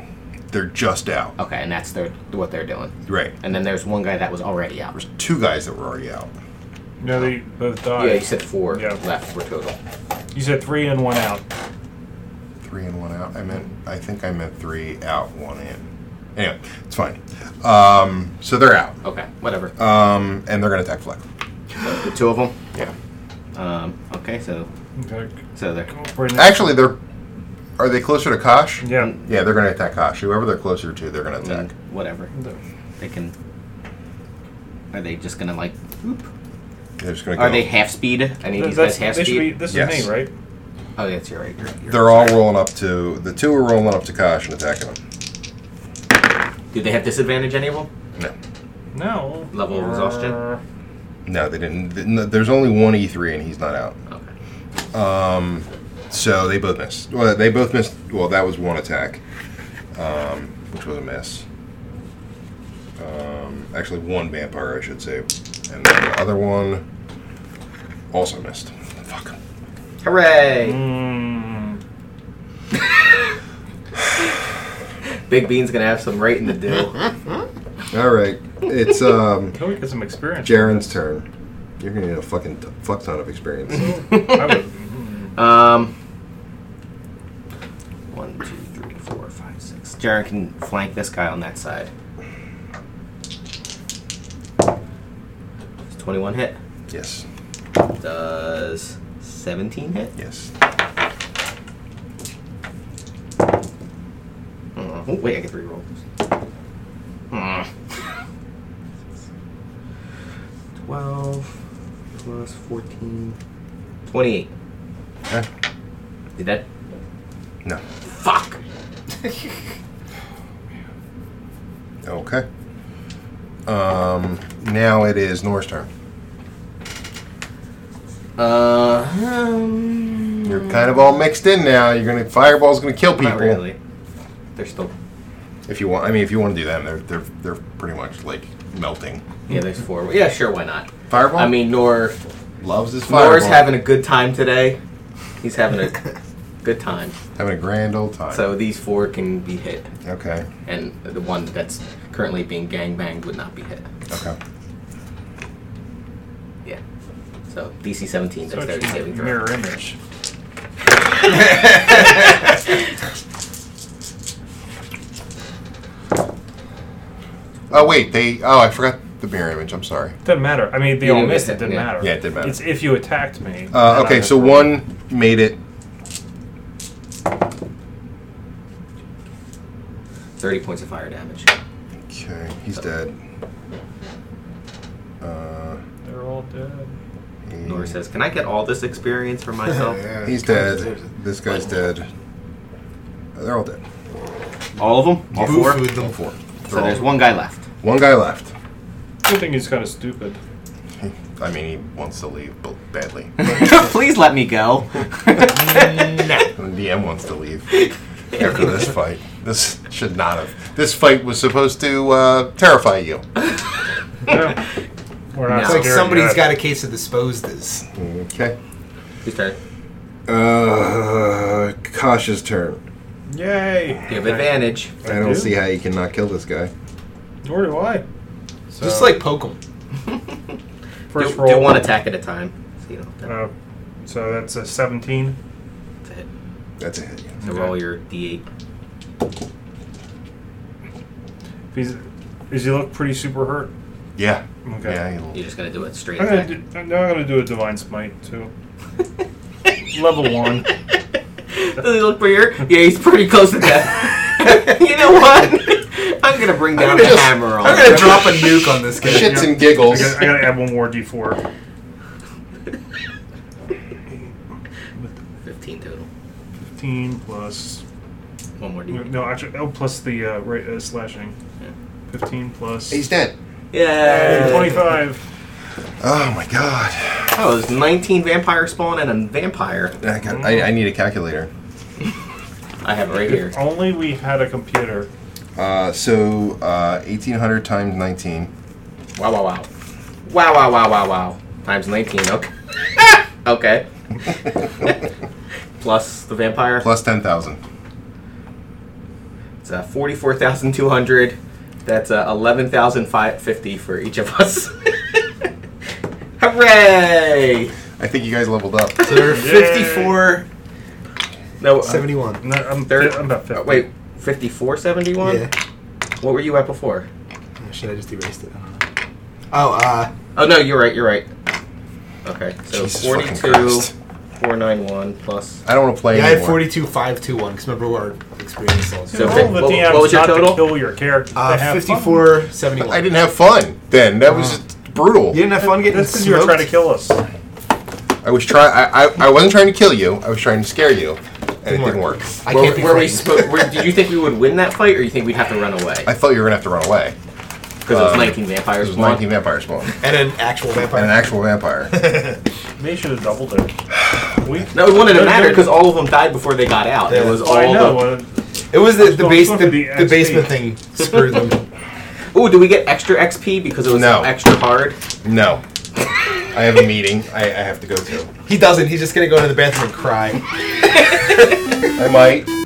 [SPEAKER 2] They're just out.
[SPEAKER 5] Okay, and that's their what they're doing.
[SPEAKER 2] Right.
[SPEAKER 5] And then there's one guy that was already out.
[SPEAKER 2] There's two guys that were already out.
[SPEAKER 4] No, they both died.
[SPEAKER 5] Yeah, you said four
[SPEAKER 4] Yeah.
[SPEAKER 5] left for total.
[SPEAKER 4] You said three and one out.
[SPEAKER 2] Three and one out. I meant. I think I meant three out, one in. Anyway, it's fine. Um, so they're out.
[SPEAKER 5] Okay, whatever.
[SPEAKER 2] Um, and they're gonna attack Fleck.
[SPEAKER 5] the two of them.
[SPEAKER 2] Yeah.
[SPEAKER 5] Um, okay, so
[SPEAKER 4] Okay.
[SPEAKER 5] so they're
[SPEAKER 4] Culprit.
[SPEAKER 2] Actually, they're are they closer to Kosh?
[SPEAKER 4] Yeah.
[SPEAKER 2] Yeah, they're going to attack Kosh. Whoever they're closer to, they're going to attack.
[SPEAKER 5] whatever they can. Are they just gonna like? Oop.
[SPEAKER 2] They're just going to.
[SPEAKER 5] Mm. Are they half speed? I need these guys
[SPEAKER 4] That's,
[SPEAKER 5] half
[SPEAKER 4] they should be,
[SPEAKER 5] speed.
[SPEAKER 4] this is
[SPEAKER 2] Yes.
[SPEAKER 4] me, right?
[SPEAKER 5] Oh, that's you're right. You're right.
[SPEAKER 2] They're all rolling up to the two are rolling up to Kosh and attacking him.
[SPEAKER 5] Do they have disadvantage? Any of them?
[SPEAKER 2] No,
[SPEAKER 4] No.
[SPEAKER 5] Level of exhaustion?
[SPEAKER 4] Or-
[SPEAKER 2] no, they didn't. th- no, There's only one E three and he's not out.
[SPEAKER 5] Okay.
[SPEAKER 2] Um, so they both missed. Well, they both missed. Well, that was one attack, um, which was a miss. Um, actually, one vampire, I should say, and then the other one also missed. Fuck.
[SPEAKER 5] Hooray!
[SPEAKER 4] Mm,
[SPEAKER 5] Mm. Big Bean's gonna have some right in the do.
[SPEAKER 2] All right, it's um,
[SPEAKER 4] can we get some experience?
[SPEAKER 2] Jaren's turn. You're gonna need a fucking t- fuck ton of experience.
[SPEAKER 5] Mm-hmm.
[SPEAKER 4] I would, mm,
[SPEAKER 5] um. One, two, three, four, five, six. Jaren can flank this guy on that side. Does Twenty-one hit.
[SPEAKER 2] yes,
[SPEAKER 5] Does seventeen hit?
[SPEAKER 2] yes.
[SPEAKER 5] Mm, Oh, wait, I get three rolls. Mm. 12 plus 14. 28.
[SPEAKER 2] Okay.
[SPEAKER 5] Did that?
[SPEAKER 2] No.
[SPEAKER 5] Fuck!
[SPEAKER 2] Okay. Um, now it is Nora's turn.
[SPEAKER 5] Uh, um,
[SPEAKER 2] You're kind of all mixed in now. You're gonna fireball's gonna kill people.
[SPEAKER 5] Not really. They're still.
[SPEAKER 2] If you want, I mean, if you want to do them, they're they're they're pretty much like melting.
[SPEAKER 5] Yeah, there's four. Yeah, sure, why not?
[SPEAKER 2] Fireball.
[SPEAKER 5] I mean, Nor.
[SPEAKER 2] loves his fireball.
[SPEAKER 5] Nor's having a good time today. He's having a good time.
[SPEAKER 2] Having a grand old time.
[SPEAKER 5] So these four can be hit.
[SPEAKER 2] okay,
[SPEAKER 5] And the one that's currently being gangbanged would not be hit.
[SPEAKER 2] okay.
[SPEAKER 5] Yeah. So DC 17
[SPEAKER 4] so
[SPEAKER 5] dexterity
[SPEAKER 4] it's
[SPEAKER 5] saving throw.
[SPEAKER 4] mirror image.
[SPEAKER 2] Oh wait, they. Oh, I forgot the mirror image. I'm sorry.
[SPEAKER 4] Doesn't matter. I mean, they
[SPEAKER 5] You
[SPEAKER 4] all
[SPEAKER 5] didn't miss
[SPEAKER 4] missed. It
[SPEAKER 5] it,
[SPEAKER 4] didn't
[SPEAKER 5] yeah.
[SPEAKER 4] matter.
[SPEAKER 2] Yeah, it didn't matter.
[SPEAKER 4] It's if you attacked me.
[SPEAKER 2] Uh,
[SPEAKER 4] then I
[SPEAKER 2] okay,
[SPEAKER 4] would
[SPEAKER 2] so
[SPEAKER 4] roll.
[SPEAKER 2] one made it.
[SPEAKER 5] 30 points of fire damage.
[SPEAKER 2] Okay, he's dead. Uh,
[SPEAKER 4] They're all dead.
[SPEAKER 2] he-
[SPEAKER 5] Nora says, Can I get all this experience for myself?
[SPEAKER 2] he's dead. This guy's dead. They're all dead.
[SPEAKER 5] All of them? All
[SPEAKER 3] Boo
[SPEAKER 5] four?
[SPEAKER 3] food
[SPEAKER 2] All
[SPEAKER 3] them.
[SPEAKER 2] four.
[SPEAKER 5] So there's one guy left.
[SPEAKER 2] One guy left.
[SPEAKER 4] Good thing he's kind of stupid.
[SPEAKER 2] I mean, he wants to leave but badly.
[SPEAKER 5] Please let me go.
[SPEAKER 2] And the DM wants to leave after this fight. This should not have. This fight was supposed to uh, terrify you.
[SPEAKER 4] No. We're
[SPEAKER 5] No.
[SPEAKER 4] not no.
[SPEAKER 5] It's
[SPEAKER 3] It's like somebody's got a case of dispose this.
[SPEAKER 2] Okay.
[SPEAKER 5] Whose turn?
[SPEAKER 2] Uh, Kasha's turn.
[SPEAKER 4] Yay!
[SPEAKER 5] You have advantage.
[SPEAKER 2] I don't see how you can not kill this guy.
[SPEAKER 4] Nor do I. So,
[SPEAKER 3] Just like poke them.
[SPEAKER 5] Do,
[SPEAKER 4] first roll.
[SPEAKER 5] do one attack at a time. So you don't have to-
[SPEAKER 4] Uh, so that's a 17.
[SPEAKER 5] to hit.
[SPEAKER 2] That's a hit.
[SPEAKER 5] So roll your d8.
[SPEAKER 4] If he's, does he look pretty super hurt?
[SPEAKER 2] Yeah.
[SPEAKER 4] Okay.
[SPEAKER 2] Yeah. He'll,
[SPEAKER 5] You're just going to do it straight
[SPEAKER 4] I'm gonna
[SPEAKER 5] attack.
[SPEAKER 4] do, now I'm gonna do a divine smite too. Level one.
[SPEAKER 5] Does he look pretty hurt? Yeah, he's pretty close to death. you know what? I'm going to bring down the
[SPEAKER 2] just-
[SPEAKER 5] hammer on
[SPEAKER 3] I'm
[SPEAKER 5] him.
[SPEAKER 3] gonna drop a nuke on this guy.
[SPEAKER 2] shits and giggles.
[SPEAKER 4] I gotta, I gotta add one more d4.
[SPEAKER 5] 15 total.
[SPEAKER 4] 15 plus.
[SPEAKER 5] One more d8.
[SPEAKER 4] No, actually, oh, plus the uh, right uh, slashing.
[SPEAKER 5] Yeah.
[SPEAKER 4] 15 plus.
[SPEAKER 2] He's dead.
[SPEAKER 5] Yeah.
[SPEAKER 4] Hey, 25.
[SPEAKER 2] Oh my god.
[SPEAKER 5] Oh, there's 19 vampire spawn and a vampire.
[SPEAKER 2] I, got, I, I need a calculator.
[SPEAKER 5] I have it right here.
[SPEAKER 4] If only we had a computer.
[SPEAKER 2] Uh, so uh, 1800 times 19.
[SPEAKER 5] Wow, wow, wow. Wow, wow, wow, wow, wow. Times 19, okay. okay. Plus the vampire.
[SPEAKER 2] Plus 10,000.
[SPEAKER 5] It's uh, 44,200. That's uh, 11,550 for each of us. Hooray!
[SPEAKER 2] I think you guys leveled up.
[SPEAKER 3] So they're
[SPEAKER 4] Yay.
[SPEAKER 3] 54,
[SPEAKER 5] No, uh,
[SPEAKER 3] 71.
[SPEAKER 4] No, I'm,
[SPEAKER 5] Third-
[SPEAKER 4] I'm about 50.
[SPEAKER 5] uh, wait, 5471?
[SPEAKER 3] Yeah.
[SPEAKER 5] What were you at before?
[SPEAKER 3] Oh, shit, I just erased it. I don't know. Oh, uh,
[SPEAKER 5] Oh, no, you're right, you're right. Okay, so
[SPEAKER 2] Jesus fucking
[SPEAKER 5] 42,
[SPEAKER 2] Christ.
[SPEAKER 5] 491 plus.
[SPEAKER 2] I don't want to play
[SPEAKER 3] Yeah, I
[SPEAKER 2] anymore.
[SPEAKER 3] had 42, 5, 2, 1, because remember our experience loss.
[SPEAKER 5] So
[SPEAKER 4] Roll
[SPEAKER 5] fif-
[SPEAKER 4] the
[SPEAKER 5] what-
[SPEAKER 4] DMs
[SPEAKER 5] what was your
[SPEAKER 4] not
[SPEAKER 5] total?
[SPEAKER 4] to kill your character. to
[SPEAKER 3] Uh,
[SPEAKER 4] have fun.
[SPEAKER 3] 54, 71.
[SPEAKER 2] I didn't have fun then. That was just brutal.
[SPEAKER 3] You didn't have fun getting
[SPEAKER 4] That's because you were
[SPEAKER 3] smoked?
[SPEAKER 4] trying to kill us.
[SPEAKER 2] I was trying. I, I I wasn't trying to kill you. I was trying to scare you, and it didn't work.
[SPEAKER 3] I
[SPEAKER 5] Were,
[SPEAKER 3] can't be
[SPEAKER 5] were we
[SPEAKER 3] frightened.
[SPEAKER 5] spo- were, did you think we would win that fight, or you think we'd have to run away?
[SPEAKER 2] I thought you were gonna have to run away.
[SPEAKER 5] Because it was
[SPEAKER 2] um,
[SPEAKER 5] 19
[SPEAKER 2] It
[SPEAKER 5] vampires.
[SPEAKER 2] was
[SPEAKER 5] long.
[SPEAKER 2] 19 vampire spawn
[SPEAKER 3] And an actual vampire.
[SPEAKER 2] and an actual vampire.
[SPEAKER 4] They should have doubled it. We,
[SPEAKER 5] No, it wouldn't have mattered because all of them died before they got out. It was all.
[SPEAKER 4] Oh, I know.
[SPEAKER 5] The,
[SPEAKER 4] uh,
[SPEAKER 3] it was the, the,
[SPEAKER 4] Well,
[SPEAKER 3] base, the,
[SPEAKER 4] it's gonna be
[SPEAKER 3] the basement thing
[SPEAKER 4] XP.
[SPEAKER 3] screwed them.
[SPEAKER 5] ooh, do we get extra XP because it was
[SPEAKER 2] No.
[SPEAKER 5] extra hard?
[SPEAKER 2] No, I have a meeting. I, I have to go to.
[SPEAKER 3] He doesn't. He's just going to go to the bathroom and cry.
[SPEAKER 2] I might.